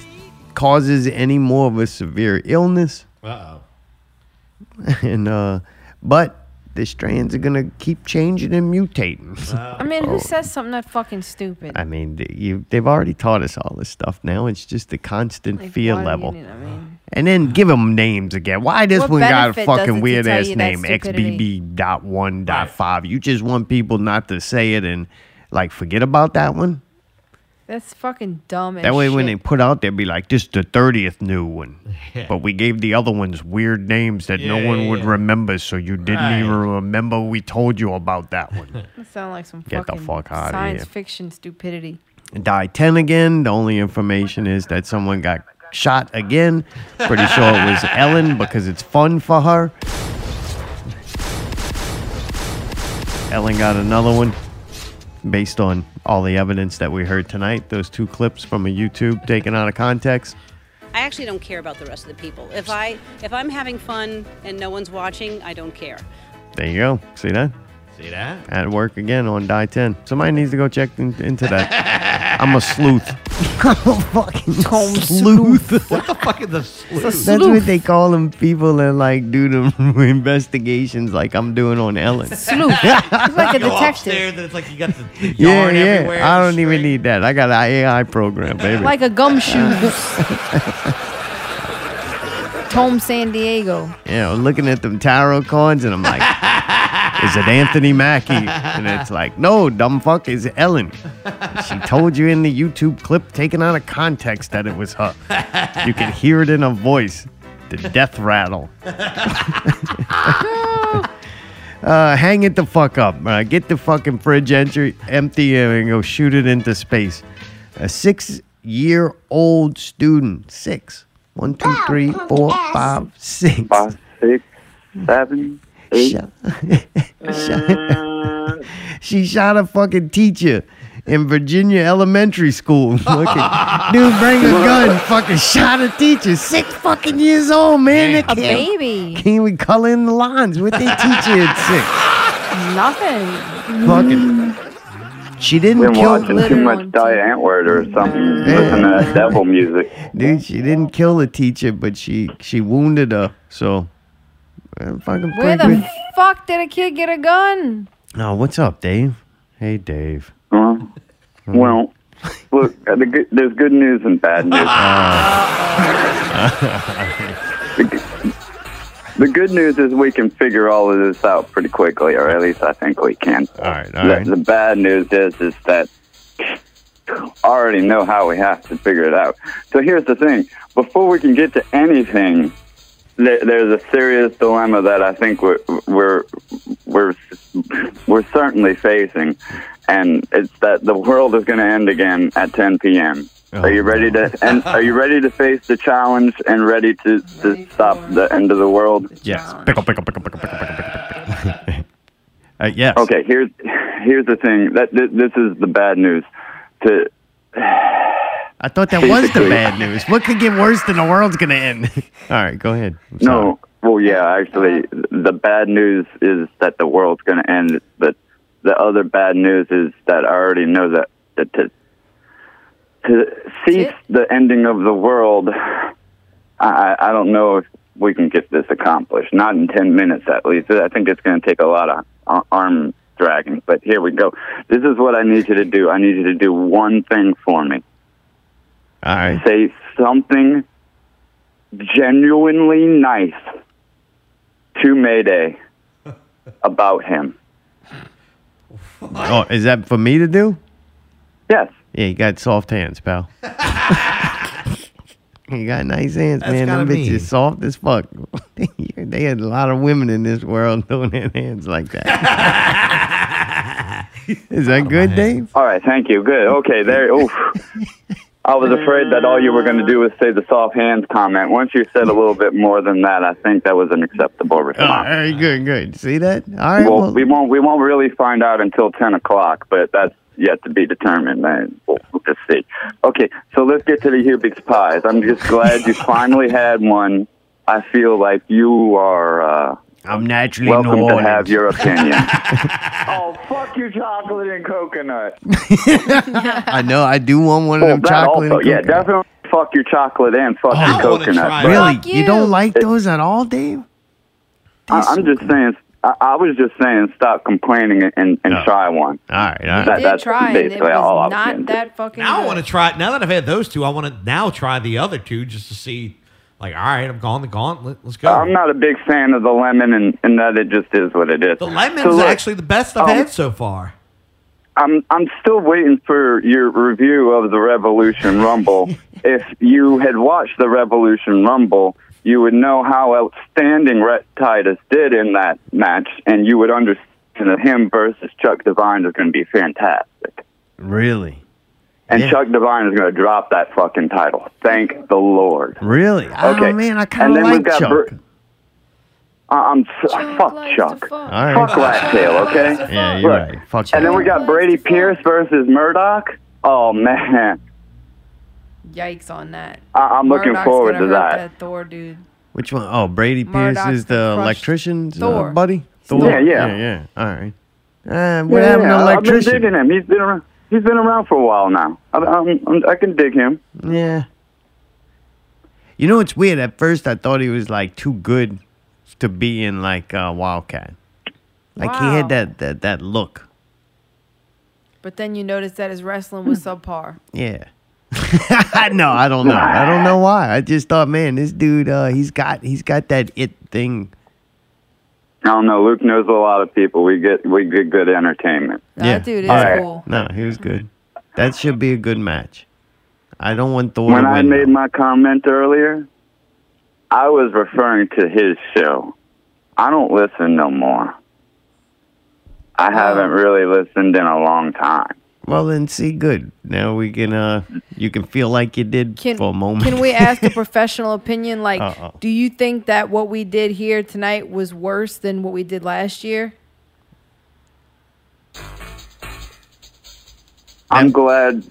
causes any more of a severe illness.
Uh
and uh but the strands are gonna keep changing and mutating.
I mean,
Oh,
who says something that fucking stupid?
I mean, th- you, they've already taught us all this stuff. Now it's just the constant
Like,
fear
why do you
level.
need- I mean,
And then give them names again. Why this
What
one got a
benefit does it
fucking
to
weird
tell
ass
you that
name?
stupidity?
XBB dot one dot five. You just want people not to say it and like forget about that one.
that's fucking dumb. As
That way,
shit.
when they put out, they'll be like, "This is the thirtieth new one," but we gave the other ones weird names that no
Yeah,
one
yeah,
would remember, so you didn't
Right.
even remember we told you about that one.
That sound like some
Get the
fucking
fuck outta
science
here.
fiction stupidity.
Die ten again. The only information is that someone got shot again. Pretty sure it was Ellen because it's fun for her. Ellen got another one based on all the evidence that we heard tonight. Those two clips from a YouTube taken out of context.
I actually don't care about the rest of the people. If I if I'm having fun and no one's watching, I don't care.
There you go. See that?
See that?
At work again on die 10. Somebody needs to go check in- into that. I'm a sleuth. I'm a fucking sleuth.
what the fuck is the sleuth?
That's what they call them people that like do the investigations like I'm doing on Ellen.
You go upstairs, and it's like you got the, the
Yeah,
yarn
yeah.
everywhere.
I don't even need that. I got an AI program, baby.
Like a gumshoe. Tom San Diego.
Yeah, I'm looking at them tarot cards and I'm like, is it Anthony Mackie? And it's like, no, dumb fuck, it's Ellen. She told you in the YouTube clip taken out of context that it was her. You can hear it in her voice. The death rattle. Uh, hang it the fuck up. Uh, get the fucking fridge entry empty and go shoot it into space. A six year old student. Six. One, two, three, four, five, six. Five,
six, seven, eight.
she shot a fucking teacher in Virginia elementary school. Fucking- dude, bring a gun. Fucking shot a teacher. Six fucking years old, man. That
A
kid-
baby.
Can't even color in the lines. What they teach you at six?
Nothing.
Fucking. She didn't
Been
kill.
watching too much Diane Antwoord or something, listening to that devil music.
Dude, she didn't kill the teacher, but she she wounded her. So, uh, fucking
Where
pretty
the
good.
fuck did a kid get a gun?
Oh, what's up, Dave? Hey, Dave.
Well, Mm-hmm. well look, uh, the good, there's good news and bad news. the, g- the good news is we can figure all of this out pretty quickly, or at least I think we can. All right,
all
the,
right.
the bad news is is that I already know how we have to figure it out. So here's the thing: before we can get to anything, there, there's a serious dilemma that I think we're we're we're we're certainly facing, and it's that the world is going to end again at 10 p.m. are you ready to? And are you ready to face the challenge and ready to, to stop the end of the world?
Yes. Pickle, pickle, pickle, pickle, pickle, pickle, pickle, pickle. uh, yes.
Okay. Here's here's the thing. That th- this is the bad news. To
I thought that was the bad news. What could get worse than the world's gonna end? All right, go ahead.
No. Well, yeah, Uh-huh. actually, the bad news is that the world's going to end, but the other bad news is that I already know that, that to, to cease the ending of the world, I, I I don't know if we can get this accomplished. Not in 10 minutes, at least. I think it's going to take a lot of uh, arm dragging, but here we go. This is what I need you to do. I need you to do one thing for me.
All right.
Say something genuinely nice to Mayday about him.
Oh, is that for me to do?
Yes.
Yeah, you got soft hands, pal. you got nice hands,
That's
man.
kinda
Them bitches
mean.
soft as fuck. you They had a lot of women in this world doing their hands like that. Is that good, Dave?
All right, thank you. Good. Okay, there. Oof. I was afraid that all you were going to do was say the soft hands comment. Once you said a little bit more than that, I think that was an acceptable
All
response.
right, good, good. See that? All right.
well,
Well,
we won't we won't really find out until ten o'clock, but that's yet to be determined. Man. We'll, we'll just see. Okay, so let's get to the Hubix pies. I'm just glad you finally had one. I feel like you are. Uh,
I'm naturally
welcome
New
to
Orleans.
have your opinion. oh, fuck you, chocolate and coconut.
I know I do want one of them
That
chocolate.
also,
and
yeah,
coconut. Oh,
definitely fuck your chocolate and fuck your coconut. but-
Really? You. don't like those at all, Dave?
I, I'm just saying. I, I was just saying, stop complaining and, and, and try one.
All right, all
I did try, and it was not that fucking.
Now I
good.
want to try. Now that I've had those two, I want to now try the other two just to see. Like, all right, I'm gone the gauntlet. Let's go.
I'm not a big fan of the lemon, and, and that it just is what it is.
The lemon's actually the best I've
um,
had so far.
I'm I'm still waiting for your review of the Revolution Rumble. if you had watched the Revolution Rumble, you would know how outstanding Rhett Titus did in that match, and you would understand that him versus Chuck Devine is going to be fantastic.
Really?
And Chuck Devine is going to drop that fucking title. Thank the Lord.
Really? Oh man, I
And
kind of
then
like
we've got
Chuck.
Bur- I- I'm s- fuck Chuck. Fuck
right.
Lattail, okay?
Yeah, you're
Look,
right. Fuck
And then we
that.
got Brady Pierce versus Murdoch. Oh man,
Yikes on that.
I- I'm looking
Murdoch's
forward
gonna
to
hurt
that.
that Thor dude.
Which one? Oh, Brady Pierce
Murdoch
is the
crushed
electrician's
Thor.
Uh, buddy.
Yeah, yeah.
yeah, yeah. All right. Uh, what happened to
I-
electrician?
I've been digging him. He's been around. He's been around for a while now. I, I'm, I'm, I can dig him.
Yeah. You know, it's weird. At first, I thought he was like too good to be in like uh, Wildcat. Like he
Wow.
had that, that that look.
But then you notice that his wrestling was
Hmm.
subpar.
Yeah. no, I don't know. I don't know why. I just thought, man, this dude, uh, he's got he's got that it thing.
I don't know. Luke knows a lot of people. We get we get good entertainment.
yeah.
dude is
All right.
cool.
No, he was good. That should be a good match. I don't want Thor
When
to
I
win.
made my comment earlier, I was referring to his show. I don't listen no more. I haven't really listened in a long time.
well, then see, good. Now we can uh, you can feel like you did
Can-
for a moment.
Can we ask a professional opinion? Like,
Uh-oh.
do you think that what we did here tonight was worse than what we did last year?
I'm glad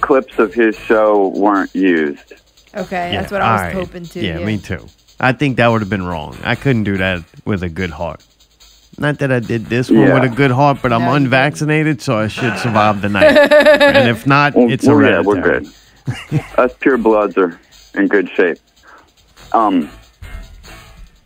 clips of his show weren't used.
Okay,
Yeah,
that's what I was
alright.
hoping to.
Yeah, me too. I think that would have been wrong. I couldn't do that with a good heart. Not that I did this one
Yeah.
with a good heart, but I'm unvaccinated, so I should survive the night. and if not,
Well,
it's
well,
a
yeah, we're good. Us pure bloods are in good shape. Um,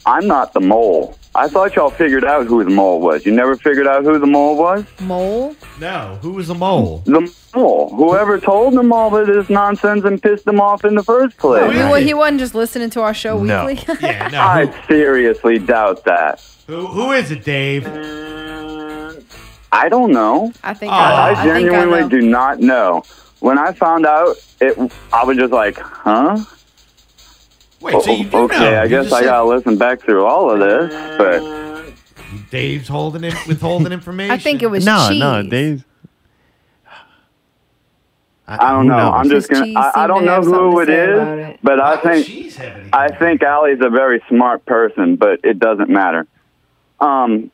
I'm not the mole. I thought y'all figured out who the mole was. You never figured out who the mole was?
Mole?
No. Who was the mole?
The mole. Whoever told them all of this nonsense and pissed them off in the first place.
He, wa- he wasn't just listening to our show
No.
weekly.
I seriously doubt that.
Who, who is it, Dave?
I don't know.
I think
Oh.
I,
I- I think I
genuinely
know.
do not know. When I found out, it I was just like, huh?
Wait, so you do
Oh, okay,
know.
I
You
guess
just
I
said-
gotta listen back through all of this, but
Dave's holding in, withholding information.
I think it was
No,
cheese.
no, Dave.
I don't
who
know.
knows?
I'm just
His
gonna.
cheese
I, I
seemed
don't
to
know
have
who
something
it
to say about
is,
it.
but I think I think Allie's a very smart person, but it doesn't matter. Um.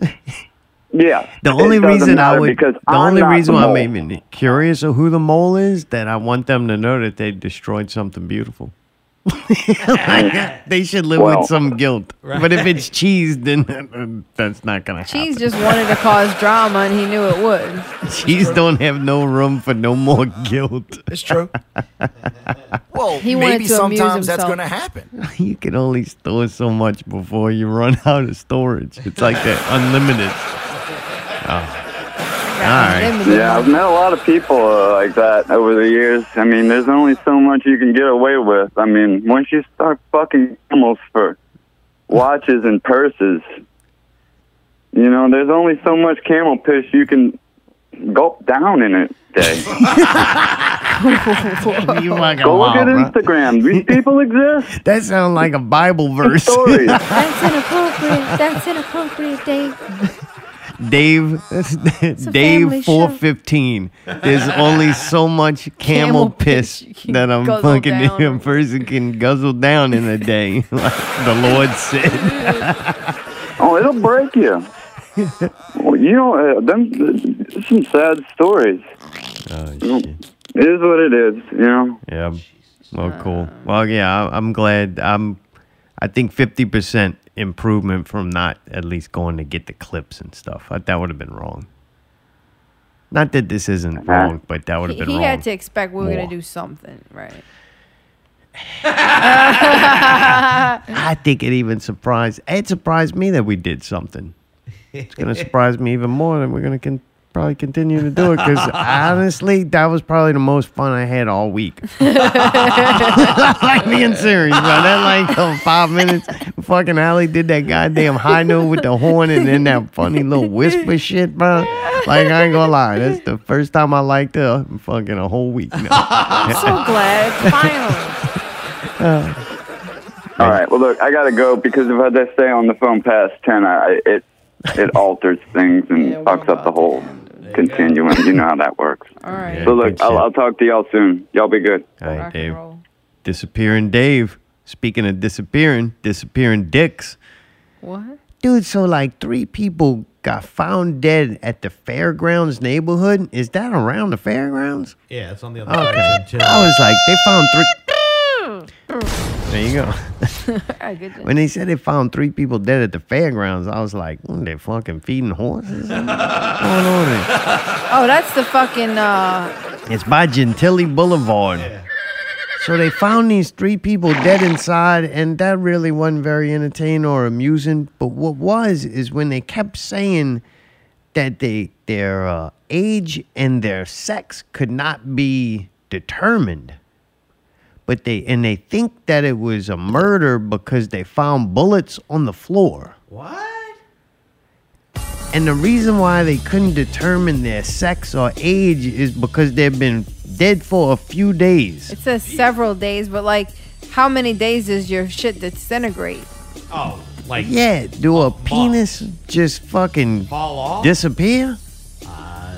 Yeah.
The
it
only
doesn't
reason I
matter
would,
because
the
I'm
only
not
reason
the
why
mole.
I'm even curious of who the mole is, that I want them to know that they destroyed something beautiful. Like, they should live
Well-
with some guilt. But if it's cheese, then that's not gonna happen.
Cheese just wanted to cause drama, and he knew it would.
Cheese don't have no room for no more guilt.
It's true. Well,
He wanted
maybe
to amuse
sometimes that's
himself.
going to happen.
you can only store so much before you run out of storage. It's like that unlimited. Oh. All right.
Yeah, I've met a lot of people uh, like that over the years. I mean, there's only so much you can get away with. I mean, once you start fucking animals for watches and purses, you know, there's only so much camel piss you can gulp down in a day.
you fucking
Go look at
wild, bro.
Instagram. These people exist.
That sounds like a Bible verse.
Stories.
That's inappropriate. That's inappropriate, Dave.
Dave,
family
Dave, four fifteen. There's only so much
Camel
camel, piss that I'm
guzzle
fucking
down.
a person can guzzle down in a day, like the Lord said.
Oh, it'll break you. well, you know, uh, them uh, some sad stories. It is what it is, you know.
Yeah. Well, cool. Well, yeah, I- I'm glad. I'm. I think fifty percent improvement from not at least going to get the clips and stuff. I, that would have been wrong. Not that this isn't wrong, but that would have
He,
been
he
wrong.
had to expect we were
More.
gonna do something, right?
I think it even surprised. It surprised me that we did something. It's gonna surprise me even more, and we're gonna con- probably continue to do it. Because honestly, that was probably the most fun I had all week. like being serious, bro. That like uh, five minutes. Fucking Allie did that goddamn high note with the horn, and then that funny little whisper shit, bro. Like I ain't gonna lie, that's the first time I liked her in fucking a whole week.
I'm so glad. Finally.
All right. Well, look, I gotta go because if I just stay on the phone past ten, I I- it it alters things and fucks up the whole continuum. You know how that works.
All right.
so look, I'll, I'll talk to y'all soon. Y'all be good.
All right, Dave. Disappearing Dave. Speaking of disappearing, disappearing dicks.
What?
Dude, so like three people got found dead at the fairgrounds neighborhood. Is that around the fairgrounds?
Yeah, it's on the other
Okay. Oh.
side.
I was like, they found three. There you go.
good job.
when they said they found three people dead at the fairgrounds, I was like, mm, they're fucking feeding horses? What's going on there?
Oh, that's the fucking. uh
It's by Gentilly Boulevard. So they found these three people dead inside, and that really wasn't very entertaining or amusing. But what was is when they kept saying that they their uh, age and their sex could not be determined. But they and they think that it was a murder because they found bullets on the floor. And the reason why they couldn't determine their sex or age is because they've been dead for a few days.
It says several days, but like, how many days does your shit disintegrate?
Oh, like
Yeah, do a penis just fucking
Fall off?
disappear?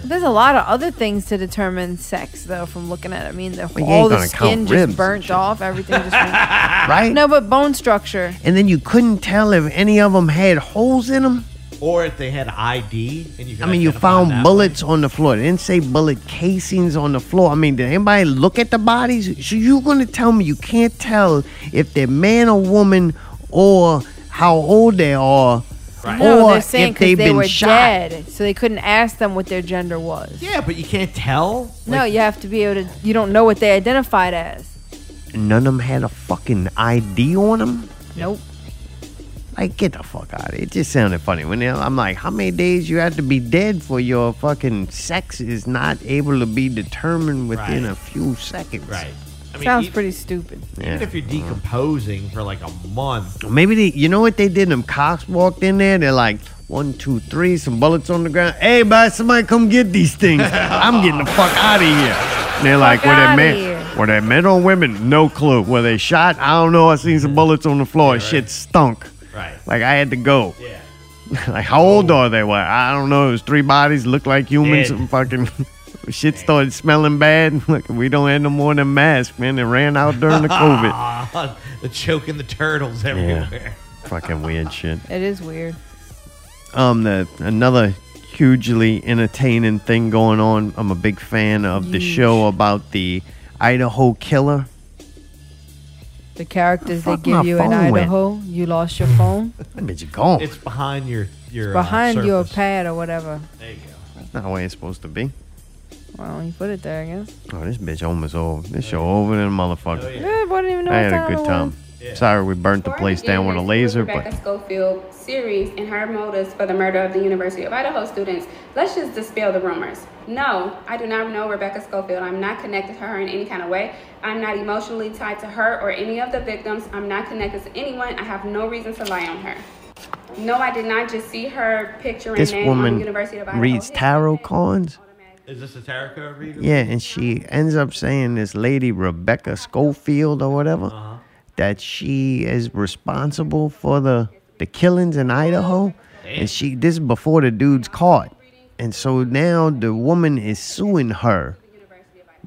There's a lot of other things to determine sex, though, from looking at it. I mean, the,
Well, you
all
ain't
the
gonna count
skin
ribs and
just burnt off, everything just.
right?
No, but bone structure.
And then you couldn't tell if any of them had holes in them.
Or if they had ID and you.
I
Could
mean, you
identify that
found
way.
bullets on the floor. They didn't say bullet casings on the floor. I mean, did anybody look at the bodies? So you're going to tell me you can't tell if they're man or woman or how old they are
No,
or
they're
if
saying
they've
'cause they
been
were
shot.
dead, so they couldn't ask them what their gender was.
Yeah, but you can't tell.
no, you have to be able to. You don't know what they identified as.
None of them had a fucking ID on them.
Nope.
Like, get the fuck out of here. It just sounded funny. When they- I'm like, how many days you have to be dead for your fucking sex is not able to be determined within
Right.
a few seconds?
Right. I mean,
Sounds
e-
pretty stupid.
Even
Yeah.
if you're decomposing for like a month,
Maybe they, you know what they did? Them cops walked in there. They're like, one, two, three, some bullets on the ground. Hey, bud, somebody come get these things. I'm getting the fuck out of here. And They're like, were they
outta
men?
here."
Were they men or women? No clue. Were they shot? I don't know. I seen some bullets on the floor. Shit stunk.
Right.
Like I had to go. Yeah. like how old are they? Well, I don't know. It was three bodies. Looked like humans.
Dead.
And fucking. Shit started smelling bad. Look, we don't have no more than masks, man. It ran out during the COVID.
the choking the turtles everywhere.
Fucking weird shit.
It is weird.
Um, the another hugely entertaining thing going on. I'm a big fan of the
Huge.
show about the Idaho killer.
The characters they
Fuck my
give you in
phone went.
Idaho, you lost your phone
That bitch gone.
It's behind your your
behind
uh,
your
surface.
pad or whatever.
That's not the way it's supposed to be.
Well, you put it there, I guess.
Oh, this bitch almost over. This show over than a motherfucker.
Yeah, but I didn't even know
I
what
had a
time it
good
was.
time. Sorry, we burnt the place down with a laser, but
Rebecca Schofield series and her motives for the murder of the University of Idaho students. Let's just dispel the rumors. No, I do not know Rebecca Schofield. I'm not connected to her in any kind of way. I'm not emotionally tied to her or any of the victims. I'm not connected to anyone. I have no reason to lie on her. No, I did not just see her picture and
this
name on the
woman
University of Idaho.
reads tarot cards.
Is this a tarot card reading?
Yeah, and she ends up saying this lady Rebecca Schofield or whatever that she is responsible for the the killings in Idaho, and she this is before the dude's caught, and so now the woman is suing her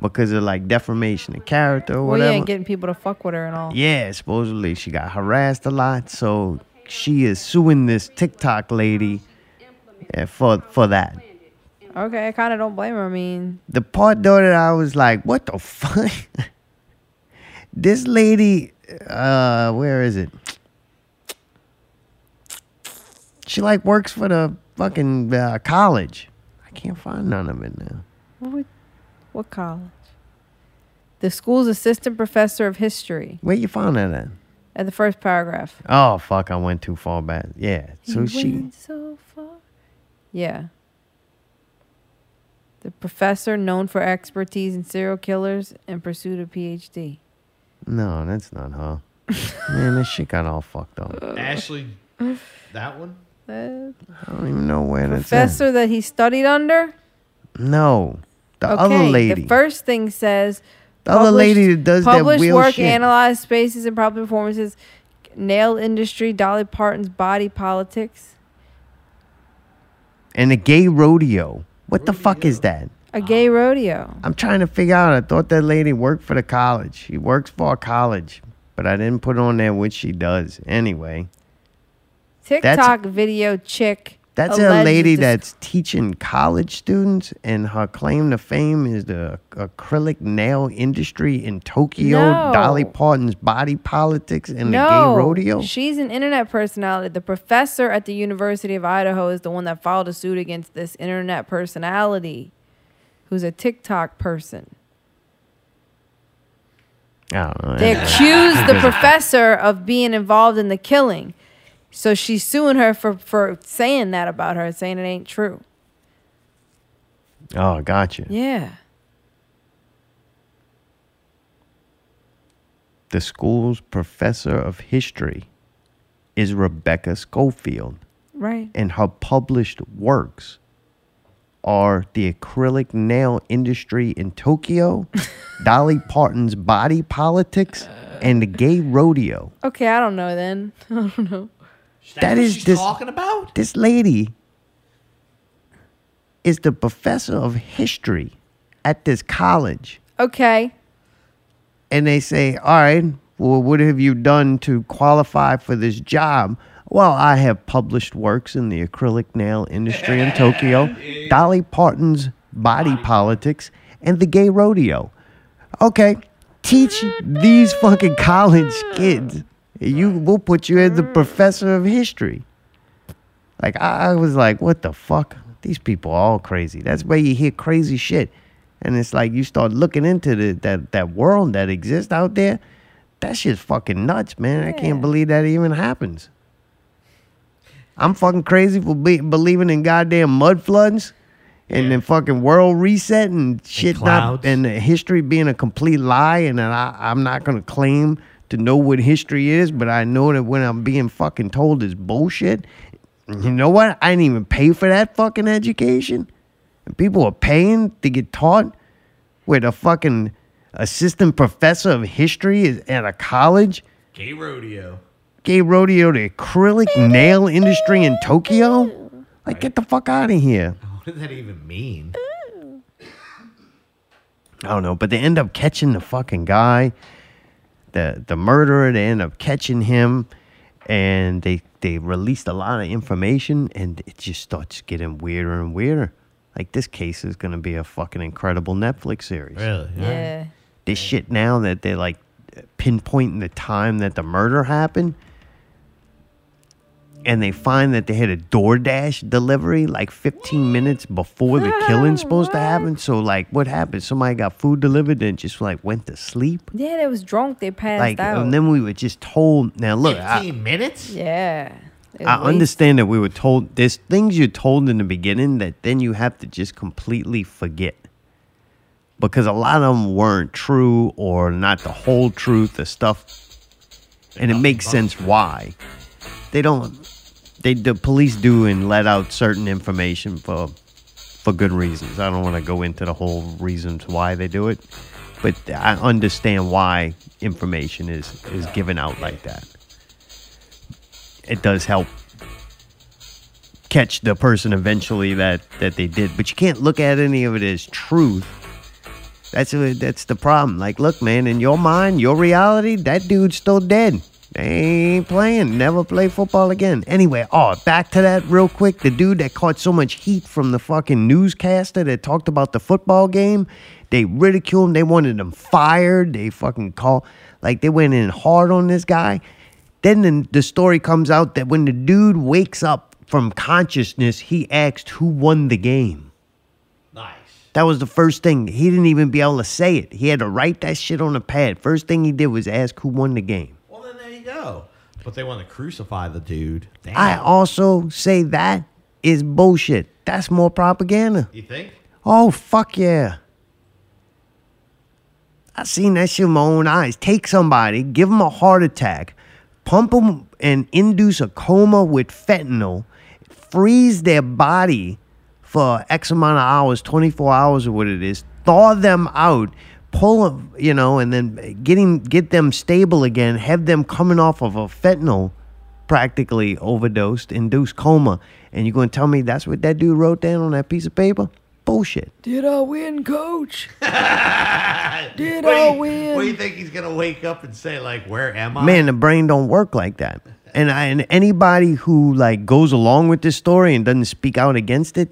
because of like defamation of character or
Well,
whatever.
yeah, and getting people to fuck with her and all.
Yeah, supposedly she got harassed a lot, so she is suing this TikTok lady uh, for for that.
Okay, I kind of don't blame her. I mean,
The part though that I was like, what the fuck? this lady, uh, where is it? She like works for the fucking uh, college. I can't find none of it now.
what, would, what college? The school's assistant professor of history.
Where you found that at?
At the first paragraph.
Oh fuck, I went too far back. Yeah, so
You
she
went so far. Yeah. The professor known for expertise in serial killers and pursued a PhD.
no, that's not her. Man, this shit got all fucked up.
Ashley, that one?
Uh,
I don't even know where that's at.
professor that he studied under.
No, the other lady.
The first thing says.
The other lady that does that
Published
weird
work,
shit.
analyzed spaces and proper performances, nail industry, Dolly Parton's body politics,
and the gay rodeo. What the fuck is that?
a gay rodeo.
I'm trying to figure out. I thought that lady worked for the college. She works for a college, but I didn't put on there what she does. Anyway,
TikTok video chick.
that's a
alleged
lady
dis-
that's teaching college students, and her claim to fame is the acrylic nail industry in Tokyo,
No.
Dolly Parton's body politics, and
no,
the gay rodeo.
She's an internet personality. The professor at the University of Idaho is the one that filed a suit against this internet personality who's a TikTok person.
I don't know.
They
Oh, Anyway.
accused the
Because-
professor of being involved in the killing. So she's suing her for, for saying that about her, saying it ain't true.
Oh, gotcha.
Yeah.
the school's professor of history is Rebecca Schofield,
Right.
and her published works are The Acrylic Nail Industry in Tokyo, Dolly Parton's Body Politics, and The Gay Rodeo.
Okay, I don't know then. I don't know.
That is this, This lady is the professor of history at this college.
Okay.
and they say, All right, well, what have you done to qualify for this job? Well, I have published works in the acrylic nail industry in Tokyo, Dolly Parton's Body Politics, and the Gay Rodeo. Okay, teach these fucking college kids. You, we'll put you as the professor of history. Like, I, I was like, What the fuck? These people are all crazy. That's where you hear crazy shit and it's like you start looking into the, that that world that exists out there. That shit's fucking nuts, man. I can't believe that even happens. I'm fucking crazy for be- believing in goddamn mud floods and then fucking world reset and shit not
clouds.
and history being a complete lie and that I, I'm not gonna claim to know what history is, but I know that when I'm being fucking told it's bullshit, you know what? I didn't even pay for that fucking education. And people are paying to get taught with a fucking assistant professor of history is at a college.
Gay rodeo.
Gay rodeo, the acrylic nail industry in Tokyo. Like, get the fuck out of here.
What does that even mean?
I don't know, but they end up catching the fucking guy, the the murderer. They end up catching him, and they they released a lot of information, and it just starts getting weirder and weirder. Like this case is gonna be a fucking incredible Netflix series.
Really?
Yeah.
This shit now that they're like pinpointing the time that the murder happened, and they find that they had a DoorDash delivery like 15 minutes before the killing's supposed to happen. So like, what happened? Somebody got food delivered and just like went to sleep.
Yeah, they was drunk. They passed
Like,
out.
and then we were just told. Now look, I,
minutes?
Yeah. They
I
was
understand that we were told. There's things you're told in the beginning that then you have to just completely forget. Because a lot of them weren't true or not the whole truth or stuff. And it makes sense why. They don't, they, the police do and let out certain information for for good reasons. I don't want to go into the whole reasons why they do it, but I understand why information is is given out like that. It does help catch the person eventually that that they did, but you can't look at any of it as truth. That's that's the problem. Like, look, man, in your mind, your reality, that dude's still dead. They ain't playing. Never play football again. Anyway, oh, back to that real quick. The dude that caught so much heat from the fucking newscaster that talked about the football game, they ridiculed him. They wanted him fired. They fucking call like they went in hard on this guy. Then the, the story comes out that when the dude wakes up from consciousness, he asked who won the game. That was the first thing. He didn't even be able to say it. He had to write that shit on a pad. First thing he did was ask who won the game.
No, but they want to crucify the dude. Damn.
I also say that is bullshit. That's more propaganda.
you think?
Oh fuck yeah. I seen that shit with my own eyes. Take somebody, give them a heart attack, pump them and induce a coma with fentanyl, freeze their body for X amount of hours, 24 hours or what it is, thaw them out, pull them, you know, and then getting get them stable again, have them coming off of a fentanyl practically overdosed, induced coma, and you're going to tell me that's what that dude wrote down on that piece of paper? Bullshit.
Did I win, coach? Did
What do
I
you-
win?
What do you think he's gonna wake up and say? Like, where am I?
Man, the brain don't work like that. And I, and anybody who like goes along with this story and doesn't speak out against it,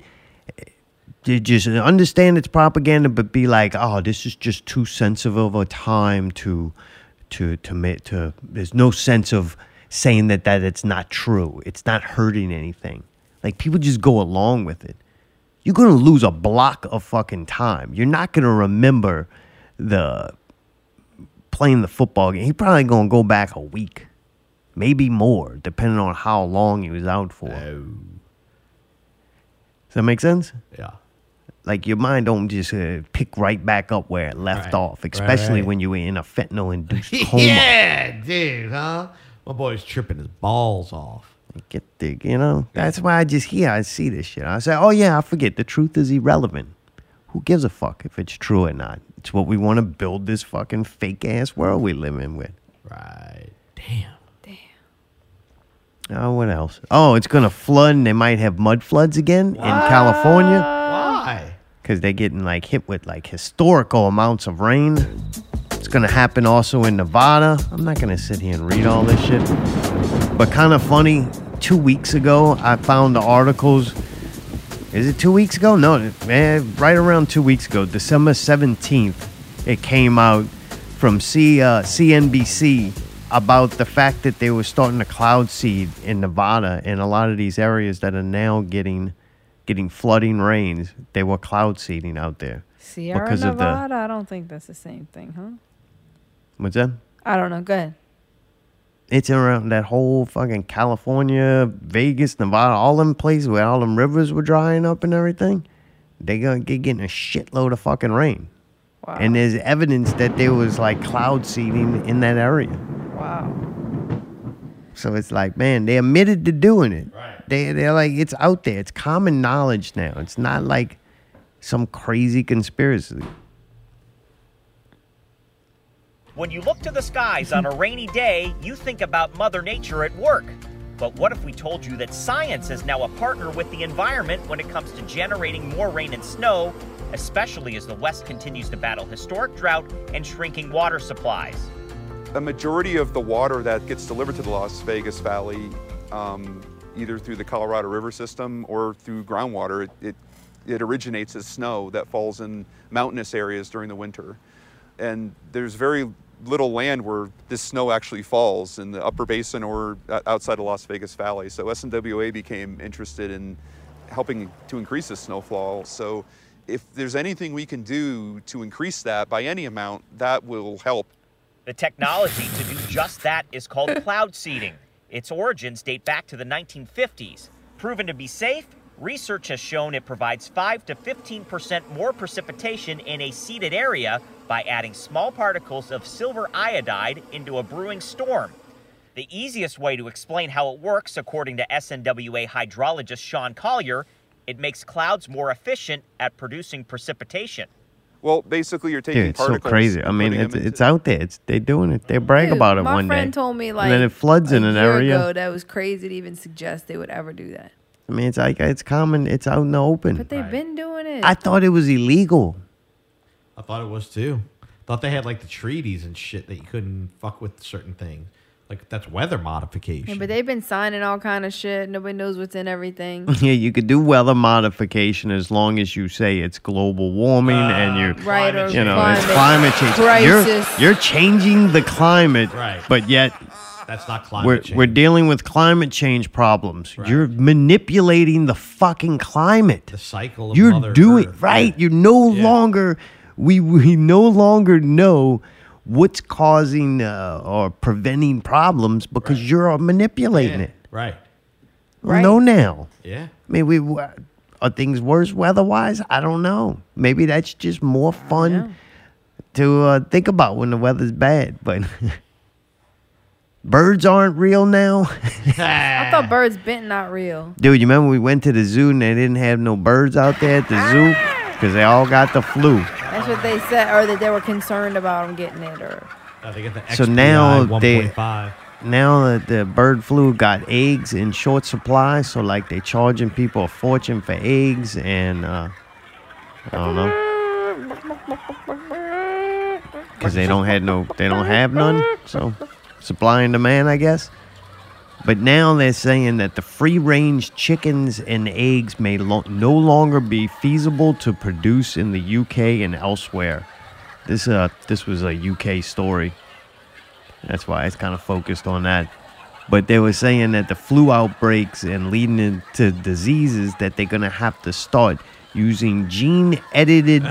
to just understand it's propaganda, but be like, oh, this is just too sensitive of a time to, to to make to. There's no sense of saying that that it's not true. It's not hurting anything. Like people just go along with it. You're gonna lose a block of fucking time. You're not gonna remember the playing the football game. He probably gonna go back a week, maybe more, depending on how long he was out for. Does that make sense?
Oh, Yeah.
Like your mind don't just uh, pick right back up where it left
Right.
off,
Right,
especially
right.
when you were in a fentanyl induced coma.
yeah, dude, huh? My boy's tripping his balls off.
Get the, you know, that's why I just hear, I see this shit. I say, oh yeah, I forget. The truth is irrelevant. Who gives a fuck if it's true or not? It's what we want to build this fucking fake ass world we live in with.
Right.
Oh, what else? Oh, it's gonna flood, and they might have mud floods again in California.
Uh,
Why?
Because they're getting like hit with like historical amounts of rain. It's gonna happen also in Nevada. I'm not gonna sit here and read all this shit, but kind of funny. Two weeks ago, I found the articles. Is it two weeks ago? No, man, right around two weeks ago, December 17th, it came out from C, uh, CNBC about the fact that they were starting to cloud seed in Nevada and a lot of these areas that are now getting getting flooding rains. They were cloud seeding out there.
Sierra
Because of the-
Nevada. I don't think that's the same thing, huh?
What's that?
I don't know. Good.
It's around that whole fucking California, Vegas, Nevada, all them places where all them rivers were drying up and everything. They gonna get getting a shitload of fucking rain. And there's evidence that there was like cloud seeding in that area.
Wow.
So it's like, man, they admitted to doing it. Right. They they're like, it's out there. It's common knowledge now. It's not like some crazy conspiracy.
When you look to the skies on a rainy day, you think about Mother Nature at work. But what if we told you that science is now a partner with the environment when it comes to generating more rain and snow, especially as the West continues to battle historic drought and shrinking water supplies?
A majority of the water that gets delivered to the Las Vegas Valley, um, either through the Colorado River system or through groundwater, it, it, it originates as snow that falls in mountainous areas during the winter. And there's very little land where this snow actually falls in the upper basin or o- outside of Las Vegas Valley. So SNWA became interested in helping to increase the snowfall. So if there's anything we can do to increase that by any amount, that will help.
The technology to do just that is called cloud seeding. Its origins date back to the 1950s. Proven to be safe, research has shown it provides 5 to 15% more precipitation in a seeded area by adding small particles of silver iodide into a brewing storm. The easiest way to explain how it works, according to SNWA hydrologist Sean Collier, It makes clouds more efficient at producing precipitation.
Well, basically, you're taking
Dude, it's so
particles.
crazy. I mean, it's, it's out there. It's they doing it. They brag
Dude,
about it
my
one
friend
day,
told me like
and then it floods
a
in an
year
area.
ago that was crazy to even suggest they would ever do that.
I mean, it's like it's common. It's out in the open.
But they've been doing it.
I thought it was illegal.
I thought it was too. Thought they had like the treaties and shit that you couldn't fuck with certain things. Like that's weather
Yeah,
modification.
but they've been signing all kind of shit. Nobody knows what's in everything.
yeah, you could do weather modification as long as you say it's global warming and you,
Uh, right, or
you know, it's
climate
climate change. You're,
crisis.
you're changing the climate,
Right.
but yet
That's not climate
we're,
change.
we're dealing with climate change problems. You're manipulating the fucking climate. The
cycle of
You're
Mother
doing right. You no longer we we no longer know what's causing uh, or preventing problems because you're uh, manipulating it.
Right.
Well, No now.
Yeah.
I mean, we w- are things worse weather-wise? I don't know. Maybe that's just more fun to uh, think about when the weather's bad. But birds aren't real now,
I thought birds bent not real.
dude. You remember we went to the zoo and they didn't have no birds out there at the zoo because they all got the flu.
That's what they said, or that they were concerned about them getting it, or
Uh, they get the
So
XPI
now they
1.5.
now that the bird flu got eggs in short supply, so like they charging people a fortune for eggs and uh, I don't know because they don't had no they don't have none, so supply and demand, I guess. But now they're saying that the free range chickens and eggs may lo- no longer be feasible to produce in the UK and elsewhere. This uh this was a UK story. That's why it's kind of focused on that. But they were saying that the flu outbreaks and leading into diseases that they're gonna have to start using gene edited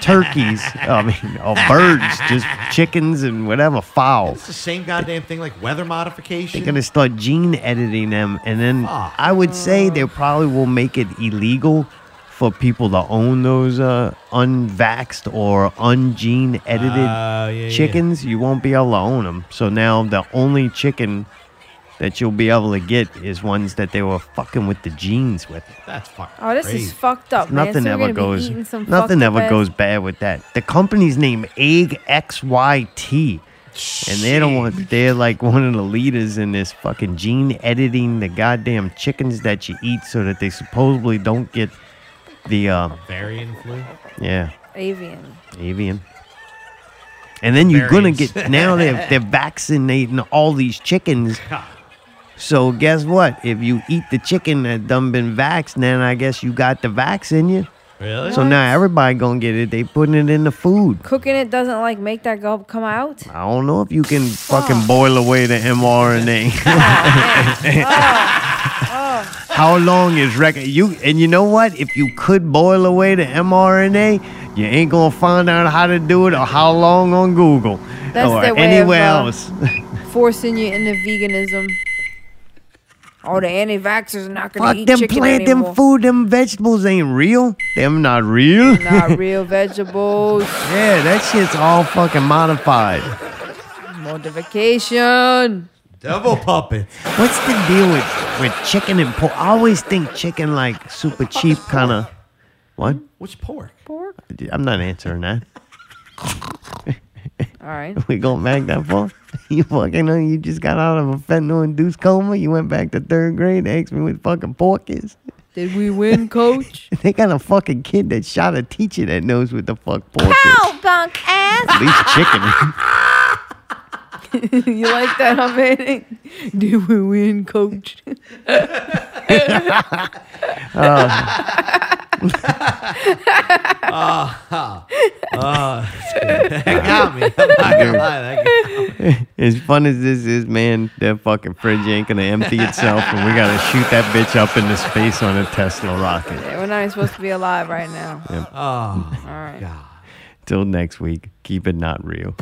turkeys. I mean, or birds, just chickens and whatever fowl.
It's the same goddamn thing like weather modification.
They're gonna start gene editing them, and then I would say they probably will make it illegal for people to own those uh, unvaxxed or ungene edited
Ah, yeah, yeah.
chickens. You won't be able to own them. So now the only chicken that you'll be able to get is ones that they were fucking with the genes with.
That's fucked.
oh, this is fucked up, man.
Nothing
so
ever
we're gonna
goes.
Be eating some
Nothing
fucked
ever
up
goes
ass-
bad with that. The company's name Egg XYT, and they're the one. They're like one of the leaders in this fucking gene editing the goddamn chickens that you eat so that they supposedly don't get the uh,
Variant flu.
yeah
avian.
avian. And then you're gonna
Variants.
get now they're they're vaccinating all these chickens. So guess what? If you eat the chicken that done been vaxxed, then I guess you got the vax in you.
Really?
So now everybody gonna get it. They putting it in the food.
Cooking it doesn't like make that go come out.
I don't know if you can
Oh.
fucking boil away the mRNA.
Oh,
How long is record? You and you know what? If you could boil away the mRNA, you ain't gonna find out how to do it or how long on Google
That's
or
their way of,
anywhere
uh,
else.
forcing you into veganism. Oh, the anti-vaxxers are not gonna
Fuck
eat
them
chicken
plant,
anymore.
them food, them vegetables ain't real. Them not real.
not real vegetables.
yeah, that shit's all fucking modified.
Modification.
Devil puppet.
What's the deal with, with chicken and pork? I always think chicken like super cheap kind of. What?
What's pork?
Pork.
I'm not answering that.
All right.
We going back that far? You fucking know you just got out of a fentanyl induced coma. You went back to third grade. Asked me what fucking pork is.
Did we win, coach?
they got a fucking kid that shot a teacher that knows what the fuck pork is.
Pow, bunk ass.
At least chicken.
you like that, I'm hitting? Did we win, coach?
Ah, ah, that got me. I'm not gonna lie, that got me.
as fun as this is, man, that fucking fridge ain't gonna empty itself, and we gotta shoot that bitch up into space on a Tesla rocket.
Yeah, We're not even supposed to be alive right now.
Yep.
All right.
Till next week, keep it not real.